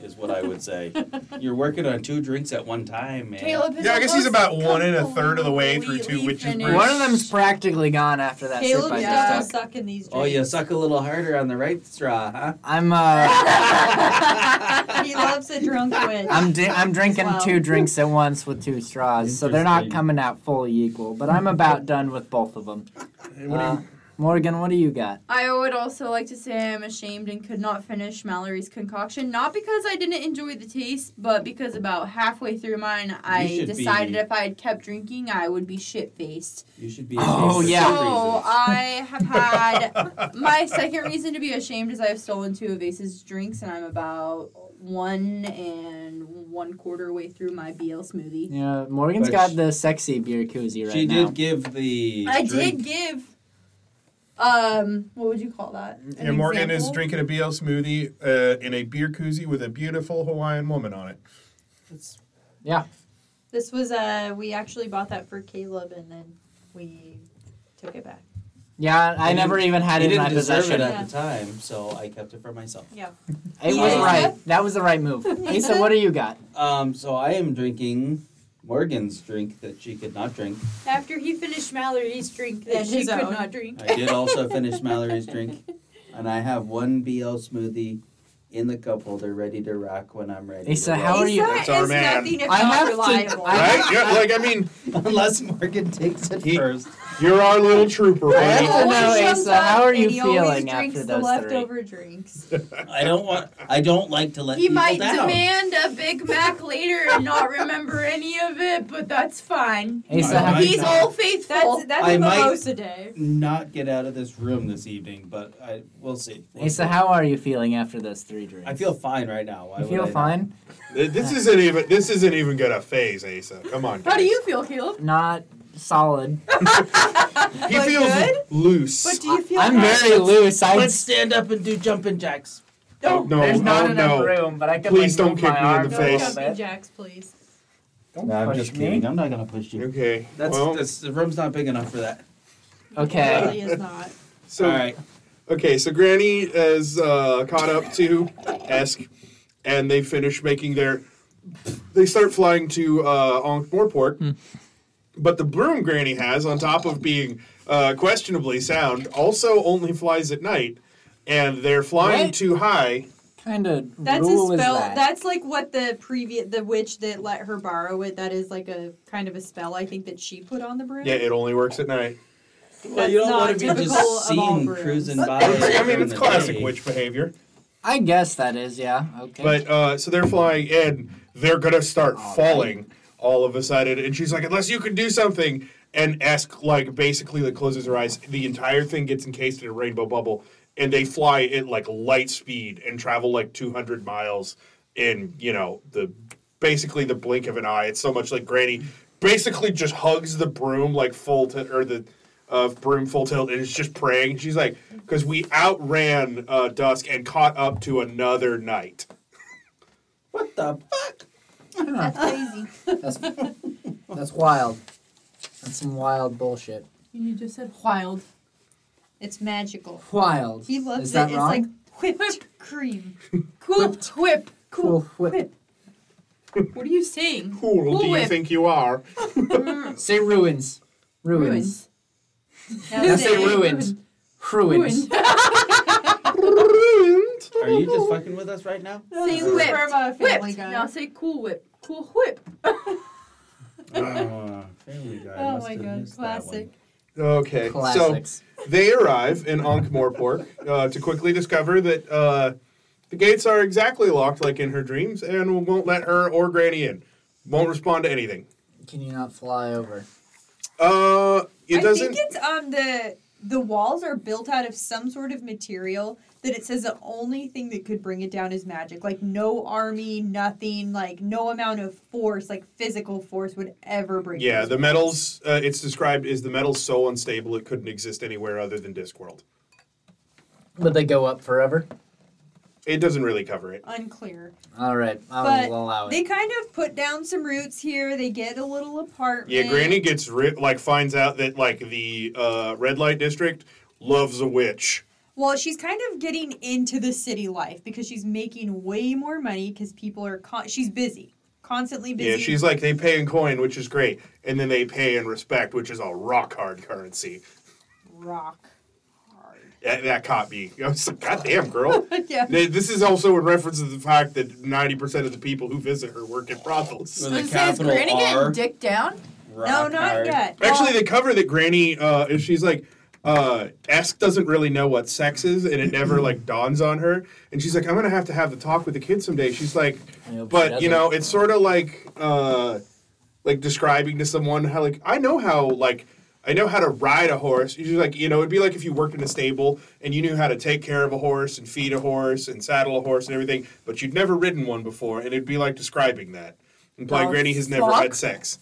[SPEAKER 6] is what I would say. You're working on two drinks at one time, man.
[SPEAKER 7] Caleb has
[SPEAKER 1] Yeah, I guess he's about
[SPEAKER 7] almost
[SPEAKER 1] one and a third of the way through
[SPEAKER 7] completely
[SPEAKER 1] two, which is
[SPEAKER 7] finished.
[SPEAKER 5] one of them's practically gone after that sip
[SPEAKER 3] Caleb
[SPEAKER 5] I
[SPEAKER 3] yeah.
[SPEAKER 5] just
[SPEAKER 3] does
[SPEAKER 5] took.
[SPEAKER 3] suck in these drinks.
[SPEAKER 6] Oh, you suck a little harder on the right straw, huh?
[SPEAKER 5] I'm uh,
[SPEAKER 3] he loves a drunk witch.
[SPEAKER 5] I'm di- I'm drinking
[SPEAKER 3] Wow.
[SPEAKER 5] two drinks at once with two straws, so they're not
[SPEAKER 6] Interesting.
[SPEAKER 5] coming out fully equal. But I'm about done with both of them.
[SPEAKER 1] And what do
[SPEAKER 5] Uh, Morgan, what do you got?
[SPEAKER 7] I would also like to say I'm ashamed and could not finish Mallory's concoction, not because I didn't enjoy the taste, but because about halfway through mine, I
[SPEAKER 6] should
[SPEAKER 7] decided
[SPEAKER 6] be-
[SPEAKER 7] if I had kept drinking, I would be shit faced.
[SPEAKER 6] You should be.
[SPEAKER 5] Oh,
[SPEAKER 6] ashamed for
[SPEAKER 5] yeah.
[SPEAKER 6] two
[SPEAKER 7] So
[SPEAKER 6] reasons.
[SPEAKER 7] I have had my second reason to be ashamed is I have stolen two of Ace's drinks, and I'm about one and one quarter way through my BL smoothie.
[SPEAKER 5] Yeah, Morgan's
[SPEAKER 6] But
[SPEAKER 5] got
[SPEAKER 6] she-
[SPEAKER 5] the sexy beer koozie right
[SPEAKER 6] she
[SPEAKER 5] now.
[SPEAKER 6] did give the.
[SPEAKER 7] I
[SPEAKER 6] drink
[SPEAKER 7] did give. Um, what would you call that? An
[SPEAKER 1] Yeah, Morgan is
[SPEAKER 7] example?
[SPEAKER 1] drinking a BL smoothie uh, in a beer koozie with a beautiful Hawaiian woman on it.
[SPEAKER 3] This was uh, we actually bought that for Caleb, and then we took it back.
[SPEAKER 5] Yeah, I
[SPEAKER 6] You
[SPEAKER 5] never even had
[SPEAKER 6] you
[SPEAKER 5] it in
[SPEAKER 6] didn't
[SPEAKER 5] my
[SPEAKER 6] deserve
[SPEAKER 5] possession.
[SPEAKER 6] it
[SPEAKER 5] It,
[SPEAKER 6] at the time, so I kept it for myself.
[SPEAKER 5] was
[SPEAKER 7] Yeah.
[SPEAKER 5] right. That was the right move. Asa, what do you got?
[SPEAKER 6] Um, so I am drinking Morgan's drink that she could not drink.
[SPEAKER 3] After he finished Mallory's drink,
[SPEAKER 7] that
[SPEAKER 3] that
[SPEAKER 7] she
[SPEAKER 3] she
[SPEAKER 7] could
[SPEAKER 3] could
[SPEAKER 7] not
[SPEAKER 3] not drink.
[SPEAKER 6] I did also finish Mallory's drink, and I have one BL smoothie in the cup holder ready to rock when I'm ready. to
[SPEAKER 5] Asa,
[SPEAKER 6] roll.
[SPEAKER 5] how are you?
[SPEAKER 1] That's our
[SPEAKER 3] is
[SPEAKER 1] man.
[SPEAKER 3] nothing if
[SPEAKER 5] I
[SPEAKER 3] not
[SPEAKER 5] have to-
[SPEAKER 3] reliable.
[SPEAKER 5] I-
[SPEAKER 1] Right? Yeah, like I mean,
[SPEAKER 6] Unless Morgan takes it
[SPEAKER 1] He-
[SPEAKER 6] first.
[SPEAKER 1] you're our little trooper,
[SPEAKER 5] I have
[SPEAKER 1] buddy.
[SPEAKER 5] to know,
[SPEAKER 3] Always
[SPEAKER 5] Asa, how are
[SPEAKER 3] comes up
[SPEAKER 5] you
[SPEAKER 3] and he always
[SPEAKER 5] feeling
[SPEAKER 3] drinks
[SPEAKER 5] after
[SPEAKER 3] the
[SPEAKER 5] those three?
[SPEAKER 3] leftover drinks.
[SPEAKER 6] I don't want. I don't like to let
[SPEAKER 7] He
[SPEAKER 6] people
[SPEAKER 7] might
[SPEAKER 6] down.
[SPEAKER 7] demand a Big Mac later and not remember any of it, but that's fine.
[SPEAKER 5] Asa,
[SPEAKER 6] I-
[SPEAKER 5] how
[SPEAKER 6] I-
[SPEAKER 5] you
[SPEAKER 7] He's all faithful.
[SPEAKER 3] That's that's
[SPEAKER 6] I
[SPEAKER 3] a
[SPEAKER 6] might-
[SPEAKER 3] mimosa day.
[SPEAKER 6] Not get out of this room this evening, but I we'll see. We'll see.
[SPEAKER 5] Asa, how are you feeling after those three drinks?
[SPEAKER 6] I feel fine right now. Why
[SPEAKER 5] You
[SPEAKER 6] would
[SPEAKER 5] feel
[SPEAKER 6] I not?
[SPEAKER 5] fine?
[SPEAKER 1] This isn't even. This isn't even gonna phase Asa. Come on.
[SPEAKER 7] How do
[SPEAKER 1] guys.
[SPEAKER 7] you feel, Caleb?
[SPEAKER 5] Not solid.
[SPEAKER 1] He feels
[SPEAKER 3] good?
[SPEAKER 1] loose.
[SPEAKER 3] But do you feel
[SPEAKER 5] I'm
[SPEAKER 3] bad?
[SPEAKER 5] very loose. I
[SPEAKER 6] Let's stand up and do jumping jacks.
[SPEAKER 1] no, no,
[SPEAKER 5] There's not
[SPEAKER 1] no,
[SPEAKER 5] enough
[SPEAKER 1] no.
[SPEAKER 5] room, but I could
[SPEAKER 1] Please
[SPEAKER 5] like,
[SPEAKER 1] don't
[SPEAKER 5] move
[SPEAKER 1] kick
[SPEAKER 5] my
[SPEAKER 1] me in
[SPEAKER 5] arm
[SPEAKER 1] the
[SPEAKER 5] a little
[SPEAKER 1] face.
[SPEAKER 5] bit.
[SPEAKER 3] Don't jacks, please.
[SPEAKER 5] Don't push me.
[SPEAKER 6] I'm not gonna push you.
[SPEAKER 1] Okay.
[SPEAKER 6] That's,
[SPEAKER 1] well,
[SPEAKER 6] that's the room's not big enough for that.
[SPEAKER 3] It
[SPEAKER 5] Okay.
[SPEAKER 3] really is not.
[SPEAKER 1] so
[SPEAKER 6] All right.
[SPEAKER 1] okay. So Granny is uh, caught up to Esk, and they finish making their. They start flying to uh, Ankh Morport, but the broom Granny has, on top of being uh, questionably sound, also only flies at night, and they're flying
[SPEAKER 5] What?
[SPEAKER 1] too high.
[SPEAKER 5] Kind of
[SPEAKER 3] That's
[SPEAKER 5] rule
[SPEAKER 3] a spell.
[SPEAKER 5] is that?
[SPEAKER 3] That's like what the previous the witch that let her borrow it. That is like a kind of a spell. I think that she put on the broom.
[SPEAKER 1] Yeah, it only works at night.
[SPEAKER 6] Well, you
[SPEAKER 3] That's
[SPEAKER 6] don't want to
[SPEAKER 3] not
[SPEAKER 6] be
[SPEAKER 3] typical
[SPEAKER 6] just
[SPEAKER 3] of all
[SPEAKER 6] seen
[SPEAKER 3] brooms.
[SPEAKER 6] cruising by.
[SPEAKER 1] I mean,
[SPEAKER 6] during
[SPEAKER 1] it's
[SPEAKER 6] the
[SPEAKER 1] classic
[SPEAKER 6] day.
[SPEAKER 1] witch behavior.
[SPEAKER 5] I guess that is, yeah. Okay.
[SPEAKER 1] But uh, so they're flying in. They're gonna start falling all of a sudden, and she's like, "Unless you can do something." And Esk like basically like closes her eyes. The entire thing gets encased in a rainbow bubble, and they fly at like light speed and travel like 200 miles in you know the basically the blink of an eye. It's so much like Granny basically just hugs the broom like full tilt or the uh, broom full tilt and is just praying. She's like, "Cause we outran uh, dusk and caught up to another night."
[SPEAKER 6] What the fuck?
[SPEAKER 7] That's crazy.
[SPEAKER 5] That's, that's wild. That's some wild bullshit.
[SPEAKER 7] You just said wild.
[SPEAKER 3] It's magical.
[SPEAKER 5] Wild.
[SPEAKER 3] He loves
[SPEAKER 5] Is
[SPEAKER 3] it.
[SPEAKER 5] that
[SPEAKER 3] It's
[SPEAKER 5] wrong?
[SPEAKER 3] like whipped cream.
[SPEAKER 7] Cool whip.
[SPEAKER 5] cool
[SPEAKER 7] Cool
[SPEAKER 5] whip.
[SPEAKER 7] whip. What are you saying?
[SPEAKER 1] Cool, do you
[SPEAKER 7] whip.
[SPEAKER 1] think you are?
[SPEAKER 5] Say ruins. Ruins.
[SPEAKER 7] Ruins.
[SPEAKER 5] Now say ruins. Ruins.
[SPEAKER 1] Ruined.
[SPEAKER 6] Are you just fucking with us right now?
[SPEAKER 3] Say
[SPEAKER 7] Or-
[SPEAKER 3] whipped. From a family
[SPEAKER 7] Whipped.
[SPEAKER 3] guy.
[SPEAKER 7] Now say cool whip. Cool whip.
[SPEAKER 6] Oh, Family Guy.
[SPEAKER 3] Oh
[SPEAKER 6] must
[SPEAKER 3] my
[SPEAKER 6] have
[SPEAKER 3] God,
[SPEAKER 6] missed that one.
[SPEAKER 3] classic.
[SPEAKER 1] Okay,
[SPEAKER 5] Classics.
[SPEAKER 1] so they arrive in Ankh Morpork uh, to quickly discover that uh, the gates are exactly locked, like in her dreams, and won't let her or Granny in. Won't respond to anything.
[SPEAKER 5] Can you not fly over?
[SPEAKER 1] Uh, it
[SPEAKER 3] I
[SPEAKER 1] doesn't.
[SPEAKER 3] think it's on the the walls are built out of some sort of material that it says the only thing that could bring it down is magic. Like no army, nothing, like no amount of force, like physical force would ever bring it
[SPEAKER 1] Yeah,
[SPEAKER 3] down.
[SPEAKER 1] the metal's uh, it's described as the metal's so unstable it couldn't exist anywhere other than Discworld.
[SPEAKER 5] But they go up forever.
[SPEAKER 1] It doesn't really cover it.
[SPEAKER 3] unclear.
[SPEAKER 5] All right, I'll
[SPEAKER 3] But
[SPEAKER 5] allow it.
[SPEAKER 3] They kind of put down some roots here. They get a little apartment.
[SPEAKER 1] Yeah, Granny gets ri- like finds out that like the uh, red light district loves a witch.
[SPEAKER 3] Well, she's kind of getting into the city life because she's making way more money because people are con- she's busy, constantly busy.
[SPEAKER 1] Yeah, she's like they pay in coin, which is great, and then they pay in respect, which is a rock hard currency.
[SPEAKER 3] rock hard.
[SPEAKER 1] That, that caught me. I was like, God damn, girl.
[SPEAKER 3] yeah.
[SPEAKER 1] Th- this is also in reference to the fact that ninety percent of the people who visit her work at brothels.
[SPEAKER 6] With a
[SPEAKER 7] Say, is
[SPEAKER 6] capital
[SPEAKER 7] Granny
[SPEAKER 6] R.
[SPEAKER 7] getting dick down?
[SPEAKER 3] No,
[SPEAKER 6] rock
[SPEAKER 3] not
[SPEAKER 6] hard.
[SPEAKER 3] yet.
[SPEAKER 1] Actually,
[SPEAKER 3] Well,
[SPEAKER 1] the cover that Granny, uh, is- she's like, uh, Esk doesn't really know what sex is, and it never like dawns on her. And she's like, I'm gonna have to have the talk with the kid someday. She's like,
[SPEAKER 5] I hope she
[SPEAKER 1] but you
[SPEAKER 5] doesn't.
[SPEAKER 1] know, it's sort of like, uh, like describing to someone how like I know how like. I know how to ride a horse. She's like, you know, it'd be like if you worked in a stable and you knew how to take care of a horse and feed a horse and saddle a horse and everything, but you'd never ridden one before, and it'd be like describing that. Imply
[SPEAKER 7] Oh,
[SPEAKER 1] Granny has never
[SPEAKER 7] fuck.
[SPEAKER 1] had sex.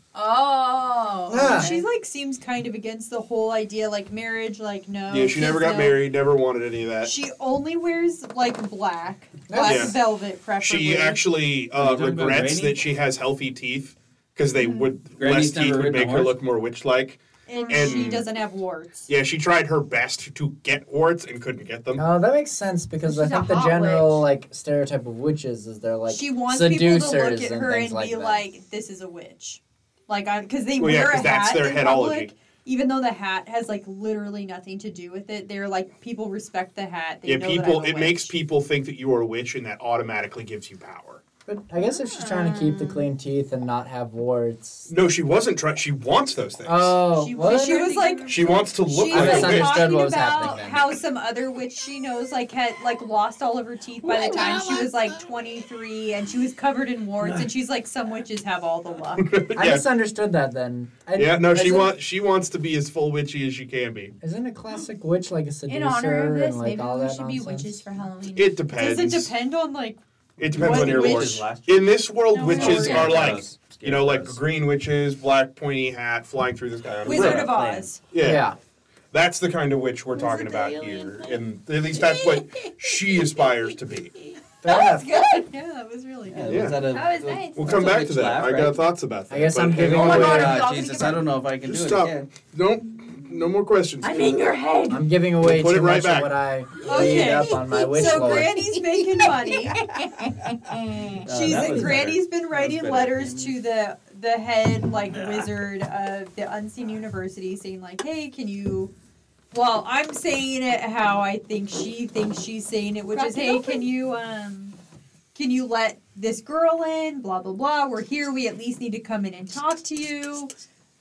[SPEAKER 7] Oh.
[SPEAKER 8] Yeah.
[SPEAKER 3] she's like seems kind of against the whole idea like marriage, like
[SPEAKER 7] Oh,
[SPEAKER 3] no.
[SPEAKER 1] Yeah, she never
[SPEAKER 3] kids,
[SPEAKER 1] got
[SPEAKER 3] no.
[SPEAKER 1] married, never wanted any of that.
[SPEAKER 3] She only wears like black, black
[SPEAKER 1] Yeah.
[SPEAKER 3] velvet preferably.
[SPEAKER 1] She actually uh,
[SPEAKER 6] Are you talking about
[SPEAKER 1] regrets
[SPEAKER 6] Granny?
[SPEAKER 1] that she has healthy teeth because
[SPEAKER 7] Mm.
[SPEAKER 1] they would
[SPEAKER 6] Granny's
[SPEAKER 1] less teeth
[SPEAKER 6] never
[SPEAKER 1] would
[SPEAKER 6] ridden a
[SPEAKER 1] make her
[SPEAKER 6] horse?
[SPEAKER 1] look more witch-like.
[SPEAKER 3] and,
[SPEAKER 1] and-
[SPEAKER 3] she doesn't have warts.
[SPEAKER 1] Yeah, she tried her best to get warts and couldn't get them.
[SPEAKER 5] No, that makes sense because I
[SPEAKER 7] She's a
[SPEAKER 5] think the
[SPEAKER 7] hot
[SPEAKER 5] general
[SPEAKER 7] witch.
[SPEAKER 5] like stereotype of witches is they're like
[SPEAKER 3] she wants people
[SPEAKER 5] seducers
[SPEAKER 3] to look at
[SPEAKER 5] and
[SPEAKER 3] her
[SPEAKER 5] things
[SPEAKER 3] and
[SPEAKER 5] like
[SPEAKER 3] be
[SPEAKER 5] that.
[SPEAKER 3] like, "This is a witch," like I because they
[SPEAKER 1] Well, yeah,
[SPEAKER 3] wear a
[SPEAKER 1] 'cause that's
[SPEAKER 3] hat
[SPEAKER 1] their
[SPEAKER 3] in
[SPEAKER 1] headology.
[SPEAKER 3] public. Even though the hat has like literally nothing to do with it, they're like people respect the hat. They
[SPEAKER 1] yeah,
[SPEAKER 3] know
[SPEAKER 1] people.
[SPEAKER 3] That I'm a
[SPEAKER 1] It makes
[SPEAKER 3] witch.
[SPEAKER 1] people think that you are a witch, and that automatically gives you power.
[SPEAKER 5] But I guess if she's trying to keep the
[SPEAKER 3] "Hmm."
[SPEAKER 5] clean teeth and not have warts.
[SPEAKER 1] No, she wasn't trying. She wants those things.
[SPEAKER 5] Oh,
[SPEAKER 3] She,
[SPEAKER 5] what?
[SPEAKER 3] she was like
[SPEAKER 1] she wants to look
[SPEAKER 3] She
[SPEAKER 5] I
[SPEAKER 1] like
[SPEAKER 3] was
[SPEAKER 1] a witch.
[SPEAKER 5] misunderstood
[SPEAKER 3] talking
[SPEAKER 5] what was
[SPEAKER 3] about
[SPEAKER 5] happening then.
[SPEAKER 3] how some other witch she knows like had like lost all of her teeth by the time she was like 23 and she was covered in warts and she's like some witches have all the luck
[SPEAKER 5] I
[SPEAKER 1] yeah.
[SPEAKER 5] misunderstood that then. I,
[SPEAKER 1] yeah, no, she
[SPEAKER 5] isn't-
[SPEAKER 1] wants. She wants to be as full witchy as she can be.
[SPEAKER 5] Isn't a classic witch like a seducer
[SPEAKER 7] In honor of this,
[SPEAKER 5] and like
[SPEAKER 7] maybe
[SPEAKER 5] all
[SPEAKER 7] we
[SPEAKER 5] that
[SPEAKER 7] should be
[SPEAKER 5] nonsense?
[SPEAKER 7] witches for Halloween.
[SPEAKER 1] It
[SPEAKER 3] does
[SPEAKER 1] depends.
[SPEAKER 3] it depend on like
[SPEAKER 1] It depends on
[SPEAKER 3] What
[SPEAKER 1] your
[SPEAKER 3] witch-
[SPEAKER 1] ward. In this world,
[SPEAKER 3] No,
[SPEAKER 1] witches
[SPEAKER 3] we're
[SPEAKER 1] are
[SPEAKER 3] not.
[SPEAKER 1] like you know, like green witches, black pointy hat, flying through the sky on a
[SPEAKER 3] wizard
[SPEAKER 1] broom.
[SPEAKER 3] of oz
[SPEAKER 1] Yeah.
[SPEAKER 5] yeah.
[SPEAKER 1] that's the kind of witch we're talking about here, and at least that's what she aspires to be.
[SPEAKER 5] Fair enough.
[SPEAKER 7] good.
[SPEAKER 3] yeah that was really
[SPEAKER 6] Yeah,
[SPEAKER 3] good
[SPEAKER 1] Yeah.
[SPEAKER 6] Was that, a,
[SPEAKER 7] That was nice.
[SPEAKER 1] We'll
[SPEAKER 6] That's
[SPEAKER 1] come
[SPEAKER 6] a
[SPEAKER 1] back
[SPEAKER 6] witch
[SPEAKER 1] to that.
[SPEAKER 6] laugh,
[SPEAKER 1] I
[SPEAKER 6] right?
[SPEAKER 1] got thoughts about that.
[SPEAKER 5] I guess
[SPEAKER 1] but
[SPEAKER 5] I'm
[SPEAKER 1] hang
[SPEAKER 5] giving
[SPEAKER 1] on
[SPEAKER 7] my
[SPEAKER 1] to
[SPEAKER 7] God,
[SPEAKER 1] it.
[SPEAKER 7] I'm
[SPEAKER 6] Ah,
[SPEAKER 7] gonna
[SPEAKER 6] Jesus,
[SPEAKER 7] give
[SPEAKER 6] I
[SPEAKER 7] up.
[SPEAKER 6] don't know if I can
[SPEAKER 1] Just
[SPEAKER 6] do
[SPEAKER 1] stop.
[SPEAKER 6] it. again.
[SPEAKER 1] Don't, no more questions.
[SPEAKER 7] I'm in your head.
[SPEAKER 5] I'm giving away
[SPEAKER 1] Put it
[SPEAKER 5] too
[SPEAKER 1] right
[SPEAKER 5] much
[SPEAKER 1] back.
[SPEAKER 5] of what I read
[SPEAKER 3] Okay.
[SPEAKER 5] up on my witch
[SPEAKER 3] so
[SPEAKER 5] lore.
[SPEAKER 3] granny's making money
[SPEAKER 6] Oh,
[SPEAKER 3] she's
[SPEAKER 6] that was
[SPEAKER 3] granny's been writing
[SPEAKER 6] better.
[SPEAKER 3] letters to the the head like wizard of the unseen university saying like hey can you well i'm saying it how i think she thinks she's saying it which
[SPEAKER 7] Crack
[SPEAKER 3] is
[SPEAKER 7] it
[SPEAKER 3] hey
[SPEAKER 7] open.
[SPEAKER 3] can you um can you let this girl in blah blah blah we're here we at least need to come in and talk to you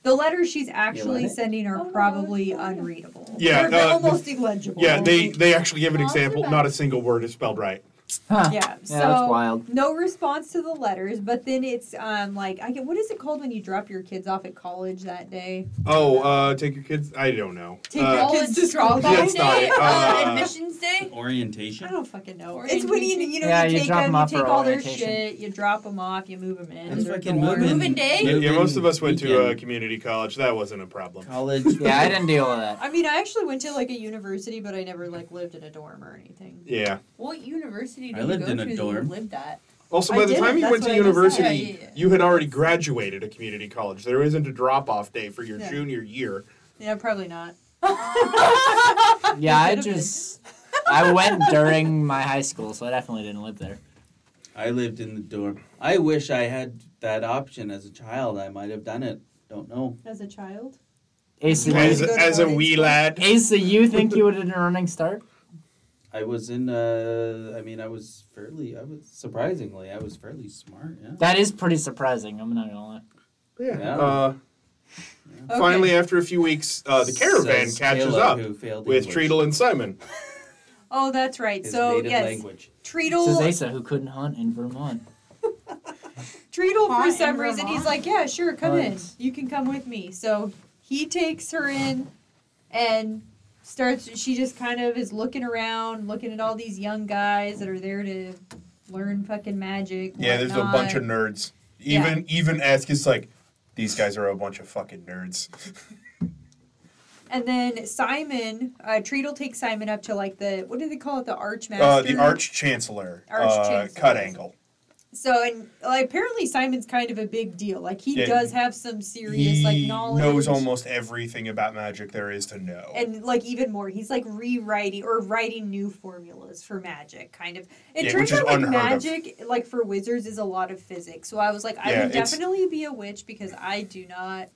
[SPEAKER 3] the letters she's actually
[SPEAKER 6] it?
[SPEAKER 3] sending
[SPEAKER 7] Oh,
[SPEAKER 3] are
[SPEAKER 7] no,
[SPEAKER 3] probably
[SPEAKER 7] it's fine.
[SPEAKER 3] unreadable
[SPEAKER 1] Yeah,
[SPEAKER 3] they're
[SPEAKER 1] uh,
[SPEAKER 3] almost illegible
[SPEAKER 1] Yeah, they they actually give an
[SPEAKER 7] Talk
[SPEAKER 1] example.
[SPEAKER 7] about
[SPEAKER 1] Not
[SPEAKER 7] it.
[SPEAKER 1] a single word is spelled right.
[SPEAKER 5] Huh.
[SPEAKER 3] yeah,
[SPEAKER 5] Yeah, that's
[SPEAKER 3] so-
[SPEAKER 5] wild.
[SPEAKER 3] no response to the letters, but then it's um like I get what is it called when you drop your kids off at college that day?
[SPEAKER 1] Oh, uh, take your kids. I don't know.
[SPEAKER 3] Take
[SPEAKER 1] Uh,
[SPEAKER 3] your kids to school.
[SPEAKER 1] Yeah, it's
[SPEAKER 3] I
[SPEAKER 1] not. Uh,
[SPEAKER 7] admissions day.
[SPEAKER 6] Orientation.
[SPEAKER 3] don't fucking know. It's when you you know
[SPEAKER 5] Yeah,
[SPEAKER 3] you
[SPEAKER 5] you
[SPEAKER 3] take
[SPEAKER 5] drop
[SPEAKER 3] 'em,
[SPEAKER 5] them off
[SPEAKER 3] you
[SPEAKER 5] for
[SPEAKER 3] take all their
[SPEAKER 5] orientation.
[SPEAKER 3] shit, you drop them off, you move them in.
[SPEAKER 6] That's
[SPEAKER 3] they're
[SPEAKER 6] fucking
[SPEAKER 3] dorm.
[SPEAKER 6] moving.
[SPEAKER 7] Moving day?
[SPEAKER 1] yeah, yeah, most of us went to uh,
[SPEAKER 6] Weekend.
[SPEAKER 1] community college. That wasn't a problem.
[SPEAKER 6] college.
[SPEAKER 5] Yeah, I didn't deal with that.
[SPEAKER 3] I mean, I actually went to like a university, but I never like lived in a dorm or anything.
[SPEAKER 1] Yeah.
[SPEAKER 7] What university did
[SPEAKER 6] I
[SPEAKER 7] you
[SPEAKER 6] lived
[SPEAKER 7] go
[SPEAKER 6] in a
[SPEAKER 7] to that you
[SPEAKER 6] dorm.
[SPEAKER 7] lived at?
[SPEAKER 1] Also,
[SPEAKER 3] I
[SPEAKER 1] by the
[SPEAKER 3] didn't.
[SPEAKER 1] time you
[SPEAKER 3] That's
[SPEAKER 1] went to
[SPEAKER 3] what I just
[SPEAKER 1] university,
[SPEAKER 3] said.
[SPEAKER 7] Yeah, yeah, yeah.
[SPEAKER 1] you had already graduated a community college. There isn't a drop off day for your
[SPEAKER 3] Yeah.
[SPEAKER 1] junior year.
[SPEAKER 3] Yeah, probably not.
[SPEAKER 5] Yeah, I
[SPEAKER 3] could've been.
[SPEAKER 5] just I went during my high school, so I definitely didn't live there.
[SPEAKER 6] I lived in the dorm. I wish I had that option as a child. I might have done it. Don't know.
[SPEAKER 3] As a child,
[SPEAKER 5] Asa,
[SPEAKER 3] Yeah,
[SPEAKER 1] As,
[SPEAKER 5] you,
[SPEAKER 3] go to
[SPEAKER 1] as a
[SPEAKER 3] boarding
[SPEAKER 1] wee
[SPEAKER 3] school?
[SPEAKER 1] lad,
[SPEAKER 5] Asa, you think you would have been a running start?
[SPEAKER 6] I was in. Uh, I mean, I was fairly. I was surprisingly. I was fairly smart. Yeah.
[SPEAKER 5] That is pretty surprising. I'm not gonna lie.
[SPEAKER 1] yeah.
[SPEAKER 6] Yeah.
[SPEAKER 1] Uh,
[SPEAKER 3] Okay.
[SPEAKER 1] finally, after a few weeks, uh, the caravan
[SPEAKER 6] Says
[SPEAKER 1] catches
[SPEAKER 6] Caleb,
[SPEAKER 1] up
[SPEAKER 6] who failed
[SPEAKER 1] with
[SPEAKER 6] English.
[SPEAKER 1] Treadle and Simon.
[SPEAKER 3] Oh, that's right.
[SPEAKER 6] His
[SPEAKER 3] so
[SPEAKER 6] native
[SPEAKER 3] yes,
[SPEAKER 6] language.
[SPEAKER 5] This is
[SPEAKER 3] Treadle,
[SPEAKER 5] Asa, who couldn't hunt in Vermont.
[SPEAKER 3] Treadle
[SPEAKER 7] Hot
[SPEAKER 3] for
[SPEAKER 7] in
[SPEAKER 3] some reason he's
[SPEAKER 7] Vermont?
[SPEAKER 3] like, yeah, sure, come in.
[SPEAKER 5] Nice.
[SPEAKER 3] You can come with me. So he takes her in, and starts she just kind of is looking around, looking at all these young guys that are there to learn fucking magic.
[SPEAKER 1] Yeah, there's a
[SPEAKER 3] whatnot.
[SPEAKER 1] bunch of nerds. Even even ask is like, these guys are a bunch of fucking nerds.
[SPEAKER 3] And then Simon, uh, Treat will take Simon up to like the what do they call it? The archmaster.
[SPEAKER 1] Uh, the Arch Chancellor,
[SPEAKER 3] Arch
[SPEAKER 1] uh,
[SPEAKER 3] Chancellor.
[SPEAKER 1] cut angle.
[SPEAKER 3] So and like, apparently Simon's kind of a big deal. Like he
[SPEAKER 1] Yeah.
[SPEAKER 3] does have some serious
[SPEAKER 1] he
[SPEAKER 3] like knowledge.
[SPEAKER 1] knows almost everything about magic there is to know.
[SPEAKER 3] and like even more, he's like rewriting or writing new formulas for magic, kind of. It
[SPEAKER 1] Yeah,
[SPEAKER 3] turns
[SPEAKER 1] which is
[SPEAKER 3] out like
[SPEAKER 1] unheard of.
[SPEAKER 3] magic, like for wizards, is a lot of physics. So I was like, I
[SPEAKER 1] Yeah,
[SPEAKER 3] would
[SPEAKER 1] it's-
[SPEAKER 3] definitely be a witch because I do not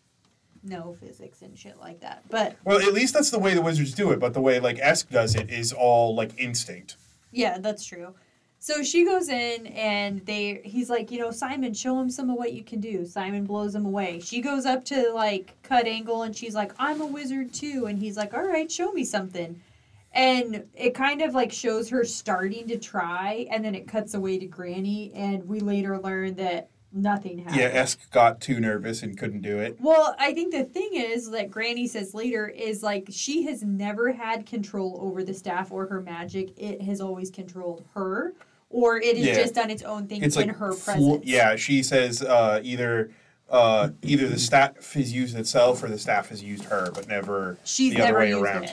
[SPEAKER 3] know physics and shit like that. But
[SPEAKER 1] well, at least that's the way the wizards do it. But the way like Esk does it is all like instinct.
[SPEAKER 3] Yeah, that's true. So she goes in and they he's like, you know, Simon, show him some of what you can do. Simon blows him away. She goes up to like cut angle and she's like, I'm a wizard too. And he's like, All right, show me something. And it kind of like shows her starting to try, and then it cuts away to Granny, and we later learn that nothing happened.
[SPEAKER 1] Yeah, Esk got too nervous and couldn't do it.
[SPEAKER 3] Well, I think the thing is that Granny says later is like she has never had control over the staff or her magic. It has always controlled her, or it has
[SPEAKER 1] Yeah.
[SPEAKER 3] just done its own thing
[SPEAKER 1] It's
[SPEAKER 3] in
[SPEAKER 1] like
[SPEAKER 3] her
[SPEAKER 1] fo-
[SPEAKER 3] presence.
[SPEAKER 1] yeah, she says uh, either uh, either the staff has used itself or the staff has used her, but never
[SPEAKER 3] She's
[SPEAKER 1] the other
[SPEAKER 3] never
[SPEAKER 1] way
[SPEAKER 3] used
[SPEAKER 1] around.
[SPEAKER 3] it.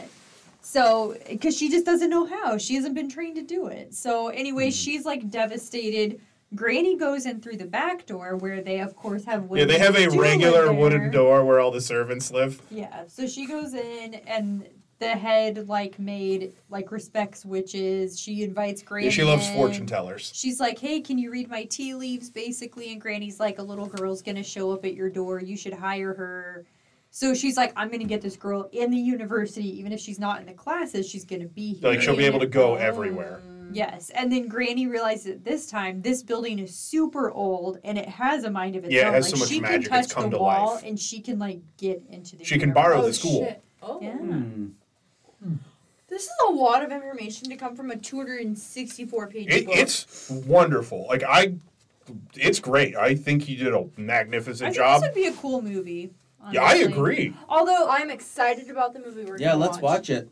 [SPEAKER 3] So, because she just doesn't know how, she hasn't been trained to do it. So, anyway,
[SPEAKER 1] Hmm.
[SPEAKER 3] she's like devastated. Granny goes in through the back door where they, of course, have
[SPEAKER 1] Yeah,
[SPEAKER 3] wooden
[SPEAKER 1] they have a
[SPEAKER 3] doors
[SPEAKER 1] regular
[SPEAKER 3] there.
[SPEAKER 1] wooden door where all the servants live.
[SPEAKER 3] Yeah, so she goes in and the head like maid like respects witches. She invites Granny.
[SPEAKER 1] Yeah, she loves
[SPEAKER 3] in.
[SPEAKER 1] fortune tellers.
[SPEAKER 3] She's like, "Hey, can you read my tea leaves?" Basically, and Granny's like, "A little girl's gonna show up at your door. You should hire her." So she's like, "I'm gonna get this girl in the university, even if she's not in the classes. She's gonna be here.
[SPEAKER 1] Like she'll be able to go everywhere.
[SPEAKER 7] Oh,
[SPEAKER 3] Yes, and then Granny realizes that this time this building is super old and it has a mind of its
[SPEAKER 1] Yeah, it
[SPEAKER 3] own.
[SPEAKER 1] has
[SPEAKER 3] like
[SPEAKER 1] so much
[SPEAKER 3] she
[SPEAKER 1] magic, it's
[SPEAKER 3] can touch
[SPEAKER 1] come
[SPEAKER 3] the
[SPEAKER 1] to
[SPEAKER 3] wall
[SPEAKER 1] life.
[SPEAKER 3] and she can like get into the.
[SPEAKER 1] She can borrow
[SPEAKER 3] universe.
[SPEAKER 1] the school.
[SPEAKER 7] Shit. Oh.
[SPEAKER 3] Yeah.
[SPEAKER 6] Hmm.
[SPEAKER 7] This is a lot of information to come from a 264 page
[SPEAKER 1] It,
[SPEAKER 7] book.
[SPEAKER 1] it's wonderful. Like I, it's great. I think he did a magnificent
[SPEAKER 3] I think
[SPEAKER 1] job.
[SPEAKER 3] This would be a cool movie.
[SPEAKER 1] yeah, I
[SPEAKER 3] honestly.
[SPEAKER 1] agree.
[SPEAKER 7] Although I'm excited about the movie we're
[SPEAKER 6] Yeah,
[SPEAKER 7] gonna
[SPEAKER 6] let's watch it.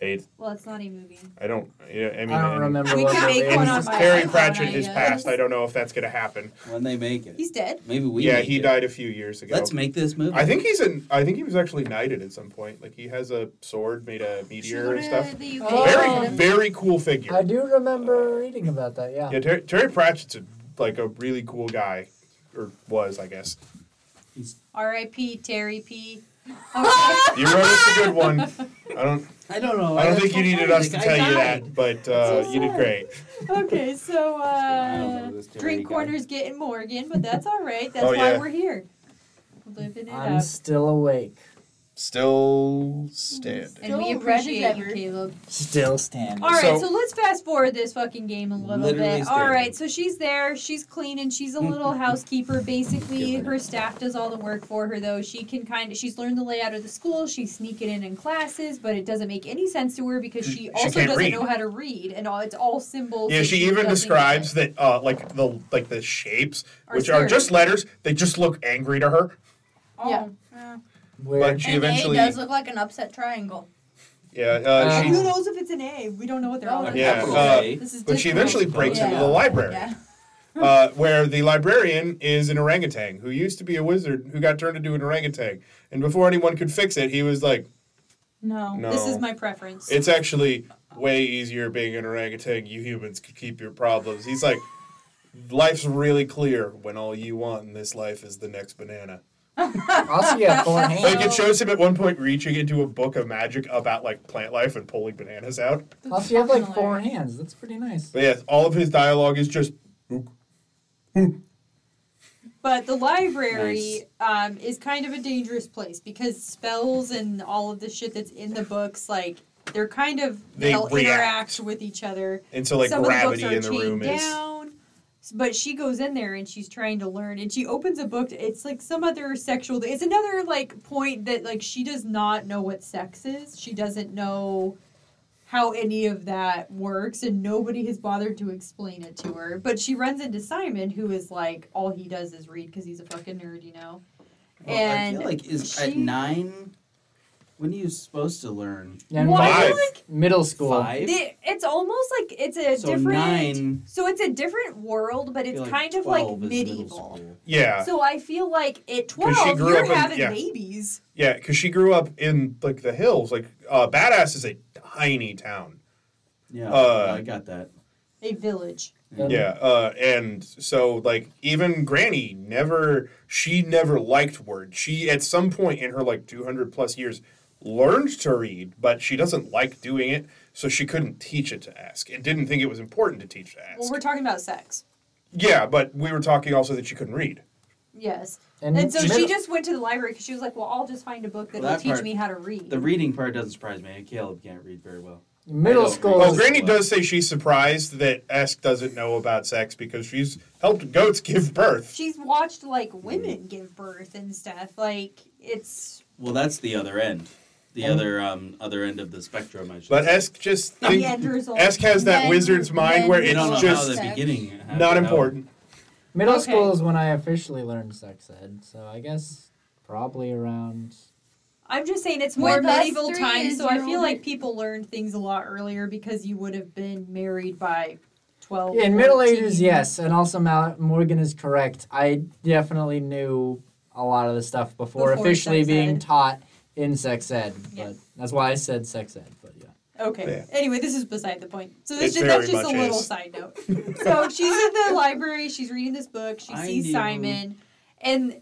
[SPEAKER 1] I,
[SPEAKER 3] Well, it's not a movie.
[SPEAKER 1] I don't. Yeah, I mean,
[SPEAKER 5] I don't
[SPEAKER 1] and-
[SPEAKER 5] remember
[SPEAKER 3] We
[SPEAKER 5] what
[SPEAKER 3] can
[SPEAKER 5] the
[SPEAKER 3] make
[SPEAKER 5] name
[SPEAKER 3] one
[SPEAKER 5] is.
[SPEAKER 3] on my
[SPEAKER 1] Terry
[SPEAKER 3] iPhone,
[SPEAKER 1] Pratchett
[SPEAKER 3] I
[SPEAKER 1] is
[SPEAKER 3] guess.
[SPEAKER 1] passed. I don't know if that's gonna happen.
[SPEAKER 6] When they make it.
[SPEAKER 3] He's dead.
[SPEAKER 6] Maybe we
[SPEAKER 1] yeah,
[SPEAKER 6] make
[SPEAKER 1] he
[SPEAKER 6] it.
[SPEAKER 1] died a few years ago.
[SPEAKER 6] Let's make this movie.
[SPEAKER 1] I think he's in. I think he was actually knighted at some point. Like he has a sword made of meteor and stuff.
[SPEAKER 3] The
[SPEAKER 5] Oh.
[SPEAKER 1] Very, very cool figure.
[SPEAKER 8] I do remember reading about that. Yeah.
[SPEAKER 1] Yeah, Terry, Terry Pratchett's a, like a really cool guy, or was I guess.
[SPEAKER 3] R.I.P. Terry P.
[SPEAKER 1] You wrote us a good one. I don't.
[SPEAKER 6] I don't know.
[SPEAKER 1] I don't think you needed us to
[SPEAKER 6] I
[SPEAKER 1] tell you
[SPEAKER 6] died.
[SPEAKER 1] that, but uh, you did great.
[SPEAKER 3] okay, so
[SPEAKER 6] I don't
[SPEAKER 3] uh,
[SPEAKER 6] know this Terry
[SPEAKER 3] drink
[SPEAKER 6] guy.
[SPEAKER 3] corners getting Morgan, but that's all right. That's
[SPEAKER 1] Oh,
[SPEAKER 3] why
[SPEAKER 1] yeah.
[SPEAKER 3] we're here. Living it
[SPEAKER 8] I'm
[SPEAKER 3] up.
[SPEAKER 8] still awake.
[SPEAKER 1] Still stand.
[SPEAKER 3] and we
[SPEAKER 7] Still
[SPEAKER 3] appreciate you,
[SPEAKER 7] appreciate
[SPEAKER 3] Caleb.
[SPEAKER 8] Still standing.
[SPEAKER 3] All right, so,
[SPEAKER 1] So-
[SPEAKER 3] let's fast forward this fucking game a little
[SPEAKER 6] Literally
[SPEAKER 3] bit.
[SPEAKER 6] standing.
[SPEAKER 3] All right, so she's there. She's cleaning. She's a little housekeeper. Basically,
[SPEAKER 6] Give it.
[SPEAKER 3] her staff does all the work for her, though. She can kind of. She's learned the layout of the school. She's sneaking in in classes, but it doesn't make any sense to her because she,
[SPEAKER 1] Mm, She
[SPEAKER 3] also
[SPEAKER 1] can't
[SPEAKER 3] doesn't
[SPEAKER 1] read.
[SPEAKER 3] know how to read, and all it's all symbols.
[SPEAKER 1] Yeah,
[SPEAKER 3] that
[SPEAKER 1] she even
[SPEAKER 3] doesn't
[SPEAKER 1] describes
[SPEAKER 3] get.
[SPEAKER 1] that uh, like the like the shapes,
[SPEAKER 3] Are
[SPEAKER 1] which are
[SPEAKER 3] scary.
[SPEAKER 1] just letters. They just look angry to her.
[SPEAKER 7] Yeah.
[SPEAKER 1] But
[SPEAKER 8] Weird.
[SPEAKER 1] she
[SPEAKER 7] and
[SPEAKER 1] eventually,
[SPEAKER 7] A does look like an upset triangle.
[SPEAKER 1] yeah, uh,
[SPEAKER 8] Uh,
[SPEAKER 1] she,
[SPEAKER 3] Who knows if it's an A? We don't know what they're all
[SPEAKER 7] Oh,
[SPEAKER 3] about.
[SPEAKER 1] Yeah,
[SPEAKER 6] Capital
[SPEAKER 1] uh,
[SPEAKER 6] A.
[SPEAKER 7] This is
[SPEAKER 1] but she
[SPEAKER 7] different.
[SPEAKER 1] eventually breaks into
[SPEAKER 6] Yeah.
[SPEAKER 1] the library,
[SPEAKER 7] Yeah.
[SPEAKER 1] uh, where the librarian is an orangutan who used to be a wizard who got turned into an orangutan, and before anyone could fix it, he was like,
[SPEAKER 7] No.
[SPEAKER 1] "No,
[SPEAKER 3] This is my preference.
[SPEAKER 1] It's actually way easier being an orangutan. You humans can keep your problems. He's like, life's really clear when all you want in this life is the next banana.
[SPEAKER 8] also, you have four hands.
[SPEAKER 1] Like it shows him at one point reaching into a book of magic about like plant life and pulling bananas out.
[SPEAKER 8] Also, you have like four hands. That's pretty nice.
[SPEAKER 1] But yes, all of his dialogue is just
[SPEAKER 3] But the library
[SPEAKER 6] Nice.
[SPEAKER 3] um, is kind of a dangerous place because spells and all of the shit that's in the books, like they're kind of
[SPEAKER 1] They
[SPEAKER 3] will
[SPEAKER 1] react.
[SPEAKER 3] interact with each other.
[SPEAKER 1] and so like
[SPEAKER 3] Some
[SPEAKER 1] gravity
[SPEAKER 3] of
[SPEAKER 1] in
[SPEAKER 3] the books
[SPEAKER 1] the
[SPEAKER 3] are
[SPEAKER 1] room
[SPEAKER 3] chained
[SPEAKER 1] is
[SPEAKER 3] down. S- But she goes in there and she's trying to learn, and she opens a book. It's like some other sexual. It's another like point that like she does not know what sex is. She doesn't know how any of that works, and nobody has bothered to explain it to her. But she runs into Simon, who is like all he does is read because he's a fucking nerd, you know.
[SPEAKER 6] Well, I feel
[SPEAKER 3] And
[SPEAKER 6] like is
[SPEAKER 3] she-
[SPEAKER 6] at nine. When are you supposed to learn?
[SPEAKER 8] And
[SPEAKER 3] Why
[SPEAKER 8] my-
[SPEAKER 1] Five.
[SPEAKER 8] Middle school.
[SPEAKER 6] Five.
[SPEAKER 3] They, it's almost like it's a
[SPEAKER 6] so
[SPEAKER 3] different.
[SPEAKER 6] nine.
[SPEAKER 3] So it's a different world, but
[SPEAKER 6] I
[SPEAKER 3] it's
[SPEAKER 6] feel
[SPEAKER 3] kind of like
[SPEAKER 6] 12 is middle
[SPEAKER 3] medieval.
[SPEAKER 1] Uh,
[SPEAKER 6] school.
[SPEAKER 1] Yeah,
[SPEAKER 3] So I feel like at
[SPEAKER 1] she
[SPEAKER 3] 12,
[SPEAKER 1] grew
[SPEAKER 3] you're
[SPEAKER 1] up in-
[SPEAKER 3] having
[SPEAKER 1] yeah.
[SPEAKER 3] babies.
[SPEAKER 1] yeah, because she grew up in like the hills. Like uh, Badass is a tiny town.
[SPEAKER 6] Yeah,
[SPEAKER 1] Uh,
[SPEAKER 6] I got that.
[SPEAKER 3] A village.
[SPEAKER 1] Yeah, uh, and so like even Granny never she never liked words. She at some point in her like two hundred plus years learned to read, but she doesn't like doing it, so she couldn't teach it to ask. It didn't think it was important to teach to ask.
[SPEAKER 3] Well, we're talking about sex.
[SPEAKER 1] yeah, but we were talking also that she couldn't read.
[SPEAKER 3] Yes.
[SPEAKER 8] And,
[SPEAKER 3] And so she
[SPEAKER 8] middle-
[SPEAKER 3] just went to the library because she was like, well, I'll just find a book that'll
[SPEAKER 6] Well, that
[SPEAKER 3] teach
[SPEAKER 6] part-
[SPEAKER 3] me how to read.
[SPEAKER 6] The reading part doesn't surprise me. Caleb can't read very well. I
[SPEAKER 8] middle
[SPEAKER 6] don't
[SPEAKER 8] school.
[SPEAKER 1] Well,
[SPEAKER 6] Well,
[SPEAKER 1] Granny
[SPEAKER 6] well.
[SPEAKER 1] does say she's surprised that Ask doesn't know about sex because she's helped goats give birth.
[SPEAKER 3] She's watched like women give birth and stuff. Like, it's.
[SPEAKER 6] Well, that's the other end. The
[SPEAKER 8] And-
[SPEAKER 6] other um other end of the spectrum. I should.
[SPEAKER 1] But
[SPEAKER 6] say.
[SPEAKER 1] Ask just
[SPEAKER 3] The
[SPEAKER 1] think,
[SPEAKER 3] Andrews
[SPEAKER 1] Ask has that
[SPEAKER 7] Men-
[SPEAKER 1] wizard's mind where
[SPEAKER 7] men
[SPEAKER 6] I don't know
[SPEAKER 1] it's
[SPEAKER 6] how
[SPEAKER 1] just
[SPEAKER 6] the
[SPEAKER 7] sex.
[SPEAKER 6] beginning. happened,
[SPEAKER 1] not
[SPEAKER 6] how-
[SPEAKER 1] important.
[SPEAKER 8] Middle
[SPEAKER 3] Okay.
[SPEAKER 8] school is when I officially learned sex ed, so I guess probably around.
[SPEAKER 3] I'm just saying it's more
[SPEAKER 7] With us
[SPEAKER 3] medieval
[SPEAKER 7] three
[SPEAKER 3] times,
[SPEAKER 7] is
[SPEAKER 3] so I
[SPEAKER 7] your
[SPEAKER 3] feel
[SPEAKER 7] older-
[SPEAKER 3] like people learned things a lot earlier because you would have been married by 12.
[SPEAKER 8] In Middle
[SPEAKER 3] 14.
[SPEAKER 8] Ages, yes, and also Mal- Morgan is correct. I definitely knew a lot of the stuff before,
[SPEAKER 3] Before
[SPEAKER 8] officially
[SPEAKER 3] sex
[SPEAKER 8] being
[SPEAKER 3] ed.
[SPEAKER 8] taught in sex ed, but
[SPEAKER 3] Yeah.
[SPEAKER 8] that's why I said sex ed. But yeah,
[SPEAKER 3] Okay. Anyway, this is beside the point. So
[SPEAKER 1] It
[SPEAKER 3] this just, that's
[SPEAKER 1] very
[SPEAKER 3] just a
[SPEAKER 1] much
[SPEAKER 3] little
[SPEAKER 1] is.
[SPEAKER 3] side note. so she's at the library. She's reading this book. She
[SPEAKER 6] I
[SPEAKER 3] sees
[SPEAKER 6] knew.
[SPEAKER 3] Simon, and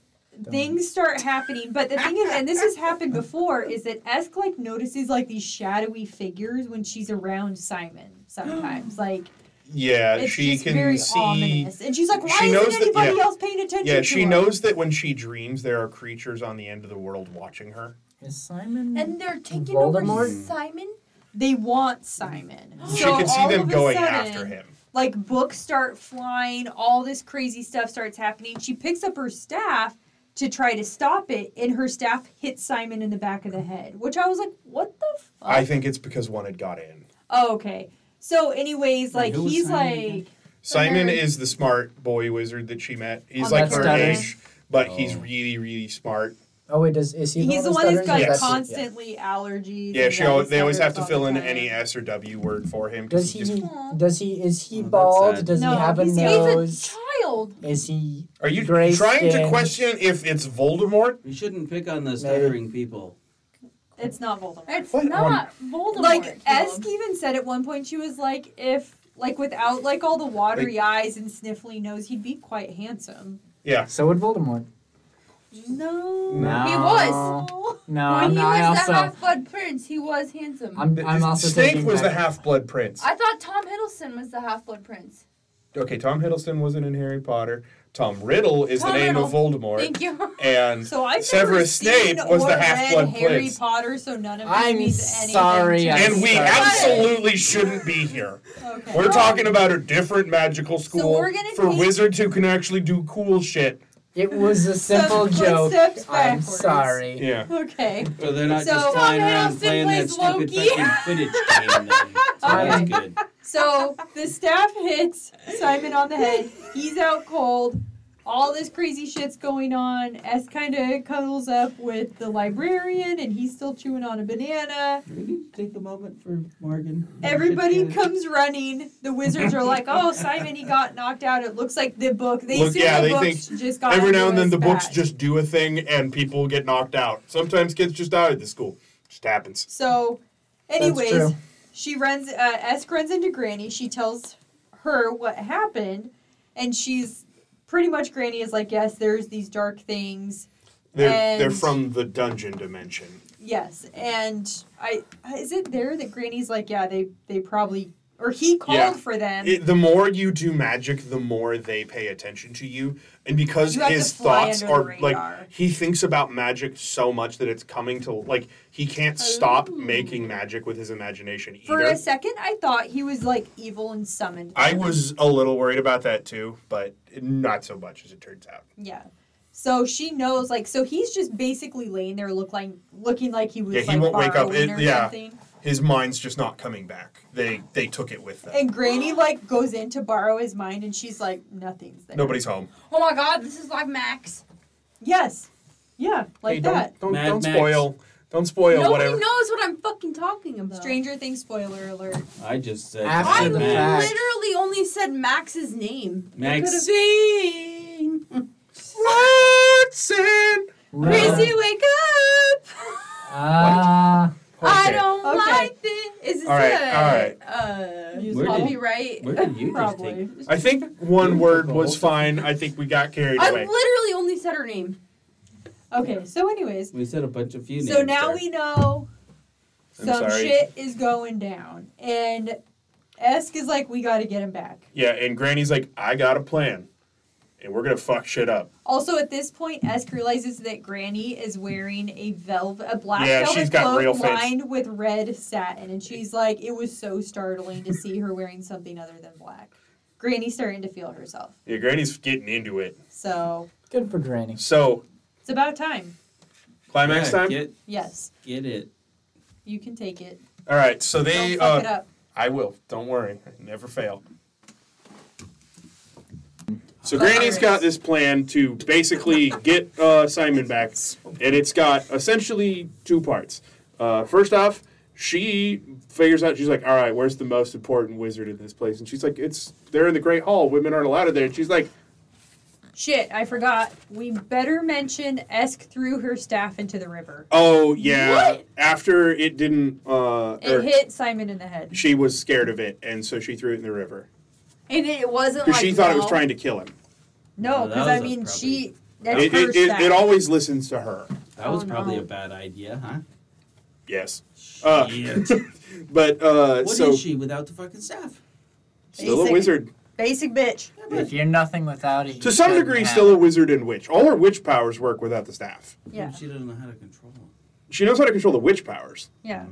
[SPEAKER 3] things start happening. But the thing is, and this has happened before, is that Esk like notices like these shadowy figures when she's around Simon sometimes. like
[SPEAKER 1] Yeah,
[SPEAKER 3] it's
[SPEAKER 1] she
[SPEAKER 3] just
[SPEAKER 1] can
[SPEAKER 3] very
[SPEAKER 1] see.
[SPEAKER 3] ominous, and she's like,
[SPEAKER 1] she
[SPEAKER 3] "Why isn't
[SPEAKER 1] knows that-
[SPEAKER 3] anybody
[SPEAKER 1] yeah.
[SPEAKER 3] else paying attention?"
[SPEAKER 1] Yeah,
[SPEAKER 3] to
[SPEAKER 1] she
[SPEAKER 3] her?"
[SPEAKER 1] knows that when she dreams, there are creatures on the end of the world watching her.
[SPEAKER 8] is Simon?
[SPEAKER 7] And they're taking over
[SPEAKER 8] Voldemort?
[SPEAKER 7] Simon.
[SPEAKER 3] they want Simon.
[SPEAKER 1] she
[SPEAKER 3] So
[SPEAKER 1] can see
[SPEAKER 3] all
[SPEAKER 1] them
[SPEAKER 3] of a
[SPEAKER 1] going
[SPEAKER 3] sudden-
[SPEAKER 1] after him.
[SPEAKER 3] like books start flying, all this crazy stuff starts happening. She picks up her staff to try to stop it, and her staff hits Simon in the back of the head, which I was like, what the fuck?
[SPEAKER 1] I think it's because one had got in.
[SPEAKER 3] oh, okay. So, anyways,
[SPEAKER 6] Wait,
[SPEAKER 3] like,
[SPEAKER 6] who was
[SPEAKER 3] he's
[SPEAKER 6] Simon
[SPEAKER 3] like,
[SPEAKER 6] again?
[SPEAKER 1] Simon
[SPEAKER 7] nerd.
[SPEAKER 1] is the smart boy wizard that she met. He's
[SPEAKER 3] On
[SPEAKER 1] like
[SPEAKER 8] the
[SPEAKER 1] her
[SPEAKER 8] cover.
[SPEAKER 1] age, but he's
[SPEAKER 6] Oh.
[SPEAKER 1] really, really smart.
[SPEAKER 8] oh wait, does is he?
[SPEAKER 3] he's the one that's got
[SPEAKER 8] stutters?
[SPEAKER 1] Yes.
[SPEAKER 3] constantly allergies.
[SPEAKER 1] Yeah,
[SPEAKER 3] and
[SPEAKER 1] she. Always,
[SPEAKER 3] that
[SPEAKER 1] they always have to
[SPEAKER 3] stutters
[SPEAKER 1] fill
[SPEAKER 3] all
[SPEAKER 1] in
[SPEAKER 3] the time.
[SPEAKER 1] any S or W word for him. 'cause
[SPEAKER 8] Does
[SPEAKER 1] he just-
[SPEAKER 8] he?
[SPEAKER 7] Aw.
[SPEAKER 8] Does he? Is he
[SPEAKER 6] Oh, that's
[SPEAKER 8] bald?
[SPEAKER 6] sad.
[SPEAKER 8] Does
[SPEAKER 3] No,
[SPEAKER 8] he have a
[SPEAKER 3] he's- he's a
[SPEAKER 8] nose?
[SPEAKER 7] Child.
[SPEAKER 8] Is he?
[SPEAKER 1] are you
[SPEAKER 8] Gray
[SPEAKER 1] trying to
[SPEAKER 8] skin.
[SPEAKER 1] question if it's Voldemort?
[SPEAKER 6] We shouldn't pick on the stuttering people.
[SPEAKER 3] It's not Voldemort.
[SPEAKER 7] It's
[SPEAKER 1] What?
[SPEAKER 7] not Voldemort.
[SPEAKER 3] like
[SPEAKER 7] Caleb.
[SPEAKER 3] Esk even said at one point she was like if like without like all the watery eyes and sniffly nose he'd be quite handsome
[SPEAKER 1] Yeah.
[SPEAKER 8] So would Voldemort.
[SPEAKER 3] no
[SPEAKER 8] No.
[SPEAKER 7] He was.
[SPEAKER 8] No,
[SPEAKER 7] when
[SPEAKER 8] I'm
[SPEAKER 7] he
[SPEAKER 8] not. I
[SPEAKER 7] was
[SPEAKER 8] also.
[SPEAKER 7] the half blood prince, he was handsome.
[SPEAKER 8] I'm, I'm also
[SPEAKER 1] Snake
[SPEAKER 8] taking
[SPEAKER 1] was the
[SPEAKER 8] back-
[SPEAKER 1] half blood prince.
[SPEAKER 7] I thought Tom Hiddleston was the half blood prince.
[SPEAKER 1] okay, Tom Hiddleston wasn't in Harry Potter. Tom Riddle is
[SPEAKER 7] Tom
[SPEAKER 1] the name of Voldemort.
[SPEAKER 7] Thank you.
[SPEAKER 1] And
[SPEAKER 3] So I've
[SPEAKER 1] Severus
[SPEAKER 3] never seen
[SPEAKER 1] Snape was
[SPEAKER 3] or
[SPEAKER 1] the half-blood
[SPEAKER 3] read Harry
[SPEAKER 1] prince.
[SPEAKER 3] Potter, so none of this
[SPEAKER 8] I'm
[SPEAKER 3] means anything.
[SPEAKER 8] sorry,
[SPEAKER 3] to
[SPEAKER 8] I'm
[SPEAKER 3] me.
[SPEAKER 1] and we
[SPEAKER 8] sorry.
[SPEAKER 1] absolutely shouldn't be here.
[SPEAKER 3] Okay.
[SPEAKER 1] We're talking about a different magical school
[SPEAKER 3] we're gonna
[SPEAKER 1] for
[SPEAKER 3] take-
[SPEAKER 1] wizards who can actually do cool shit.
[SPEAKER 8] It was a simple
[SPEAKER 3] Some
[SPEAKER 8] joke.
[SPEAKER 3] footsteps
[SPEAKER 8] I'm
[SPEAKER 3] backwards.
[SPEAKER 8] sorry.
[SPEAKER 1] Yeah.
[SPEAKER 3] Okay.
[SPEAKER 6] So they're not
[SPEAKER 3] So-
[SPEAKER 6] just
[SPEAKER 3] Tom
[SPEAKER 6] flying around
[SPEAKER 7] Hiddleston
[SPEAKER 6] playing that
[SPEAKER 7] plays
[SPEAKER 6] stupid
[SPEAKER 7] Loki.
[SPEAKER 6] fucking Quidditch game. Then. So that's good.
[SPEAKER 3] So the staff hits Simon on the head. He's out cold. All this crazy shit's going on. S kind of cuddles up with the librarian, and he's still chewing on a banana.
[SPEAKER 6] We need to take a moment for Morgan.
[SPEAKER 3] Everybody comes running. The wizards are like, "Oh, Simon, he got knocked out. It looks like the book. They
[SPEAKER 1] Look,
[SPEAKER 3] assume
[SPEAKER 1] yeah,
[SPEAKER 3] the
[SPEAKER 1] they
[SPEAKER 3] books just got
[SPEAKER 1] Every
[SPEAKER 3] into
[SPEAKER 1] now and then
[SPEAKER 3] his
[SPEAKER 1] the books
[SPEAKER 3] bag.
[SPEAKER 1] just do a thing and people get knocked out. Sometimes kids just die at the school. Just happens.
[SPEAKER 3] So, anyways,
[SPEAKER 8] true.
[SPEAKER 3] she runs. Uh, Esk runs into Granny. She tells her what happened, and she's pretty much Granny is like, "Yes, there's these dark things.
[SPEAKER 1] They're they're
[SPEAKER 3] And-
[SPEAKER 1] from the dungeon dimension.
[SPEAKER 3] Yes." And I is it there that Granny's like, "Yeah, they they probably or he called
[SPEAKER 1] Yeah.
[SPEAKER 3] for them."
[SPEAKER 1] It, the more you do magic, the more they pay attention to you. And because
[SPEAKER 3] You have to
[SPEAKER 1] his
[SPEAKER 3] fly
[SPEAKER 1] thoughts
[SPEAKER 3] under the
[SPEAKER 1] are like
[SPEAKER 3] radar.
[SPEAKER 1] he thinks about magic so much that it's coming to like he can't stop making magic with his imagination
[SPEAKER 3] for
[SPEAKER 1] either.
[SPEAKER 3] a second, I thought he was like evil and summoned.
[SPEAKER 1] I
[SPEAKER 3] them.
[SPEAKER 1] was a little worried about that too, but not so much as it turns out.
[SPEAKER 3] yeah. So she knows, like, so he's just basically laying there, look like, looking like he was
[SPEAKER 1] Yeah, he
[SPEAKER 3] like
[SPEAKER 1] won't wake up.
[SPEAKER 3] borrowing
[SPEAKER 1] It-
[SPEAKER 3] or
[SPEAKER 1] yeah.
[SPEAKER 3] something.
[SPEAKER 1] His mind's just not coming back. They they took it with them.
[SPEAKER 3] And Granny like goes in to borrow his mind, and she's like, "Nothing's there."
[SPEAKER 1] Nobody's home.
[SPEAKER 7] Oh my God, this is like Max.
[SPEAKER 3] Yes. Yeah, like that.
[SPEAKER 1] Don't,
[SPEAKER 6] Mad
[SPEAKER 1] don't
[SPEAKER 6] Max.
[SPEAKER 1] spoil. Don't spoil
[SPEAKER 7] Nobody
[SPEAKER 1] whatever.
[SPEAKER 7] knows what I'm fucking talking about.
[SPEAKER 3] Stranger Things spoiler alert.
[SPEAKER 6] I just said
[SPEAKER 8] After
[SPEAKER 7] I
[SPEAKER 8] the
[SPEAKER 6] Max.
[SPEAKER 8] fact.
[SPEAKER 7] literally only said Max's name.
[SPEAKER 6] Maxine.
[SPEAKER 1] Watson!
[SPEAKER 5] Uh,
[SPEAKER 7] Crazy, wake up!
[SPEAKER 8] Ah,
[SPEAKER 7] I
[SPEAKER 1] Okay.
[SPEAKER 7] don't
[SPEAKER 3] Okay.
[SPEAKER 7] like this. Is this
[SPEAKER 1] All right,
[SPEAKER 7] a,
[SPEAKER 3] Music.
[SPEAKER 6] Where
[SPEAKER 7] uh,
[SPEAKER 6] did-
[SPEAKER 7] copyright?
[SPEAKER 6] Where did you just take
[SPEAKER 3] Probably.
[SPEAKER 1] I think one word was fine. I think we got carried
[SPEAKER 7] I
[SPEAKER 1] away.
[SPEAKER 7] literally only said her name.
[SPEAKER 3] Okay, so anyways,
[SPEAKER 6] We said a bunch of few names.
[SPEAKER 3] so now
[SPEAKER 6] there.
[SPEAKER 3] we know
[SPEAKER 1] I'm
[SPEAKER 3] some
[SPEAKER 1] sorry.
[SPEAKER 3] shit is going down, and Esk is like, we got to get him back.
[SPEAKER 1] Yeah, and Granny's like, I got a plan, and we're gonna fuck shit up.
[SPEAKER 3] Also, at this point, Esk realizes that Granny is wearing a velvet, a black
[SPEAKER 1] Yeah,
[SPEAKER 3] velvet
[SPEAKER 1] she's got
[SPEAKER 3] cloak
[SPEAKER 1] real face.
[SPEAKER 3] lined with red satin, and she's like, "It was so startling to see her wearing something other than black." Granny's starting to feel herself,
[SPEAKER 1] Yeah, Granny's getting into it.
[SPEAKER 3] so
[SPEAKER 8] good for Granny.
[SPEAKER 1] So
[SPEAKER 3] it's about time.
[SPEAKER 1] climax
[SPEAKER 6] Yeah,
[SPEAKER 1] time.
[SPEAKER 6] Get,
[SPEAKER 3] Yes,
[SPEAKER 6] get it.
[SPEAKER 3] you can take it.
[SPEAKER 1] All right. So
[SPEAKER 3] Don't
[SPEAKER 1] they.
[SPEAKER 3] fuck it
[SPEAKER 1] Uh,
[SPEAKER 3] up.
[SPEAKER 1] I will. Don't worry. I never fail. So Granny's got this plan to basically get uh, Simon back, and it's got essentially two parts. Uh, first off, she figures out she's like, "All right, where's the most important wizard in this place?" And she's like, "It's they're in the Great Hall. Women aren't allowed in there." And she's like,
[SPEAKER 3] Shit, I forgot. We better mention Esk threw her staff into the river.
[SPEAKER 1] "Oh yeah."
[SPEAKER 7] What?
[SPEAKER 1] After it didn't, uh,
[SPEAKER 3] It
[SPEAKER 1] or
[SPEAKER 3] hit Simon in the head.
[SPEAKER 1] she was scared of it, and so she threw it in the river
[SPEAKER 7] And it wasn't
[SPEAKER 1] because
[SPEAKER 7] like
[SPEAKER 1] she thought it
[SPEAKER 7] no.
[SPEAKER 1] was trying to kill him.
[SPEAKER 3] No,
[SPEAKER 6] Oh, that
[SPEAKER 3] because I
[SPEAKER 6] was a
[SPEAKER 3] mean,
[SPEAKER 6] probably-
[SPEAKER 3] she. That's
[SPEAKER 1] It,
[SPEAKER 3] her
[SPEAKER 1] it, it,
[SPEAKER 3] staff.
[SPEAKER 1] it always listens to her.
[SPEAKER 6] That was
[SPEAKER 7] Oh,
[SPEAKER 6] probably
[SPEAKER 7] no.
[SPEAKER 6] a bad idea, huh?
[SPEAKER 1] Yes. Uh,
[SPEAKER 6] Shit.
[SPEAKER 1] But uh,
[SPEAKER 6] What is
[SPEAKER 1] so
[SPEAKER 6] she without the fucking staff?
[SPEAKER 1] still a
[SPEAKER 3] Basic.
[SPEAKER 1] wizard
[SPEAKER 3] Basic bitch.
[SPEAKER 5] If you're nothing without it, you
[SPEAKER 1] to some
[SPEAKER 5] shouldn't
[SPEAKER 1] degree,
[SPEAKER 5] have
[SPEAKER 1] still a
[SPEAKER 5] it.
[SPEAKER 1] wizard and witch. All her witch powers work without the staff.
[SPEAKER 3] Yeah,
[SPEAKER 6] She doesn't know how to control them.
[SPEAKER 1] She knows how to control the witch powers.
[SPEAKER 3] yeah.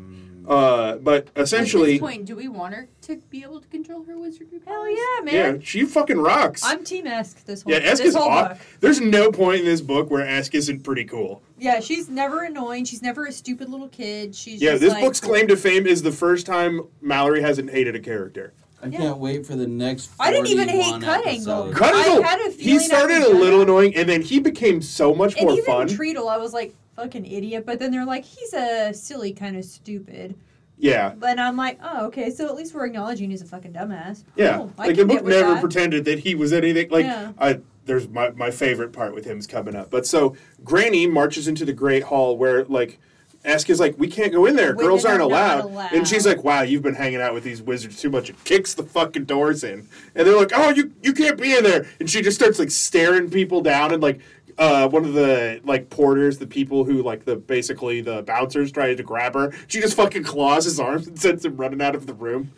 [SPEAKER 1] Uh, but
[SPEAKER 7] At
[SPEAKER 1] essentially,
[SPEAKER 7] this point, do we want her to be able to control her wizardry
[SPEAKER 3] Hell
[SPEAKER 7] powers?
[SPEAKER 3] yeah, man.
[SPEAKER 1] yeah, she fucking rocks.
[SPEAKER 3] I'm Team Esk this whole
[SPEAKER 1] yeah, Esk
[SPEAKER 3] this
[SPEAKER 1] is
[SPEAKER 3] whole
[SPEAKER 1] off.
[SPEAKER 3] book.
[SPEAKER 1] There's no point in this book where Esk isn't pretty cool.
[SPEAKER 3] Yeah, she's never annoying. She's never a stupid little kid. She's
[SPEAKER 1] yeah,
[SPEAKER 3] just
[SPEAKER 1] this
[SPEAKER 3] like,
[SPEAKER 1] book's claim to fame is the first time Mallory hasn't hated a character.
[SPEAKER 6] I
[SPEAKER 3] Yeah.
[SPEAKER 6] can't wait for the next.
[SPEAKER 3] I didn't even hate
[SPEAKER 6] 41
[SPEAKER 3] Cut
[SPEAKER 6] episodes.
[SPEAKER 3] Angle.
[SPEAKER 1] Cut
[SPEAKER 3] I
[SPEAKER 1] Angle,
[SPEAKER 3] had a feeling
[SPEAKER 1] he
[SPEAKER 3] I
[SPEAKER 1] started a
[SPEAKER 3] was gonna-
[SPEAKER 1] little annoying, and then he became so much
[SPEAKER 3] And
[SPEAKER 1] more
[SPEAKER 3] even
[SPEAKER 1] fun.
[SPEAKER 3] Treadle, I was like fucking idiot. But then they're like, he's a silly kind of stupid.
[SPEAKER 1] yeah,
[SPEAKER 3] But I'm like, oh okay. So at least we're acknowledging he's a fucking dumbass.
[SPEAKER 1] Yeah,
[SPEAKER 3] Cool. Oh, I
[SPEAKER 1] like the
[SPEAKER 3] can
[SPEAKER 1] book
[SPEAKER 3] get with
[SPEAKER 1] never
[SPEAKER 3] that.
[SPEAKER 1] pretended that he was anything. Like
[SPEAKER 3] Yeah.
[SPEAKER 1] I, there's my my favorite part with him's coming up. But so Granny marches into the Great Hall where like. Esk is like, we can't go in there.
[SPEAKER 3] Women
[SPEAKER 1] Girls aren't
[SPEAKER 3] are not
[SPEAKER 1] allowed. And she's
[SPEAKER 3] allowed.
[SPEAKER 1] like, wow, you've been hanging out with these wizards too much. And kicks the fucking doors in. And they're like, oh, you you can't be in there. And she just starts like staring people down. And like, uh, one of the like porters, the people who like the basically the bouncers trying to grab her. She just fucking claws his arms and sends him running out of the room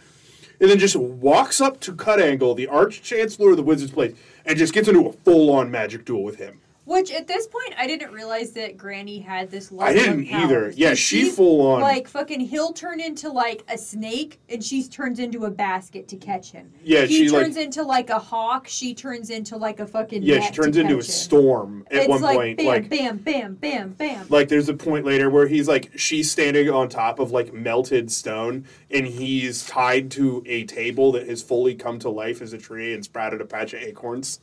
[SPEAKER 1] and then just walks up to Cut Angle, the Arch Chancellor of the Wizard's Place, and just gets into a full on magic duel with him.
[SPEAKER 3] Which at this point, I didn't realize that Granny had this.
[SPEAKER 1] I
[SPEAKER 3] Level
[SPEAKER 1] didn't
[SPEAKER 3] of power.
[SPEAKER 1] either. Yeah,
[SPEAKER 3] Like,
[SPEAKER 1] she
[SPEAKER 3] she's,
[SPEAKER 1] full on.
[SPEAKER 3] Like fucking, he'll turn into like a snake, and she turns into a basket to catch him.
[SPEAKER 1] yeah,
[SPEAKER 3] he
[SPEAKER 1] she like
[SPEAKER 3] turns into like a hawk. She turns into like a fucking.
[SPEAKER 1] yeah,
[SPEAKER 3] net
[SPEAKER 1] she
[SPEAKER 3] to
[SPEAKER 1] turns into a
[SPEAKER 3] catch him.
[SPEAKER 1] storm at
[SPEAKER 3] it's
[SPEAKER 1] one
[SPEAKER 3] like,
[SPEAKER 1] point.
[SPEAKER 3] Bam,
[SPEAKER 1] like
[SPEAKER 3] bam, bam, bam, bam.
[SPEAKER 1] like there's a point later where he's like she's standing on top of like melted stone and he's tied to a table that has fully come to life as a tree and sprouted a patch of acorns.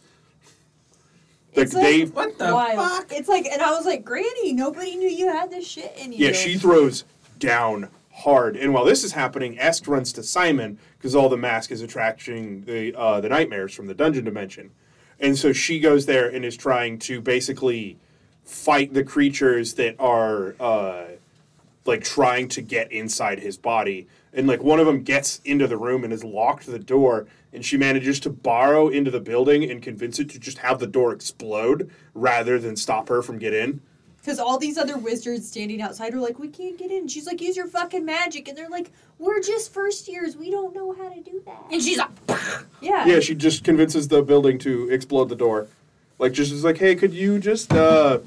[SPEAKER 1] Like
[SPEAKER 3] It's like-
[SPEAKER 1] they
[SPEAKER 6] What the
[SPEAKER 3] Wild.
[SPEAKER 6] fuck?
[SPEAKER 3] It's like, and I was like, Granny, nobody knew you had this shit in you.
[SPEAKER 1] Yeah, she throws down hard. And while this is happening, Esk runs to Simon because all the mask is attracting the uh, the nightmares from the dungeon dimension. And so she goes there and is trying to basically fight the creatures that are uh, like trying to get inside his body. And like one of them gets into the room and has locked the door. And she manages to borrow into the building and convince it to just have the door explode rather than stop her from get in.
[SPEAKER 3] Because all these other wizards standing outside are like, we can't get in. She's like, use your fucking magic. And they're like, we're just first years. We don't know how to do that.
[SPEAKER 7] And she's like,
[SPEAKER 3] Yeah.
[SPEAKER 1] Yeah, she just convinces the building to explode the door. Like, just is like, hey, could you just, uh,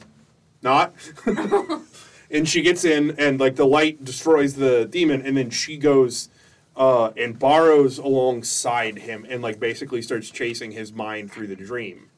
[SPEAKER 1] not? and she gets in, and, like, the light destroys the demon, and then she goes, uh, and borrows alongside him, and, like, basically starts chasing his mind through the dream.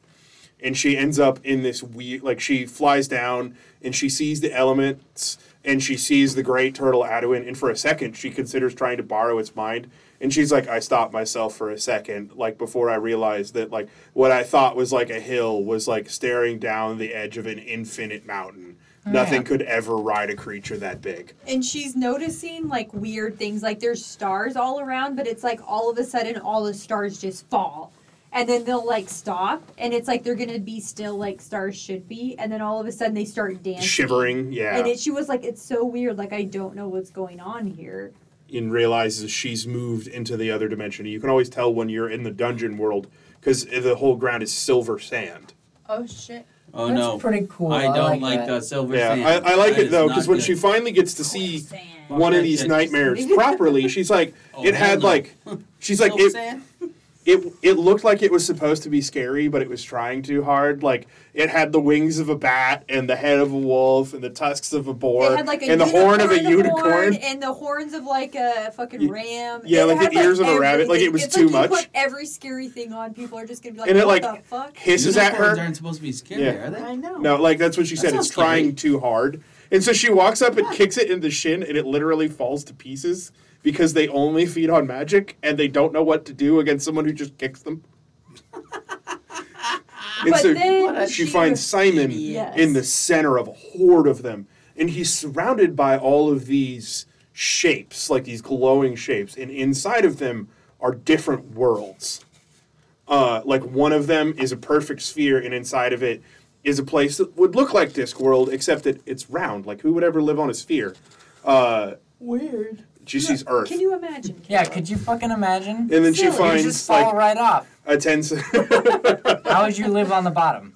[SPEAKER 1] And she ends up in this weird, like, she flies down, and she sees the elements, and she sees the great turtle Adwin, and for a second, she considers trying to borrow its mind, and she's like, I stopped myself for a second, like before I realized that like what I thought was like a hill was like staring down the edge of an infinite mountain. Nothing could ever ride a creature that big.
[SPEAKER 3] and she's noticing like weird things like there's stars all around but it's like all of a sudden all the stars just fall and then they'll like stop and it's like they're gonna be still like stars should be and then all of a sudden they start dancing
[SPEAKER 1] Shivering, yeah.
[SPEAKER 3] and it, she was like it's so weird like i don't know what's going on here
[SPEAKER 1] and realizes she's moved into the other dimension. You can always tell when you're in the dungeon world because the whole ground is silver sand.
[SPEAKER 7] Oh shit.
[SPEAKER 6] Oh
[SPEAKER 8] That's
[SPEAKER 6] no,
[SPEAKER 8] pretty cool.
[SPEAKER 6] I don't
[SPEAKER 8] like
[SPEAKER 6] like
[SPEAKER 8] that.
[SPEAKER 6] the silver sand.
[SPEAKER 1] Yeah, I, I like
[SPEAKER 6] That
[SPEAKER 1] it
[SPEAKER 6] is
[SPEAKER 1] though
[SPEAKER 6] not
[SPEAKER 1] because when
[SPEAKER 6] good.
[SPEAKER 1] she finally gets to see
[SPEAKER 7] Sand.
[SPEAKER 1] one of
[SPEAKER 6] Well,
[SPEAKER 1] these
[SPEAKER 6] that's-
[SPEAKER 1] nightmares properly, she's like,
[SPEAKER 6] Oh,
[SPEAKER 1] it
[SPEAKER 6] hell
[SPEAKER 1] had
[SPEAKER 6] no.
[SPEAKER 1] like, she's like,
[SPEAKER 6] Silver
[SPEAKER 1] it,
[SPEAKER 6] sand?
[SPEAKER 1] it it looked like it was supposed to be scary, but it was trying too hard. Like it had the wings of a bat and the head of a wolf and the tusks of a boar
[SPEAKER 3] it had like a
[SPEAKER 1] and the horn of a
[SPEAKER 3] horn,
[SPEAKER 1] unicorn.
[SPEAKER 3] and the horns of like a fucking
[SPEAKER 1] Y-
[SPEAKER 3] ram
[SPEAKER 1] yeah,
[SPEAKER 3] It
[SPEAKER 1] like the
[SPEAKER 3] had,
[SPEAKER 1] ears of a rabbit, like, it
[SPEAKER 3] everything.
[SPEAKER 1] was
[SPEAKER 3] it's
[SPEAKER 1] too much.
[SPEAKER 3] like you put every scary thing on people are just gonna be like
[SPEAKER 1] And it,
[SPEAKER 3] what
[SPEAKER 1] like-
[SPEAKER 3] the fuck
[SPEAKER 1] Hisses at
[SPEAKER 6] Unicorns
[SPEAKER 1] her.
[SPEAKER 6] Aren't supposed to be scary,
[SPEAKER 1] Yeah.
[SPEAKER 6] are they?
[SPEAKER 8] know.
[SPEAKER 1] No, like that's what she
[SPEAKER 6] That
[SPEAKER 1] said. It's
[SPEAKER 6] sounds scary.
[SPEAKER 1] trying too hard, and so she walks up and kicks it in the shin, and it literally falls to pieces because they only feed on magic and they don't know what to do against someone who just kicks them. and
[SPEAKER 3] But
[SPEAKER 1] so
[SPEAKER 3] then
[SPEAKER 1] she
[SPEAKER 3] she
[SPEAKER 1] finds Simon
[SPEAKER 3] Yes.
[SPEAKER 1] in the center of a horde of them, and he's surrounded by all of these shapes, like these glowing shapes, and inside of them are different worlds. Uh, like one of them is a perfect sphere, and inside of it is a place that would look like Discworld, except that it's round. Like who would ever live on a sphere? Uh,
[SPEAKER 8] Weird.
[SPEAKER 1] she sees Earth,
[SPEAKER 3] can you imagine
[SPEAKER 5] Yeah, could you fucking imagine?
[SPEAKER 1] and then she
[SPEAKER 3] Silly. You
[SPEAKER 5] You
[SPEAKER 1] finds
[SPEAKER 5] just fall
[SPEAKER 1] like
[SPEAKER 5] right off.
[SPEAKER 1] a ten.
[SPEAKER 5] How would you live on the bottom?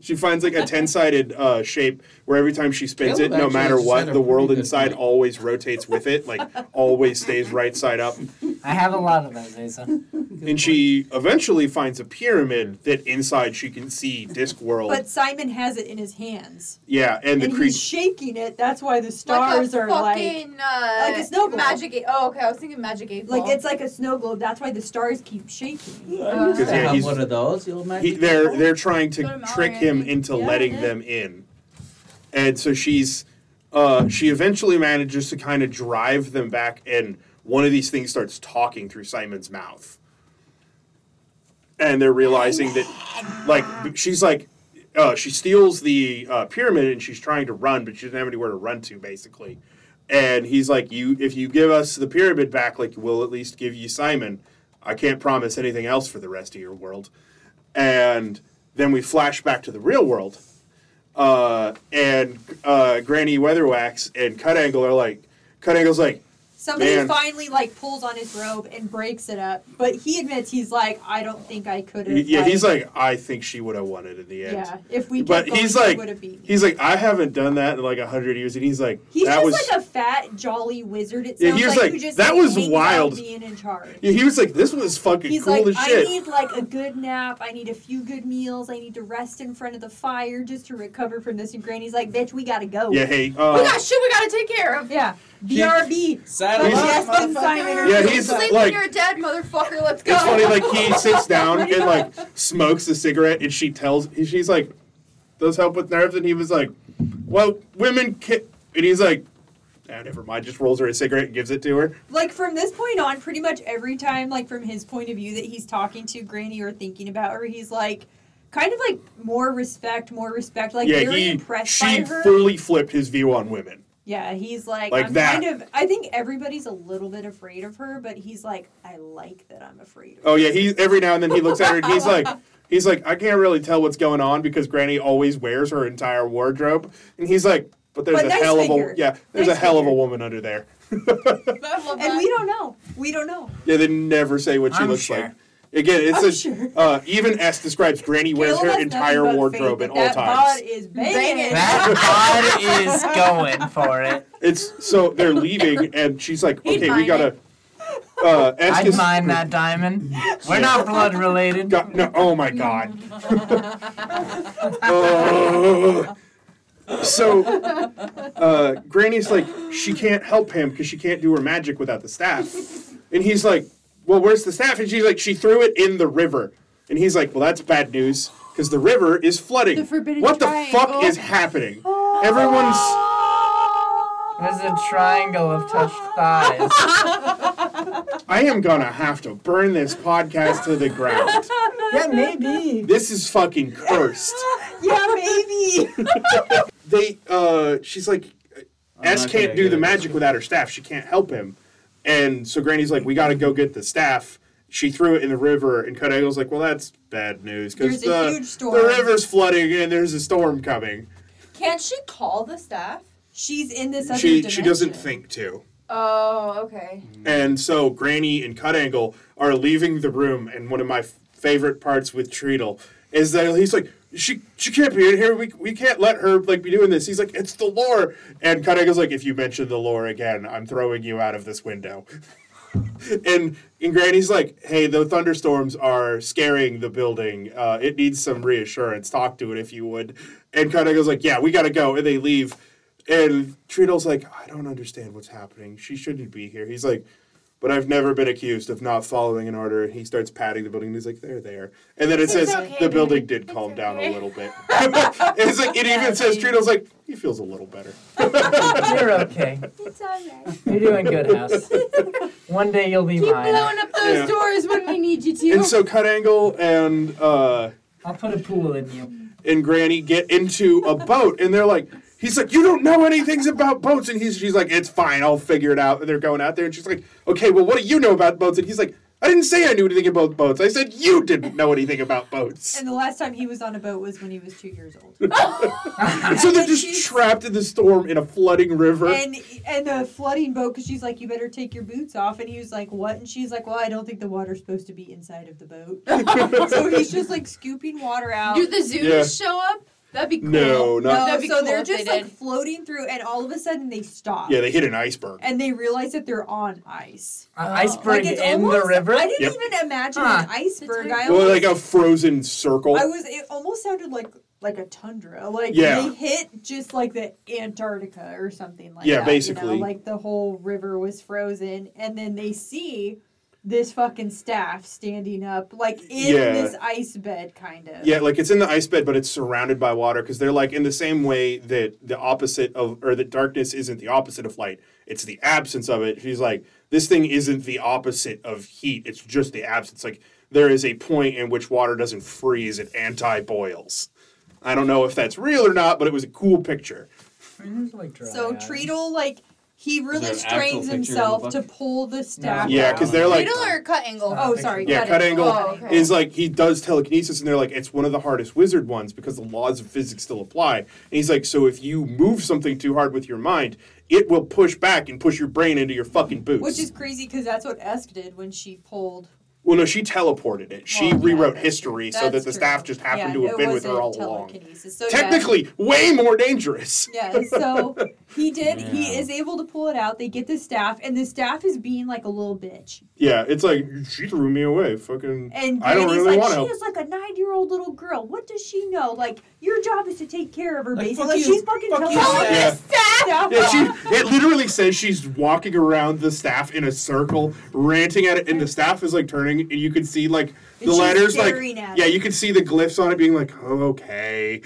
[SPEAKER 1] She finds like a ten-sided uh, shape where every time she spins
[SPEAKER 6] Caleb
[SPEAKER 1] it, no
[SPEAKER 6] actually
[SPEAKER 1] matter
[SPEAKER 6] just had
[SPEAKER 1] what,
[SPEAKER 6] a
[SPEAKER 1] the world
[SPEAKER 6] pretty good
[SPEAKER 1] inside
[SPEAKER 6] point.
[SPEAKER 1] always rotates with it, like always stays right side up.
[SPEAKER 5] I have a lot of those, Asa.
[SPEAKER 1] And she eventually finds a pyramid that inside she can see Discworld.
[SPEAKER 3] But Simon has it in his hands.
[SPEAKER 1] yeah, and the
[SPEAKER 3] and he's
[SPEAKER 1] creature.
[SPEAKER 3] shaking it. That's why the stars
[SPEAKER 7] like a
[SPEAKER 3] are like
[SPEAKER 7] fucking, uh,
[SPEAKER 3] like a snow globe.
[SPEAKER 7] magic. eight- Oh, okay. I was thinking magic eight ball.
[SPEAKER 3] like it's like a snow globe. That's why the stars keep shaking.
[SPEAKER 7] Uh,
[SPEAKER 6] Because
[SPEAKER 1] yeah, he's-
[SPEAKER 6] one of those. You'll imagine.
[SPEAKER 1] He, they're they're trying
[SPEAKER 7] Go to
[SPEAKER 1] to
[SPEAKER 7] Mallory,
[SPEAKER 1] trick
[SPEAKER 7] I
[SPEAKER 1] him
[SPEAKER 7] think.
[SPEAKER 1] into
[SPEAKER 3] Yeah,
[SPEAKER 1] letting
[SPEAKER 3] yeah.
[SPEAKER 1] them in, and so she's uh, she eventually manages to kind of drive them back, and one of these things starts talking through Simon's mouth, and they're realizing that like b- she's like. Uh, she steals the uh, pyramid and she's trying to run, but she doesn't have anywhere to run to, basically. And he's like, "You, if you give us the pyramid back, like we'll at least give you Simon. I can't promise anything else for the rest of your world." and then we flash back to the real world. Uh, and uh, Granny Weatherwax and Cut Angle are like, Cut Angle's like,
[SPEAKER 3] Somebody
[SPEAKER 1] Man.
[SPEAKER 3] finally like pulls on his robe and breaks it up. But he admits he's like, I don't think I could have.
[SPEAKER 1] yeah, he's like, I think she would have won it in the end.
[SPEAKER 3] yeah. If we,
[SPEAKER 1] But
[SPEAKER 3] kept going,
[SPEAKER 1] he's
[SPEAKER 3] he
[SPEAKER 1] like-
[SPEAKER 3] would have beaten. me.
[SPEAKER 1] He's like, I haven't done that in like a hundred years, and he's like,
[SPEAKER 3] He's
[SPEAKER 1] that
[SPEAKER 3] just
[SPEAKER 1] was.
[SPEAKER 3] like a fat jolly wizard. It
[SPEAKER 1] Yeah,
[SPEAKER 3] sounds
[SPEAKER 1] he was
[SPEAKER 3] like,
[SPEAKER 1] like,
[SPEAKER 3] who just
[SPEAKER 1] "That
[SPEAKER 3] like,
[SPEAKER 1] was
[SPEAKER 3] hangs out
[SPEAKER 1] wild."
[SPEAKER 3] being in charge.
[SPEAKER 1] Yeah, he was like, this was fucking
[SPEAKER 3] He's
[SPEAKER 1] cool
[SPEAKER 3] like,
[SPEAKER 1] as
[SPEAKER 3] I
[SPEAKER 1] shit.
[SPEAKER 3] need like a good nap. I need a few good meals. I need to rest in front of the fire just to recover from this. And Granny's like, bitch, we gotta go.
[SPEAKER 1] yeah, hey,
[SPEAKER 3] Oh
[SPEAKER 1] uh,
[SPEAKER 7] we got shit. We gotta take care of.
[SPEAKER 3] Yeah. BRB.
[SPEAKER 6] Saddle
[SPEAKER 1] He's-
[SPEAKER 6] up,
[SPEAKER 3] Justin
[SPEAKER 6] motherfucker.
[SPEAKER 3] Simon.
[SPEAKER 1] Yeah, he's
[SPEAKER 7] sleep
[SPEAKER 1] like-
[SPEAKER 7] when you're dead, motherfucker. Let's go.
[SPEAKER 1] It's funny, like he sits down and like smokes a cigarette, and she tells, she's like, "Those help with nerves," and he was like, "Well, women," ki-, and he's like, "Ah, never mind." Just rolls her a cigarette and gives it to her.
[SPEAKER 3] Like from this point on, pretty much every time, like from his point of view that he's talking to Granny or thinking about her, he's like kind of like more respect, more respect. Like
[SPEAKER 1] yeah,
[SPEAKER 3] very
[SPEAKER 1] he
[SPEAKER 3] impressed
[SPEAKER 1] she
[SPEAKER 3] by her.
[SPEAKER 1] fully flipped his view on women.
[SPEAKER 3] yeah, he's like,
[SPEAKER 1] Like
[SPEAKER 3] I'm
[SPEAKER 1] that.
[SPEAKER 3] kind of I think everybody's a little bit afraid of her, but he's like, I like that I'm afraid of her.
[SPEAKER 1] Oh yeah, he every now and then he looks at her and he's like. He's like, I can't really tell what's going on because Granny always wears her entire wardrobe, and he's like, "But there's
[SPEAKER 3] But
[SPEAKER 1] a
[SPEAKER 3] nice
[SPEAKER 1] hell
[SPEAKER 3] figure.
[SPEAKER 1] of a yeah, there's
[SPEAKER 3] Nice
[SPEAKER 1] a hell of a
[SPEAKER 3] figure.
[SPEAKER 1] woman under there."
[SPEAKER 7] I love
[SPEAKER 3] And
[SPEAKER 7] that.
[SPEAKER 3] we don't know. We don't know.
[SPEAKER 1] Yeah, they never say what she
[SPEAKER 5] I'm
[SPEAKER 1] looks
[SPEAKER 5] sure.
[SPEAKER 1] like. Again, it's
[SPEAKER 3] I'm
[SPEAKER 1] a,
[SPEAKER 3] sure.
[SPEAKER 1] uh, even S describes Granny wears
[SPEAKER 3] Caleb
[SPEAKER 1] her
[SPEAKER 3] has nothing
[SPEAKER 1] entire
[SPEAKER 3] but faith
[SPEAKER 1] wardrobe
[SPEAKER 3] that
[SPEAKER 1] at all
[SPEAKER 3] that
[SPEAKER 1] times.
[SPEAKER 3] bod is banging.
[SPEAKER 7] Banging.
[SPEAKER 5] That bod is going for it.
[SPEAKER 1] It's so they're leaving, and she's like,
[SPEAKER 7] He'd
[SPEAKER 1] "Okay, we
[SPEAKER 7] mind
[SPEAKER 1] gotta." Uh, S
[SPEAKER 5] I'd
[SPEAKER 1] just-
[SPEAKER 5] mind that diamond. We're not blood related.
[SPEAKER 1] Go- no, oh my god. Ugh. so, uh, Granny's like, she can't help him because she can't do her magic without the staff. And he's like, well, where's the staff? And she's like, she threw it in the river. And he's like, well, that's bad news because the river is flooding.
[SPEAKER 7] The forbidden
[SPEAKER 1] what the fuck
[SPEAKER 7] triangle.
[SPEAKER 1] is happening? Everyone's.
[SPEAKER 5] There's a triangle of touched thighs.
[SPEAKER 1] I am gonna have to burn this podcast to the ground.
[SPEAKER 8] Yeah, maybe.
[SPEAKER 1] This is fucking cursed.
[SPEAKER 3] Yeah, maybe.
[SPEAKER 1] they uh she's like
[SPEAKER 6] I'm
[SPEAKER 1] S
[SPEAKER 6] not
[SPEAKER 1] can't
[SPEAKER 6] gonna
[SPEAKER 1] do
[SPEAKER 6] get
[SPEAKER 1] the
[SPEAKER 6] it.
[SPEAKER 1] magic without her staff. She can't help him. And so Granny's like, we got to go get the staff. She threw it in the river, and Cut Eagle's like, well, that's bad news because
[SPEAKER 3] There's a
[SPEAKER 1] the,
[SPEAKER 3] huge storm.
[SPEAKER 1] the river's flooding and there's a storm coming.
[SPEAKER 7] Can't she call the staff?
[SPEAKER 3] She's in this other
[SPEAKER 1] she
[SPEAKER 3] dimension.
[SPEAKER 1] she doesn't think to.
[SPEAKER 7] Oh, okay.
[SPEAKER 1] And so Granny and Cut Angle are leaving the room, and one of my f- favorite parts with Treadle is that he's like, she she can't be in here. We, we can't let her like be doing this. He's like, it's the lore. And Cut Angle's like, if you mention the lore again, I'm throwing you out of this window. and and Granny's like, hey, the thunderstorms are scaring the building. Uh, it needs some reassurance. Talk to it if you would. And Cut Angle's like, yeah, we gotta go. And they leave. And Treadle's like, I don't understand what's happening. She shouldn't be here. He's like, but I've never been accused of not following an order. He starts patting the building. And he's like, "There, there," and then it
[SPEAKER 7] It's
[SPEAKER 1] says
[SPEAKER 7] okay,
[SPEAKER 1] the building
[SPEAKER 7] Dad.
[SPEAKER 1] did
[SPEAKER 7] It's
[SPEAKER 1] calm down a
[SPEAKER 7] okay.
[SPEAKER 1] little bit. it's like it even says Trino's like he feels a little better.
[SPEAKER 8] You're okay.
[SPEAKER 7] It's alright.
[SPEAKER 8] You're doing good, House. One day you'll be
[SPEAKER 7] Keep
[SPEAKER 8] mine.
[SPEAKER 7] blowing up those
[SPEAKER 1] Yeah.
[SPEAKER 7] doors when we need you to.
[SPEAKER 1] And so Cut Angle and uh,
[SPEAKER 8] I'll put a pool in you.
[SPEAKER 1] and Granny get into a boat, and they're like, he's like, "You don't know anything about boats," and he's she's like, "It's fine, I'll figure it out." And they're going out there, and she's like, "Okay, well, what do you know about boats?" And he's like, "I didn't say I knew anything about boats. I said you didn't know anything about boats."
[SPEAKER 3] And the last time he was on a boat was when he was two years old.
[SPEAKER 1] so they're
[SPEAKER 3] And she's-
[SPEAKER 1] just trapped in the storm in a flooding river.
[SPEAKER 3] and and the flooding boat because she's like, you better take your boots off, and he was like, what? And she's like, well, I don't think the water's supposed to be inside of the boat. so he's just like scooping water out.
[SPEAKER 7] Do the zoos
[SPEAKER 1] Yeah.
[SPEAKER 7] show up? That'd be cool.
[SPEAKER 1] No, not.
[SPEAKER 3] no,
[SPEAKER 7] That'd
[SPEAKER 3] so
[SPEAKER 7] be cool
[SPEAKER 3] they're
[SPEAKER 7] if they
[SPEAKER 3] just like
[SPEAKER 7] did.
[SPEAKER 3] floating through, and all of a sudden they stop.
[SPEAKER 1] Yeah, they hit an iceberg.
[SPEAKER 3] and they realize that they're on ice.
[SPEAKER 8] An iceberg
[SPEAKER 3] Uh, it's
[SPEAKER 8] in the
[SPEAKER 3] almost-
[SPEAKER 8] river?
[SPEAKER 3] I didn't
[SPEAKER 1] Yep.
[SPEAKER 3] even imagine
[SPEAKER 8] Huh.
[SPEAKER 3] an iceberg.
[SPEAKER 7] That's
[SPEAKER 3] I
[SPEAKER 1] Well,
[SPEAKER 3] almost,
[SPEAKER 1] like a frozen circle.
[SPEAKER 3] I was. It almost sounded like like a tundra. Like
[SPEAKER 1] Yeah.
[SPEAKER 3] they hit just like the Antarctica or something like
[SPEAKER 1] Yeah,
[SPEAKER 3] that. You
[SPEAKER 1] basically.
[SPEAKER 3] know? Like the whole river was frozen, and then they see this fucking staff standing up, like in
[SPEAKER 1] Yeah.
[SPEAKER 3] this ice bed, kind of.
[SPEAKER 1] yeah, like it's in the ice bed, but it's surrounded by water because they're like in the same way that the opposite of, or that darkness isn't the opposite of light. It's the absence of it. She's like, this thing isn't the opposite of heat. It's just the absence. Like there is a point in which water doesn't freeze; it anti-boils. I don't know if that's real or not, but it was a cool picture.
[SPEAKER 3] So Treadle, like he really
[SPEAKER 6] an actual
[SPEAKER 3] strains
[SPEAKER 6] picture in the
[SPEAKER 3] himself
[SPEAKER 6] book?
[SPEAKER 3] to pull the staff.
[SPEAKER 1] Yeah, because they're like,
[SPEAKER 7] Needle or cut angle?
[SPEAKER 3] Oh, sorry.
[SPEAKER 1] Yeah,
[SPEAKER 3] cut,
[SPEAKER 1] cut
[SPEAKER 3] it.
[SPEAKER 1] angle
[SPEAKER 7] Oh, okay.
[SPEAKER 1] is like he does telekinesis, and they're like, it's one of the hardest wizard ones because the laws of physics still apply. And he's like, so if you move something too hard with your mind, it will push back and push your brain into your fucking boots.
[SPEAKER 3] Which is crazy because that's what Esk did when she pulled.
[SPEAKER 1] well, no, she teleported it. She
[SPEAKER 3] Well, Oh, yeah,
[SPEAKER 1] rewrote
[SPEAKER 3] that's
[SPEAKER 1] history so
[SPEAKER 3] That's
[SPEAKER 1] that the
[SPEAKER 3] true.
[SPEAKER 1] staff just happened to
[SPEAKER 3] Yeah,
[SPEAKER 1] have
[SPEAKER 3] it
[SPEAKER 1] been with her all
[SPEAKER 3] wasn't
[SPEAKER 1] along.
[SPEAKER 3] telekinesis. So, yeah.
[SPEAKER 1] Technically, way more dangerous.
[SPEAKER 3] Yeah, so he did. He
[SPEAKER 6] Yeah.
[SPEAKER 3] is able to pull it out. They get the staff, and the staff is being like a little bitch.
[SPEAKER 1] Yeah, it's like she threw me away. Fucking,
[SPEAKER 3] And
[SPEAKER 1] I don't
[SPEAKER 3] Granny's
[SPEAKER 1] really
[SPEAKER 3] like,
[SPEAKER 1] want
[SPEAKER 3] she
[SPEAKER 1] help.
[SPEAKER 3] is like a nine-year-old little girl. What does she know? Like, your job is to take care of her,
[SPEAKER 6] Like, fuck
[SPEAKER 3] basically.
[SPEAKER 6] you.
[SPEAKER 3] She's fucking
[SPEAKER 6] Fuck
[SPEAKER 3] telling
[SPEAKER 6] you,
[SPEAKER 3] her
[SPEAKER 1] Yeah.
[SPEAKER 3] the staff.
[SPEAKER 1] Yeah, she, it literally says she's walking around the staff in a circle, ranting at it, and the staff is like turning, and you can see like the
[SPEAKER 3] And she's
[SPEAKER 1] letters, like
[SPEAKER 3] staring at
[SPEAKER 1] yeah,
[SPEAKER 3] it.
[SPEAKER 1] you can see the glyphs on it being like, oh, okay.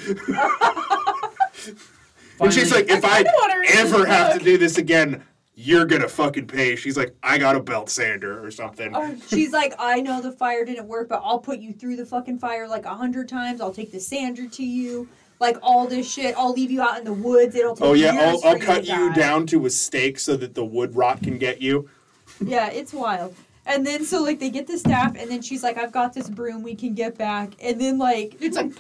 [SPEAKER 1] and she's like, if I
[SPEAKER 7] kinda wanna read
[SPEAKER 1] ever
[SPEAKER 7] this
[SPEAKER 1] have
[SPEAKER 7] book.
[SPEAKER 1] to do this again, you're gonna fucking pay. She's like, I got a belt sander or something.
[SPEAKER 3] She's like, I know the fire didn't work, but I'll put you through the fucking fire like a hundred times. I'll take the sander to you. Like all this shit. I'll leave you out in the woods. It'll take
[SPEAKER 1] Oh yeah,
[SPEAKER 3] years
[SPEAKER 1] I'll,
[SPEAKER 3] for
[SPEAKER 1] I'll
[SPEAKER 3] to
[SPEAKER 1] cut you
[SPEAKER 3] die."
[SPEAKER 1] down to a stake so that the wood rot can get you.
[SPEAKER 3] Yeah, it's wild. And then so like they get the staff, and then she's like, "I've got this broom. We can get back." And then like
[SPEAKER 7] It's like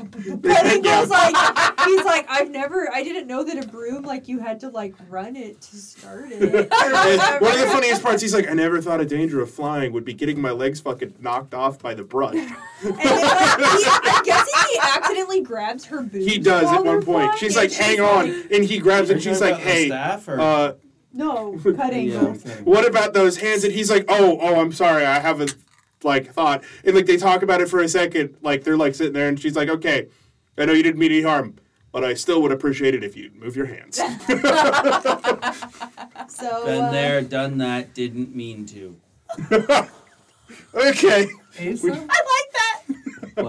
[SPEAKER 3] Petty goes like, he's like, "I've never. I didn't know that a broom like you had to like run it to start it." or
[SPEAKER 1] And one of the
[SPEAKER 3] whatever.
[SPEAKER 1] funniest parts, he's like, I never thought a danger of flying would be getting my legs fucking knocked off by the brush.
[SPEAKER 3] And then, like, he, I'm guessing he accidentally grabs her boobs.
[SPEAKER 1] He does
[SPEAKER 3] while
[SPEAKER 1] at one
[SPEAKER 3] they're
[SPEAKER 1] point.
[SPEAKER 3] flying,
[SPEAKER 1] She's
[SPEAKER 3] and
[SPEAKER 1] like, hang on.
[SPEAKER 3] like,
[SPEAKER 1] And he grabs it.
[SPEAKER 6] You're
[SPEAKER 1] She's
[SPEAKER 6] talking
[SPEAKER 1] like,
[SPEAKER 6] about the
[SPEAKER 1] hey,
[SPEAKER 6] staff or- uh,
[SPEAKER 1] uh,
[SPEAKER 3] No, cut
[SPEAKER 6] Yeah,
[SPEAKER 3] angle.
[SPEAKER 6] okay.
[SPEAKER 1] what about those hands? And he's like, oh, oh, I'm sorry. I haven't, like, thought. And, like, they talk about it for a second. Like, they're, like, sitting there. And she's like, okay, I know you didn't mean any harm, but I still would appreciate it if you'd move your hands.
[SPEAKER 3] So uh,
[SPEAKER 6] Been there, done that, didn't mean to.
[SPEAKER 1] okay.
[SPEAKER 8] Asa?
[SPEAKER 7] I like that.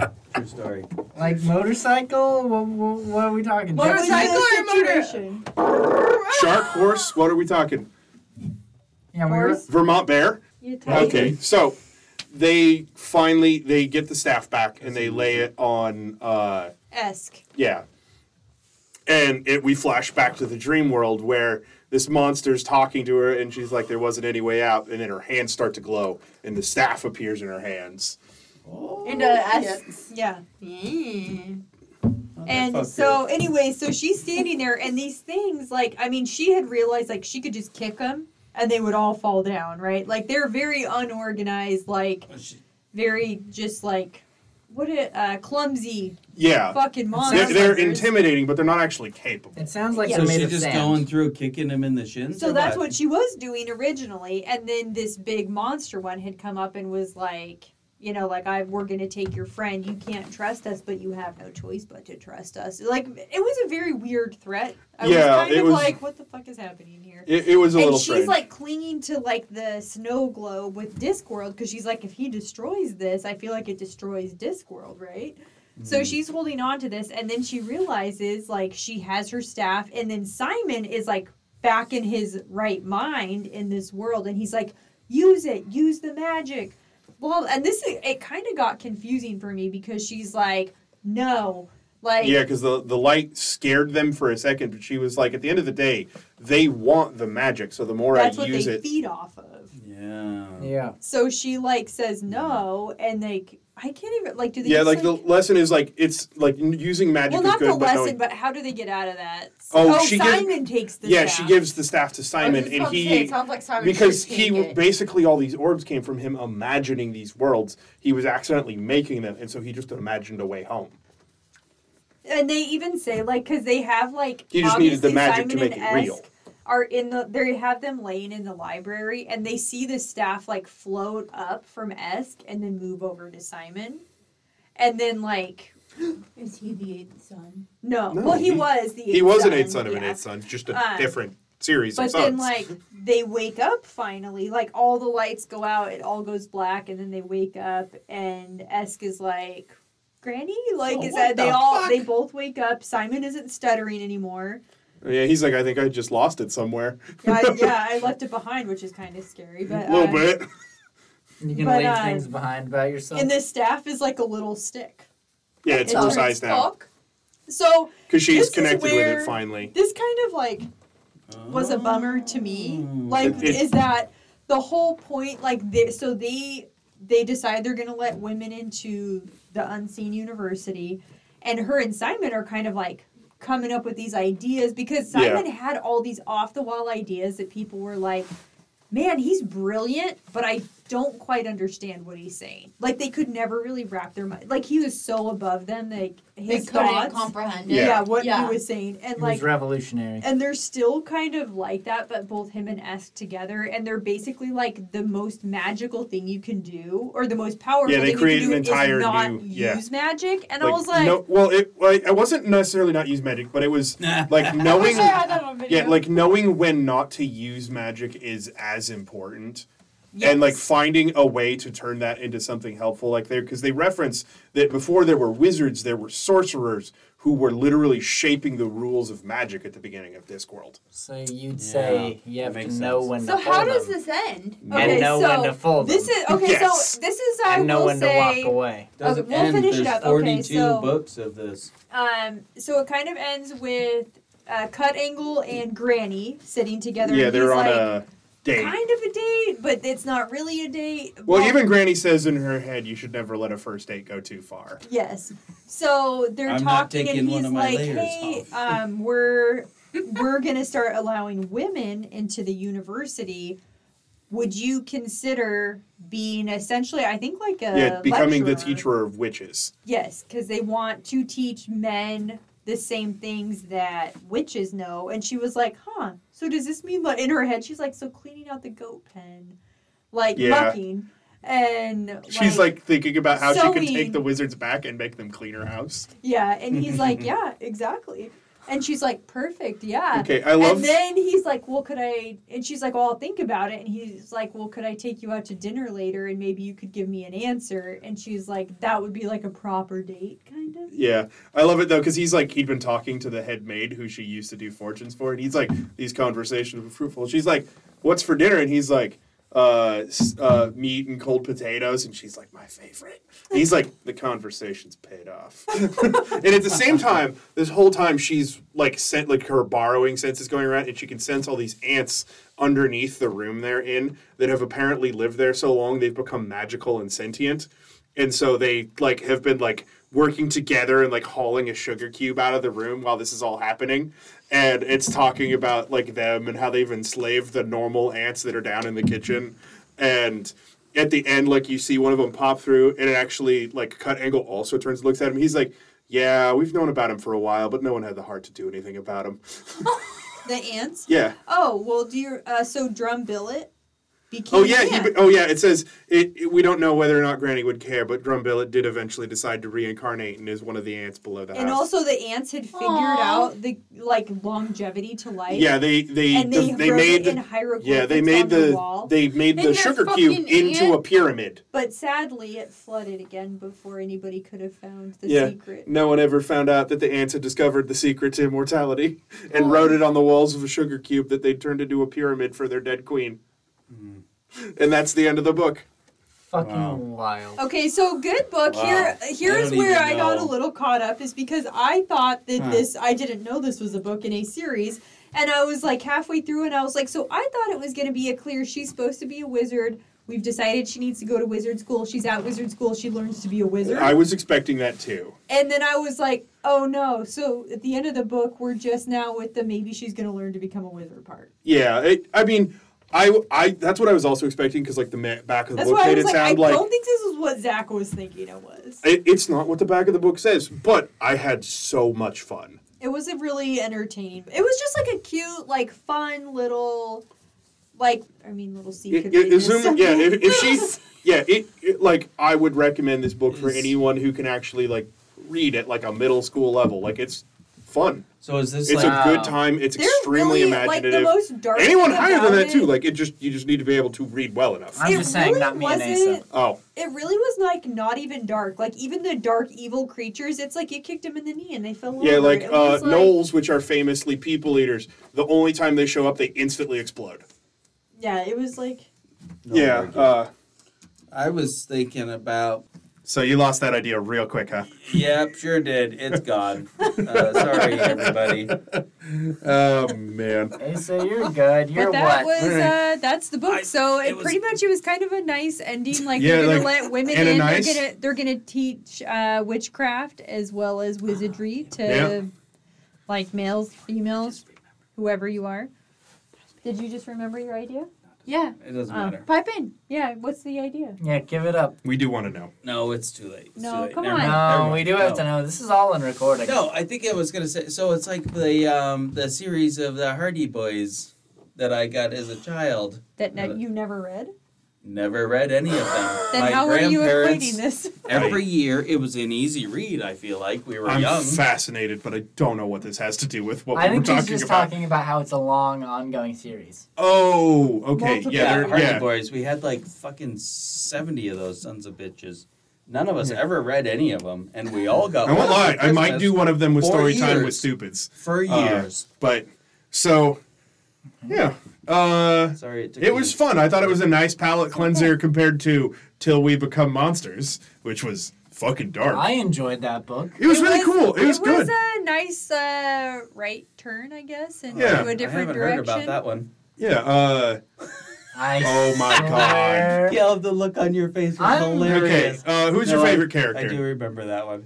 [SPEAKER 6] What? True story.
[SPEAKER 8] Like motorcycle? What, what, what are we talking
[SPEAKER 3] what was
[SPEAKER 8] about?
[SPEAKER 7] Motorcycle.
[SPEAKER 3] the
[SPEAKER 7] or motor?
[SPEAKER 3] situation?
[SPEAKER 1] Shark, horse, what are we talking?
[SPEAKER 8] Yeah, we were,
[SPEAKER 3] Horse?
[SPEAKER 1] Vermont bear?
[SPEAKER 3] You tell me.
[SPEAKER 1] Okay, so they finally they get the staff back and they lay it on uh
[SPEAKER 3] Esk.
[SPEAKER 1] yeah. and it we flash back to the dream world where this monster's talking to her and she's like there wasn't any way out and then her hands start to glow and the staff appears in her hands
[SPEAKER 5] Oh,
[SPEAKER 7] And uh, asks.
[SPEAKER 3] Yeah.
[SPEAKER 7] Yeah.
[SPEAKER 3] And
[SPEAKER 6] Motherfucker.
[SPEAKER 3] so, anyway, so she's standing there, and these things, like, I mean, she had realized, like, she could just kick them and they would all fall down, right? Like, they're very unorganized, like,
[SPEAKER 6] Oh,
[SPEAKER 3] very just like, what a uh, clumsy
[SPEAKER 1] yeah
[SPEAKER 3] fucking monster.
[SPEAKER 1] they're, they're
[SPEAKER 5] like there's-
[SPEAKER 1] intimidating but they're not actually capable
[SPEAKER 5] It sounds like
[SPEAKER 3] Yeah.
[SPEAKER 5] yeah.
[SPEAKER 6] So
[SPEAKER 5] made
[SPEAKER 6] she
[SPEAKER 5] of
[SPEAKER 6] just
[SPEAKER 5] sand.
[SPEAKER 6] going through kicking him in the shins.
[SPEAKER 3] So
[SPEAKER 6] or
[SPEAKER 3] that's what she was doing originally, and then this big monster one had come up and was like, you know, like I we're gonna take your friend. You can't trust us, but you have no choice but to trust us. Like it was a very weird threat. I
[SPEAKER 1] Yeah,
[SPEAKER 3] was kind
[SPEAKER 1] it
[SPEAKER 3] of
[SPEAKER 1] was-
[SPEAKER 3] like, what the fuck is happening here?
[SPEAKER 1] it, it was a
[SPEAKER 3] and
[SPEAKER 1] little
[SPEAKER 3] she's
[SPEAKER 1] strange.
[SPEAKER 3] like clinging to like the snow globe with Discworld because she's like, if he destroys this, I feel like it destroys Discworld, right? So
[SPEAKER 1] Mm-hmm.
[SPEAKER 3] she's holding on to this, and then she realizes like she has her staff, and then Simon is like back in his right mind in this world, and he's like, use it, use the magic. Well, and this is, it kind of got confusing for me because she's like, no, like
[SPEAKER 1] yeah because the, the light scared them for a second but she was like at the end of the day they want the magic so the more
[SPEAKER 3] that's
[SPEAKER 1] i
[SPEAKER 3] what
[SPEAKER 1] use
[SPEAKER 3] they
[SPEAKER 1] it
[SPEAKER 3] feed off of.
[SPEAKER 6] Yeah.
[SPEAKER 8] Yeah.
[SPEAKER 3] So she like says no, and like I can't even like do they
[SPEAKER 1] Mm-hmm. yeah
[SPEAKER 3] just,
[SPEAKER 1] like, the lesson is like it's like n- using magic
[SPEAKER 3] well
[SPEAKER 1] is
[SPEAKER 3] not
[SPEAKER 1] good
[SPEAKER 3] the
[SPEAKER 1] but
[SPEAKER 3] lesson,
[SPEAKER 1] knowing-
[SPEAKER 3] but how do they get out of that?
[SPEAKER 1] Oh, she gives-
[SPEAKER 3] Simon takes the
[SPEAKER 1] yeah she
[SPEAKER 3] staff.
[SPEAKER 1] gives the staff to
[SPEAKER 7] I was
[SPEAKER 1] simon
[SPEAKER 7] just
[SPEAKER 1] and
[SPEAKER 7] about to
[SPEAKER 1] he
[SPEAKER 7] say, it sounds like Simon
[SPEAKER 1] because
[SPEAKER 7] should
[SPEAKER 1] he
[SPEAKER 7] take it.
[SPEAKER 1] basically all these orbs came from him imagining these worlds. He was accidentally making them, and so he just imagined a way home.
[SPEAKER 3] and they even say like because they have like
[SPEAKER 1] He just needed the
[SPEAKER 3] obviously
[SPEAKER 1] magic to
[SPEAKER 3] Simon
[SPEAKER 1] make
[SPEAKER 3] and
[SPEAKER 1] it real.
[SPEAKER 3] Esk Are in the they have them laying in the library and they see the staff like float up from Esk and then move over to Simon, and then like
[SPEAKER 7] Is he the eighth son?
[SPEAKER 3] no,
[SPEAKER 1] No,
[SPEAKER 3] well he,
[SPEAKER 1] he-
[SPEAKER 3] was the
[SPEAKER 1] He was an
[SPEAKER 3] eighth
[SPEAKER 1] eighth son of an
[SPEAKER 3] yeah.
[SPEAKER 1] eighth son, just a
[SPEAKER 3] Um,
[SPEAKER 1] different series
[SPEAKER 3] But
[SPEAKER 1] of sons.
[SPEAKER 3] then, like, they wake up finally. Like, all the lights go out, it all goes black, and then they wake up, and Esk is like, Granny? Like,
[SPEAKER 6] Oh,
[SPEAKER 3] is
[SPEAKER 6] what
[SPEAKER 3] that they
[SPEAKER 6] the
[SPEAKER 3] all,
[SPEAKER 6] fuck?
[SPEAKER 3] they both wake up. Simon isn't stuttering anymore.
[SPEAKER 1] yeah, he's like, I think I just lost it somewhere.
[SPEAKER 3] I, yeah, I left it behind, which is kind of scary.
[SPEAKER 1] a
[SPEAKER 3] But,
[SPEAKER 1] little
[SPEAKER 3] uh,
[SPEAKER 1] bit.
[SPEAKER 8] You can
[SPEAKER 3] But,
[SPEAKER 8] leave
[SPEAKER 3] uh,
[SPEAKER 8] things behind about yourself.
[SPEAKER 3] And the staff is like a little stick.
[SPEAKER 1] Yeah, it's
[SPEAKER 3] it's
[SPEAKER 1] her
[SPEAKER 3] all
[SPEAKER 1] size now
[SPEAKER 3] So,
[SPEAKER 1] because
[SPEAKER 3] This
[SPEAKER 1] she's
[SPEAKER 3] is
[SPEAKER 1] connected with
[SPEAKER 3] where-
[SPEAKER 1] it finally.
[SPEAKER 3] this kind of like was
[SPEAKER 6] Oh.
[SPEAKER 3] a bummer to me. Like,
[SPEAKER 1] Mm. It-
[SPEAKER 3] is that the whole point? Like, they, so they they decide they're gonna let women into the unseen university, and her and Simon are kind of like coming up with these ideas because
[SPEAKER 1] Yeah.
[SPEAKER 3] Simon had all these off the wall ideas that people were like, "Man, he's brilliant," but I don't quite understand what he's saying. Like, they could never really wrap their mind. Like, he was so above them. Like
[SPEAKER 7] They
[SPEAKER 3] his
[SPEAKER 7] couldn't
[SPEAKER 3] thoughts.
[SPEAKER 7] comprehend it.
[SPEAKER 1] Yeah.
[SPEAKER 3] yeah. what
[SPEAKER 7] Yeah.
[SPEAKER 3] he was saying, and
[SPEAKER 8] it
[SPEAKER 3] like
[SPEAKER 8] was revolutionary.
[SPEAKER 3] and they're still kind of like that, but both him and Esk together, and they're basically like the most magical thing you can do, or the most powerful
[SPEAKER 1] Yeah, they
[SPEAKER 3] thing
[SPEAKER 1] created
[SPEAKER 3] you can
[SPEAKER 1] an
[SPEAKER 3] do
[SPEAKER 1] entire
[SPEAKER 3] is not
[SPEAKER 1] new-
[SPEAKER 3] use
[SPEAKER 1] yeah.
[SPEAKER 3] magic. And I was like,
[SPEAKER 1] no, well, it like, I wasn't necessarily not use magic, but it was like
[SPEAKER 7] I wish
[SPEAKER 1] knowing.
[SPEAKER 7] I had that on video.
[SPEAKER 1] Yeah, like knowing when not to use magic is as important. and like
[SPEAKER 3] yes.
[SPEAKER 1] finding a way to turn that into something helpful like there because they reference that before there were wizards there were sorcerers who were literally shaping the rules of magic at the beginning of Discworld.
[SPEAKER 8] So you'd
[SPEAKER 6] Yeah,
[SPEAKER 8] say you
[SPEAKER 6] that
[SPEAKER 8] have to
[SPEAKER 6] makes
[SPEAKER 8] know
[SPEAKER 6] sense.
[SPEAKER 8] when
[SPEAKER 7] so
[SPEAKER 8] to
[SPEAKER 7] how
[SPEAKER 8] hold
[SPEAKER 7] does
[SPEAKER 8] them
[SPEAKER 7] this end?
[SPEAKER 8] and
[SPEAKER 3] Okay,
[SPEAKER 8] know when
[SPEAKER 3] so
[SPEAKER 8] to fold
[SPEAKER 3] this
[SPEAKER 8] them
[SPEAKER 3] is okay.
[SPEAKER 1] Yes.
[SPEAKER 3] So this is I
[SPEAKER 8] and know
[SPEAKER 3] will
[SPEAKER 8] when
[SPEAKER 3] say.
[SPEAKER 8] to walk away.
[SPEAKER 6] Doesn't
[SPEAKER 3] Okay, we'll
[SPEAKER 6] end.
[SPEAKER 3] finish it
[SPEAKER 6] There's
[SPEAKER 3] up. Okay,
[SPEAKER 6] 42
[SPEAKER 3] so-
[SPEAKER 6] books of this.
[SPEAKER 3] Um, so it kind of ends with uh, Cut Angle and Granny sitting together.
[SPEAKER 1] yeah,
[SPEAKER 3] and
[SPEAKER 1] they're
[SPEAKER 3] he's
[SPEAKER 1] on
[SPEAKER 3] like,
[SPEAKER 1] a date.
[SPEAKER 3] kind of a date, but it's not really a date.
[SPEAKER 1] Well, even Granny says in her head, "You should never let a first date go too far."
[SPEAKER 3] Yes. So they're
[SPEAKER 6] I'm not
[SPEAKER 3] talking, and
[SPEAKER 6] taking one
[SPEAKER 3] he's
[SPEAKER 6] of my
[SPEAKER 3] like,
[SPEAKER 6] layers
[SPEAKER 3] "Hey,
[SPEAKER 6] off."
[SPEAKER 3] um, we're we're gonna start allowing women into the university. Would you consider being essentially, I think, like a
[SPEAKER 1] yeah, becoming the
[SPEAKER 3] Uh, lecturer?
[SPEAKER 1] teacher of witches.
[SPEAKER 3] Yes, because they want to teach men the same things that witches know. And she was like, huh, so does this mean, like, in her head, she's like, so cleaning out the goat pen, like
[SPEAKER 1] Yeah.
[SPEAKER 3] mucking. And
[SPEAKER 1] She's like thinking about how she could
[SPEAKER 3] sewing.
[SPEAKER 1] take the wizards back and make them clean her house.
[SPEAKER 3] yeah. And he's like, yeah, exactly. And she's like, perfect, yeah.
[SPEAKER 1] Okay, I love.
[SPEAKER 3] and then he's like, "Well, could I?" And she's like, "Well, I'll think about it." And he's like, "Well, could I take you out to dinner later, and maybe you could give me an answer?" And she's like, "That would be like a proper date, kind of."
[SPEAKER 1] Yeah, I love it though because he's like he'd been talking to the head maid who she used to do fortunes for, and he's like these conversations were fruitful. She's like, "What's for dinner?" And he's like, uh, s- uh, meat and cold potatoes, and she's like, my favorite. And he's like, the conversation's paid off. and at the same time, this whole time she's like sent like her borrowing sense is going around, and she can sense all these ants underneath the room they're in that have apparently lived there so long they've become magical and sentient. And so they like have been like working together and like hauling a sugar cube out of the room while this is all happening. And it's talking about like them and how they've enslaved the normal ants that are down in the kitchen. And at the end, like you see one of them pop through and it actually like cut angle also turns and looks at him. He's like, Yeah, we've known about him for a while, but no one had the heart to do anything about him.
[SPEAKER 3] The ants.
[SPEAKER 1] Yeah.
[SPEAKER 3] Oh well, do you? Uh, so drum billet. Became
[SPEAKER 1] Oh yeah,
[SPEAKER 3] an
[SPEAKER 1] he,
[SPEAKER 3] ant.
[SPEAKER 1] be- oh yeah. It says it, it- We don't know whether or not Granny would care, but Drumbillet did eventually decide to reincarnate and is one of the ants below the
[SPEAKER 3] and
[SPEAKER 1] house.
[SPEAKER 3] also the ants had figured
[SPEAKER 7] Aw.
[SPEAKER 3] out the like longevity to life.
[SPEAKER 1] yeah, they they
[SPEAKER 3] And they,
[SPEAKER 1] the- they
[SPEAKER 3] wrote
[SPEAKER 1] made
[SPEAKER 3] it in hieroglyphics
[SPEAKER 1] yeah they
[SPEAKER 3] on
[SPEAKER 1] made
[SPEAKER 3] their
[SPEAKER 1] the
[SPEAKER 3] wall.
[SPEAKER 1] they made
[SPEAKER 7] And
[SPEAKER 1] the
[SPEAKER 7] they're
[SPEAKER 1] sugar cube
[SPEAKER 7] fucking
[SPEAKER 1] into a
[SPEAKER 7] ant-
[SPEAKER 1] pyramid.
[SPEAKER 3] But sadly, it flooded again before anybody could have found the
[SPEAKER 1] Yeah.
[SPEAKER 3] secret.
[SPEAKER 1] No one ever found out that the ants had discovered the secret to immortality
[SPEAKER 3] Oh.
[SPEAKER 1] and wrote it on the walls of a sugar cube that they turned into a pyramid for their dead queen. And that's the end of the book.
[SPEAKER 8] Fucking
[SPEAKER 6] Wow.
[SPEAKER 8] wild.
[SPEAKER 3] Okay, so good book.
[SPEAKER 6] Wow.
[SPEAKER 3] Here,
[SPEAKER 6] I
[SPEAKER 3] here's
[SPEAKER 6] don't
[SPEAKER 3] where
[SPEAKER 6] even
[SPEAKER 3] I got a
[SPEAKER 6] know.
[SPEAKER 3] little caught up is because I thought that
[SPEAKER 6] Huh.
[SPEAKER 3] this I didn't know this was a book in a series, and I was like halfway through, and I was like, so I thought it was gonna be a clear. She's supposed to be a wizard. We've decided she needs to go to wizard school. She's at wizard school. She learns to be a wizard.
[SPEAKER 1] I was expecting that too.
[SPEAKER 3] and then I was like, oh no. So at the end of the book, we're just now with the maybe she's gonna learn to become a wizard part.
[SPEAKER 1] Yeah, it, I mean, I, I that's what I was also expecting because like the ma- back of the
[SPEAKER 3] That's
[SPEAKER 1] book
[SPEAKER 3] why I
[SPEAKER 1] made
[SPEAKER 3] was
[SPEAKER 1] it
[SPEAKER 3] like, I
[SPEAKER 1] sound like
[SPEAKER 3] don't think this is what Zach was thinking it was.
[SPEAKER 1] it, it's not what the back of the book says. But I had so much fun.
[SPEAKER 3] It was a really entertaining. It was just like a cute, like fun little, like I mean, little C.
[SPEAKER 1] It,
[SPEAKER 3] could
[SPEAKER 1] it,
[SPEAKER 3] read this.
[SPEAKER 1] zoom- yeah, if, if she, yeah, it, it like I would recommend this book for
[SPEAKER 6] Is-
[SPEAKER 1] anyone who can actually like read at like a middle school level. Like it's fun.
[SPEAKER 6] So is this
[SPEAKER 1] It's a
[SPEAKER 6] like
[SPEAKER 1] good time. It's
[SPEAKER 3] They're
[SPEAKER 1] extremely
[SPEAKER 3] really,
[SPEAKER 1] imaginative.
[SPEAKER 3] Like the most dark.
[SPEAKER 1] anyone
[SPEAKER 3] thing
[SPEAKER 1] higher than
[SPEAKER 3] about
[SPEAKER 1] that too.
[SPEAKER 3] it-
[SPEAKER 1] Like it just you just need to be able to read well enough.
[SPEAKER 5] I'm
[SPEAKER 3] it
[SPEAKER 5] just saying,
[SPEAKER 3] really
[SPEAKER 5] not me and
[SPEAKER 3] wasn't-
[SPEAKER 5] Asa.
[SPEAKER 1] Oh,
[SPEAKER 3] It really was like not even dark. Like even the dark evil creatures. It's like you kicked them in the knee and they fell over.
[SPEAKER 1] yeah, like
[SPEAKER 3] It
[SPEAKER 1] uh,
[SPEAKER 3] was like-
[SPEAKER 1] gnolls, which are famously people eaters. The only time they show up, they instantly explode.
[SPEAKER 3] Yeah, it was like.
[SPEAKER 6] No,
[SPEAKER 1] yeah.
[SPEAKER 6] very good.
[SPEAKER 1] Uh,
[SPEAKER 6] I was thinking about.
[SPEAKER 1] so you lost that idea real quick, huh?
[SPEAKER 6] Yep, sure did. It's gone. Uh, sorry, everybody.
[SPEAKER 1] Oh man.
[SPEAKER 8] Asa, you're good. You're
[SPEAKER 3] But that
[SPEAKER 8] what?
[SPEAKER 3] was
[SPEAKER 1] Alright.
[SPEAKER 3] uh, that's the book.
[SPEAKER 6] I-
[SPEAKER 3] so
[SPEAKER 6] it
[SPEAKER 3] it,
[SPEAKER 6] was-
[SPEAKER 3] pretty much it was kind of a nice ending. Like
[SPEAKER 1] Yeah,
[SPEAKER 3] they're gonna
[SPEAKER 1] like
[SPEAKER 3] let women in.
[SPEAKER 1] Ananias.
[SPEAKER 3] They're gonna they're gonna teach uh, witchcraft as well as wizardry to
[SPEAKER 1] Yeah.
[SPEAKER 3] like males, females, whoever you are. Did you just remember your idea?
[SPEAKER 7] Yeah.
[SPEAKER 6] It doesn't
[SPEAKER 3] Oh.
[SPEAKER 6] matter.
[SPEAKER 7] Pipe in.
[SPEAKER 3] Yeah. What's the idea?
[SPEAKER 8] yeah, give it up.
[SPEAKER 1] We do want to know.
[SPEAKER 6] No, it's too late. It's
[SPEAKER 3] No,
[SPEAKER 6] too late.
[SPEAKER 3] come
[SPEAKER 6] Never
[SPEAKER 3] on.
[SPEAKER 6] mind. Never
[SPEAKER 8] No,
[SPEAKER 6] mind.
[SPEAKER 8] we do have
[SPEAKER 6] No.
[SPEAKER 8] to know. This is all in recording.
[SPEAKER 6] No, I think I was gonna say. So it's like the um the series of the Hardy Boys that I got as a child.
[SPEAKER 3] That ne-
[SPEAKER 6] Uh,
[SPEAKER 3] you never read.
[SPEAKER 6] Never read any of them.
[SPEAKER 3] Then
[SPEAKER 6] My
[SPEAKER 3] how are you
[SPEAKER 6] grandparents-
[SPEAKER 3] equating this?
[SPEAKER 6] Every year, it was an easy read. I feel like we were
[SPEAKER 1] I'm
[SPEAKER 6] young.
[SPEAKER 1] fascinated, but I don't know what this has to do with what
[SPEAKER 8] I
[SPEAKER 1] we
[SPEAKER 8] think
[SPEAKER 1] were
[SPEAKER 8] she's
[SPEAKER 1] talking
[SPEAKER 8] just
[SPEAKER 1] about.
[SPEAKER 8] talking about how it's a long, ongoing series.
[SPEAKER 1] Oh, okay,
[SPEAKER 3] Multiple-
[SPEAKER 1] yeah, they're-
[SPEAKER 6] Hardy
[SPEAKER 1] yeah.
[SPEAKER 6] Boys. We had like fucking seventy of those sons of bitches. None of us ever read any of them, and we all got.
[SPEAKER 1] I won't
[SPEAKER 6] one
[SPEAKER 1] lie.
[SPEAKER 6] for
[SPEAKER 1] I might
[SPEAKER 6] Christmas
[SPEAKER 1] do Uh, one of them with
[SPEAKER 6] Four
[SPEAKER 1] story time with
[SPEAKER 6] years.
[SPEAKER 1] stupids,
[SPEAKER 6] for years.
[SPEAKER 1] but so yeah. Uh,
[SPEAKER 6] Sorry, it, took
[SPEAKER 1] It
[SPEAKER 6] me-
[SPEAKER 1] was fun. I thought it was a nice palate cleanser compared to Till We Become Monsters, which was fucking dark.
[SPEAKER 8] I enjoyed that book.
[SPEAKER 1] It was really cool. It was
[SPEAKER 3] It was
[SPEAKER 1] good.
[SPEAKER 3] a nice uh, right turn, I guess, into
[SPEAKER 1] Yeah.
[SPEAKER 3] a different
[SPEAKER 6] I haven't
[SPEAKER 3] direction.
[SPEAKER 6] heard about that one.
[SPEAKER 1] Yeah. Uh,
[SPEAKER 8] I
[SPEAKER 1] Oh my
[SPEAKER 8] swear.
[SPEAKER 6] Yeah, the look on your face was
[SPEAKER 8] I'm-
[SPEAKER 1] okay.
[SPEAKER 6] hilarious.
[SPEAKER 1] Uh, who's your
[SPEAKER 6] No, I-
[SPEAKER 1] favorite
[SPEAKER 6] I do
[SPEAKER 1] character?
[SPEAKER 6] remember that one.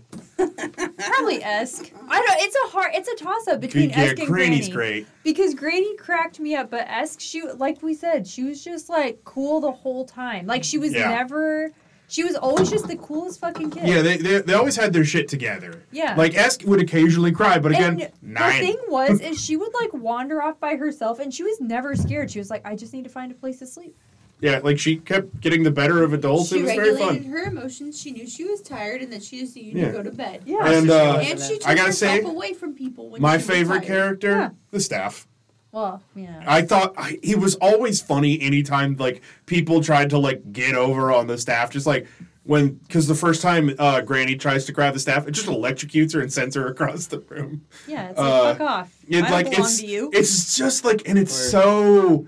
[SPEAKER 3] Probably Esk. I don't. It's a hard. It's a toss up between
[SPEAKER 1] yeah,
[SPEAKER 3] Esk and
[SPEAKER 1] Granny's
[SPEAKER 3] Granny.
[SPEAKER 1] great.
[SPEAKER 3] Because Granny cracked me up, but Esk, she like we said, she was just like cool the whole time. Like she was
[SPEAKER 1] Yeah.
[SPEAKER 3] never. She was always just the coolest fucking kid.
[SPEAKER 1] Yeah, they, they they always had their shit together.
[SPEAKER 3] Yeah.
[SPEAKER 1] Like Esk would occasionally cry, but again,
[SPEAKER 3] And
[SPEAKER 1] nine.
[SPEAKER 3] The thing was, is she would like wander off by herself, and she was never scared. She was like, "I just need to find a place to sleep."
[SPEAKER 1] Yeah, like she kept getting the better of adults.
[SPEAKER 7] She
[SPEAKER 1] it was very
[SPEAKER 7] regulated
[SPEAKER 1] fun.
[SPEAKER 7] her emotions. She knew she was tired and that she just needed
[SPEAKER 1] Yeah.
[SPEAKER 7] to go to bed.
[SPEAKER 3] Yeah.
[SPEAKER 1] And uh,
[SPEAKER 7] And she took
[SPEAKER 1] I gotta
[SPEAKER 7] herself
[SPEAKER 1] say,
[SPEAKER 7] away from people. When
[SPEAKER 1] my
[SPEAKER 7] she was
[SPEAKER 1] favorite
[SPEAKER 7] tired.
[SPEAKER 1] character,
[SPEAKER 3] Yeah.
[SPEAKER 1] the staff.
[SPEAKER 3] Well, yeah.
[SPEAKER 1] I thought I, he was always funny anytime like people tried to like get over on the staff. Just like when, because the first time uh, Granny tries to grab the staff, it just electrocutes her and sends her across the room.
[SPEAKER 3] Yeah. It's like
[SPEAKER 1] Uh,
[SPEAKER 3] fuck off.
[SPEAKER 1] It,
[SPEAKER 3] I
[SPEAKER 1] like
[SPEAKER 3] belong
[SPEAKER 1] it's
[SPEAKER 3] to you.
[SPEAKER 1] it's just like and it's
[SPEAKER 6] Or-
[SPEAKER 1] so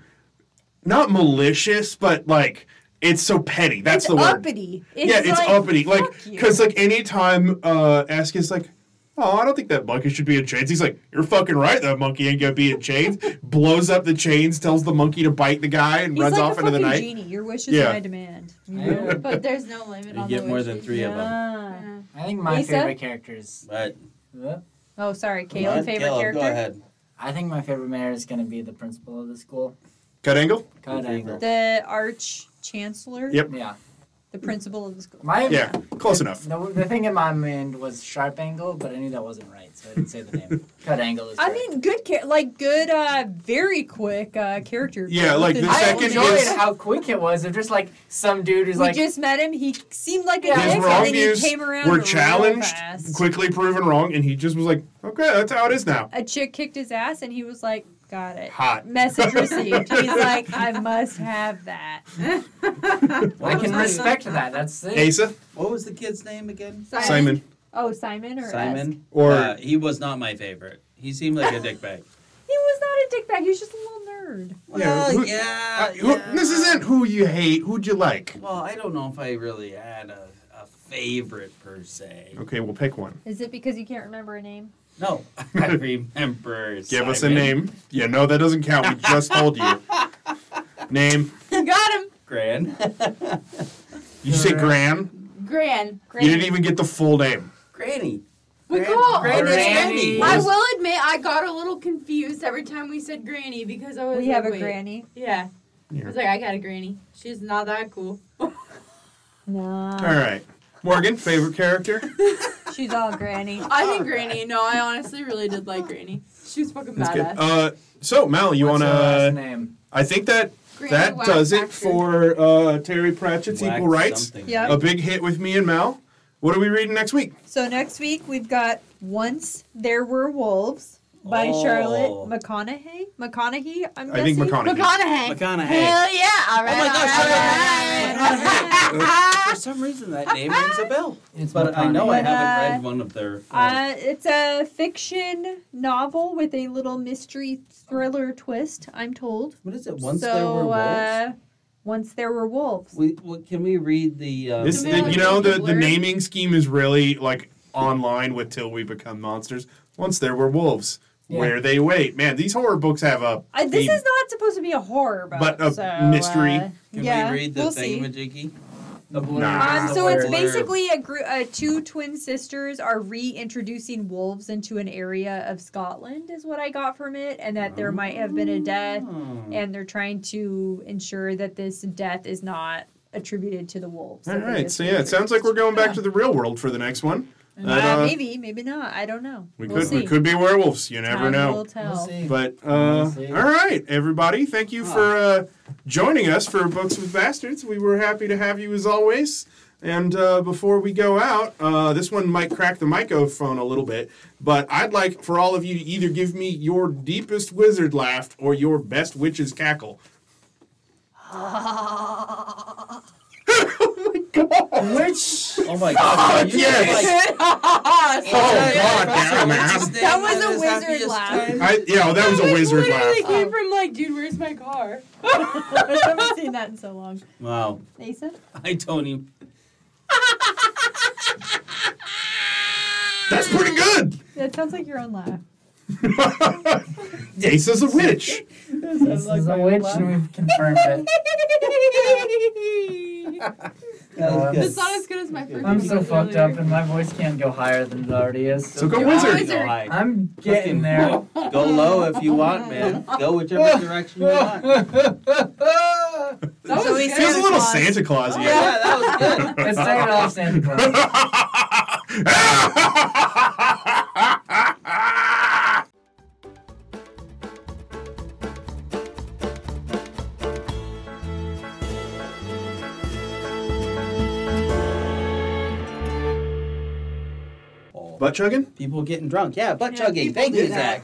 [SPEAKER 1] not malicious, but like it's so petty. That's
[SPEAKER 3] it's
[SPEAKER 1] the word.
[SPEAKER 3] uppity.
[SPEAKER 1] yeah, it's
[SPEAKER 7] like,
[SPEAKER 1] uppity. Like,
[SPEAKER 7] fuck you.
[SPEAKER 1] because like anytime uh, Ask is like, oh, I don't think that monkey should be in chains. He's like, you're fucking right. That monkey ain't gonna be in chains. Blows up the chains, tells the monkey to bite the guy, and
[SPEAKER 3] He's
[SPEAKER 1] runs
[SPEAKER 3] like
[SPEAKER 1] off
[SPEAKER 3] a
[SPEAKER 1] into the
[SPEAKER 3] fucking
[SPEAKER 1] night.
[SPEAKER 3] genie. Your wish is
[SPEAKER 1] Yeah.
[SPEAKER 3] my demand. You
[SPEAKER 6] I
[SPEAKER 3] know?
[SPEAKER 6] know.
[SPEAKER 7] But there's no limit
[SPEAKER 6] You
[SPEAKER 7] on
[SPEAKER 6] get
[SPEAKER 7] the
[SPEAKER 6] more
[SPEAKER 7] wishes.
[SPEAKER 6] than three of them.
[SPEAKER 3] Ah.
[SPEAKER 7] Yeah.
[SPEAKER 5] I think my
[SPEAKER 3] Lisa?
[SPEAKER 5] favorite character is.
[SPEAKER 6] But
[SPEAKER 3] Oh, sorry,
[SPEAKER 6] Alright,
[SPEAKER 3] Caleb, favorite
[SPEAKER 6] Caleb,
[SPEAKER 3] character.
[SPEAKER 6] Go ahead.
[SPEAKER 5] I think my favorite mayor is gonna be the principal of the school.
[SPEAKER 1] Cut angle.
[SPEAKER 5] Cut
[SPEAKER 6] Good
[SPEAKER 5] angle.
[SPEAKER 3] The arch chancellor.
[SPEAKER 1] Yep.
[SPEAKER 5] Yeah.
[SPEAKER 3] The principal of the school.
[SPEAKER 5] My
[SPEAKER 1] Yeah, close
[SPEAKER 5] the,
[SPEAKER 1] enough.
[SPEAKER 5] The, the thing in my mind was sharp angle, but I knew that wasn't right, so I didn't say the name. Cut angle is.
[SPEAKER 3] I
[SPEAKER 5] correct.
[SPEAKER 3] mean, good, cha- like good, uh, very quick uh, character.
[SPEAKER 1] Yeah,
[SPEAKER 3] growth
[SPEAKER 1] like the
[SPEAKER 3] in
[SPEAKER 5] I
[SPEAKER 1] second
[SPEAKER 5] enjoyed
[SPEAKER 1] is-
[SPEAKER 5] how quick it was. Of just like some dude
[SPEAKER 3] We
[SPEAKER 5] who's like,
[SPEAKER 3] just met him. He seemed like a
[SPEAKER 5] His
[SPEAKER 3] dick, and
[SPEAKER 1] wrong
[SPEAKER 3] then he
[SPEAKER 1] views
[SPEAKER 3] came around.
[SPEAKER 1] We're
[SPEAKER 3] real
[SPEAKER 1] challenged,
[SPEAKER 3] fast.
[SPEAKER 1] quickly proven wrong, and he just was like, okay, that's how it is now.
[SPEAKER 3] A chick kicked his ass, and he was like, "Got it."
[SPEAKER 1] Hot.
[SPEAKER 3] Message received. He's like, "I must have that."
[SPEAKER 5] I can respect that. That's
[SPEAKER 3] Mm-hmm.
[SPEAKER 5] it.
[SPEAKER 1] Asa,
[SPEAKER 6] What was the kid's name again?
[SPEAKER 1] Simon,
[SPEAKER 3] Oh, Simon or Esk?
[SPEAKER 6] Simon.
[SPEAKER 1] or
[SPEAKER 6] uh, he was not my favorite. He seemed like a dickbag.
[SPEAKER 3] He was not a dickbag. He was just a little nerd.
[SPEAKER 6] Well,
[SPEAKER 1] who-
[SPEAKER 6] yeah,
[SPEAKER 1] uh, who-
[SPEAKER 6] yeah.
[SPEAKER 1] this isn't who you hate. Who'd you like?
[SPEAKER 6] Well, I don't know if I really had a, a favorite per se.
[SPEAKER 1] Okay, we'll pick one.
[SPEAKER 3] Is it because you can't remember a name?
[SPEAKER 6] No, I remember.
[SPEAKER 1] Give us a name. Yeah, no, that doesn't count. We just told you. Name.
[SPEAKER 3] You got him.
[SPEAKER 6] Gran.
[SPEAKER 1] You say Gran.
[SPEAKER 7] Gran.
[SPEAKER 1] You didn't even get the full name.
[SPEAKER 6] Granny.
[SPEAKER 7] We
[SPEAKER 6] Gran-
[SPEAKER 7] call-
[SPEAKER 6] Gran-
[SPEAKER 5] Granny.
[SPEAKER 6] Granny.
[SPEAKER 7] I will admit I got a little confused every time we said granny because I was
[SPEAKER 3] We
[SPEAKER 7] like,
[SPEAKER 3] have a
[SPEAKER 7] wait.
[SPEAKER 3] granny.
[SPEAKER 7] Yeah.
[SPEAKER 1] Yeah.
[SPEAKER 7] I was like, I got a granny. She's not that cool.
[SPEAKER 1] All
[SPEAKER 3] Nah,
[SPEAKER 1] right. Morgan, favorite character?
[SPEAKER 3] she's all granny.
[SPEAKER 7] I think granny. No, I honestly really did like granny. She was fucking
[SPEAKER 1] That's good.
[SPEAKER 7] badass.
[SPEAKER 1] Uh, so, Mal, you
[SPEAKER 5] What's
[SPEAKER 1] want
[SPEAKER 5] her last
[SPEAKER 1] to.
[SPEAKER 5] name?
[SPEAKER 1] I think that
[SPEAKER 7] Granny
[SPEAKER 1] that
[SPEAKER 7] Wax
[SPEAKER 1] does it
[SPEAKER 7] Factor.
[SPEAKER 1] for uh, Terry Pratchett's
[SPEAKER 6] Whack
[SPEAKER 1] Equal Rights.
[SPEAKER 6] something.
[SPEAKER 3] Yeah.
[SPEAKER 1] A big hit with me and Mal. What are we reading next week?
[SPEAKER 3] So next week we've got Once There Were Wolves by Charlotte
[SPEAKER 6] Oh.
[SPEAKER 3] McConaughey. McConaughey, I'm
[SPEAKER 1] I think
[SPEAKER 3] guessing?
[SPEAKER 1] McConaughey. Oh
[SPEAKER 7] McConaughey.
[SPEAKER 6] McConaughey. Oh
[SPEAKER 7] Hell yeah! All right.
[SPEAKER 6] my gosh,
[SPEAKER 7] all
[SPEAKER 6] I
[SPEAKER 7] right, all right.
[SPEAKER 6] For some reason, that name rings a bell.
[SPEAKER 5] It's
[SPEAKER 6] But I know I
[SPEAKER 3] But,
[SPEAKER 6] haven't
[SPEAKER 3] uh,
[SPEAKER 6] read one of their. Uh,
[SPEAKER 3] Uh, it's a fiction novel with a little mystery thriller twist, I'm told.
[SPEAKER 6] what is it? Once
[SPEAKER 3] so,
[SPEAKER 6] there were wolves.
[SPEAKER 3] Uh, once there were wolves.
[SPEAKER 6] we, we, can we read the? Uh,
[SPEAKER 1] This,
[SPEAKER 7] Can we, like,
[SPEAKER 1] you know,
[SPEAKER 7] make it
[SPEAKER 1] the, the
[SPEAKER 7] blurred?
[SPEAKER 1] naming scheme is really like online with "Till We Become Monsters." Once there were wolves,
[SPEAKER 5] Yeah.
[SPEAKER 1] where they wait. Man, these horror books have a
[SPEAKER 3] I, this
[SPEAKER 1] theme.
[SPEAKER 3] is not supposed to be a horror book,
[SPEAKER 1] But a
[SPEAKER 3] so,
[SPEAKER 1] mystery.
[SPEAKER 3] uh,
[SPEAKER 6] Can
[SPEAKER 3] yeah,
[SPEAKER 6] we read the
[SPEAKER 3] we'll see.
[SPEAKER 6] thingamajiggy?
[SPEAKER 5] The blurb.
[SPEAKER 1] Nah.
[SPEAKER 3] Um,
[SPEAKER 5] The
[SPEAKER 3] so it's
[SPEAKER 5] blurb.
[SPEAKER 3] basically a group. Uh, two twin sisters are reintroducing wolves into an area of Scotland, is what I got from it, and that there might have been a death,
[SPEAKER 6] Oh.
[SPEAKER 3] and they're trying to ensure that this death is not attributed to the wolves.
[SPEAKER 1] All right, so yeah, it sounds like we're going back to the real world for the next one. And,
[SPEAKER 3] Uh,
[SPEAKER 1] uh,
[SPEAKER 3] maybe, maybe not. I don't know.
[SPEAKER 1] we
[SPEAKER 3] We'll
[SPEAKER 1] could we
[SPEAKER 3] see.
[SPEAKER 1] could be werewolves. You never
[SPEAKER 3] Time
[SPEAKER 1] know.
[SPEAKER 3] will tell.
[SPEAKER 5] We'll see.
[SPEAKER 1] But uh,
[SPEAKER 5] We'll see.
[SPEAKER 1] all right, everybody, thank you for uh, joining us for Books with Bastards. We were happy to have you as always. And uh, before we go out, uh, this one might crack the microphone a little bit, but I'd like for all of you to either give me your deepest wizard laugh or your best witch's cackle.
[SPEAKER 5] Which
[SPEAKER 6] Oh my god! you
[SPEAKER 1] yes.
[SPEAKER 6] Like, oh
[SPEAKER 1] God damn it.
[SPEAKER 3] That was a wizard laugh.
[SPEAKER 1] I, yeah, well, that was a wizard laugh.
[SPEAKER 7] Literally came from like, dude, where's my car?
[SPEAKER 3] I haven't seen that in so long.
[SPEAKER 6] Wow!
[SPEAKER 3] Asa?
[SPEAKER 6] I don't even.
[SPEAKER 1] That's pretty good.
[SPEAKER 3] That sounds like your own laugh.
[SPEAKER 1] Ace is a witch.
[SPEAKER 5] this is a witch, and we've confirmed it.
[SPEAKER 6] That was
[SPEAKER 7] It's not as good as my first.
[SPEAKER 5] I'm
[SPEAKER 7] one,
[SPEAKER 5] so
[SPEAKER 7] but
[SPEAKER 5] fucked
[SPEAKER 7] earlier.
[SPEAKER 5] up, and my voice can't go higher than it already is.
[SPEAKER 1] So go
[SPEAKER 6] good.
[SPEAKER 1] wizard.
[SPEAKER 7] Wizard.
[SPEAKER 6] Go high.
[SPEAKER 5] I'm getting there.
[SPEAKER 6] Go low if you want, man. Go whichever direction you want. Yeah,
[SPEAKER 7] That was
[SPEAKER 3] So he
[SPEAKER 7] good.
[SPEAKER 1] Feels a little Santa
[SPEAKER 3] Yeah.
[SPEAKER 1] Claus.
[SPEAKER 6] that was good.
[SPEAKER 5] Let's take it off, Santa Claus.
[SPEAKER 1] Yeah. Butt chugging?
[SPEAKER 6] People getting drunk. Yeah, butt
[SPEAKER 7] Yeah,
[SPEAKER 6] chugging.
[SPEAKER 7] people
[SPEAKER 6] Thank
[SPEAKER 7] do
[SPEAKER 6] you,
[SPEAKER 7] that.
[SPEAKER 6] Zach.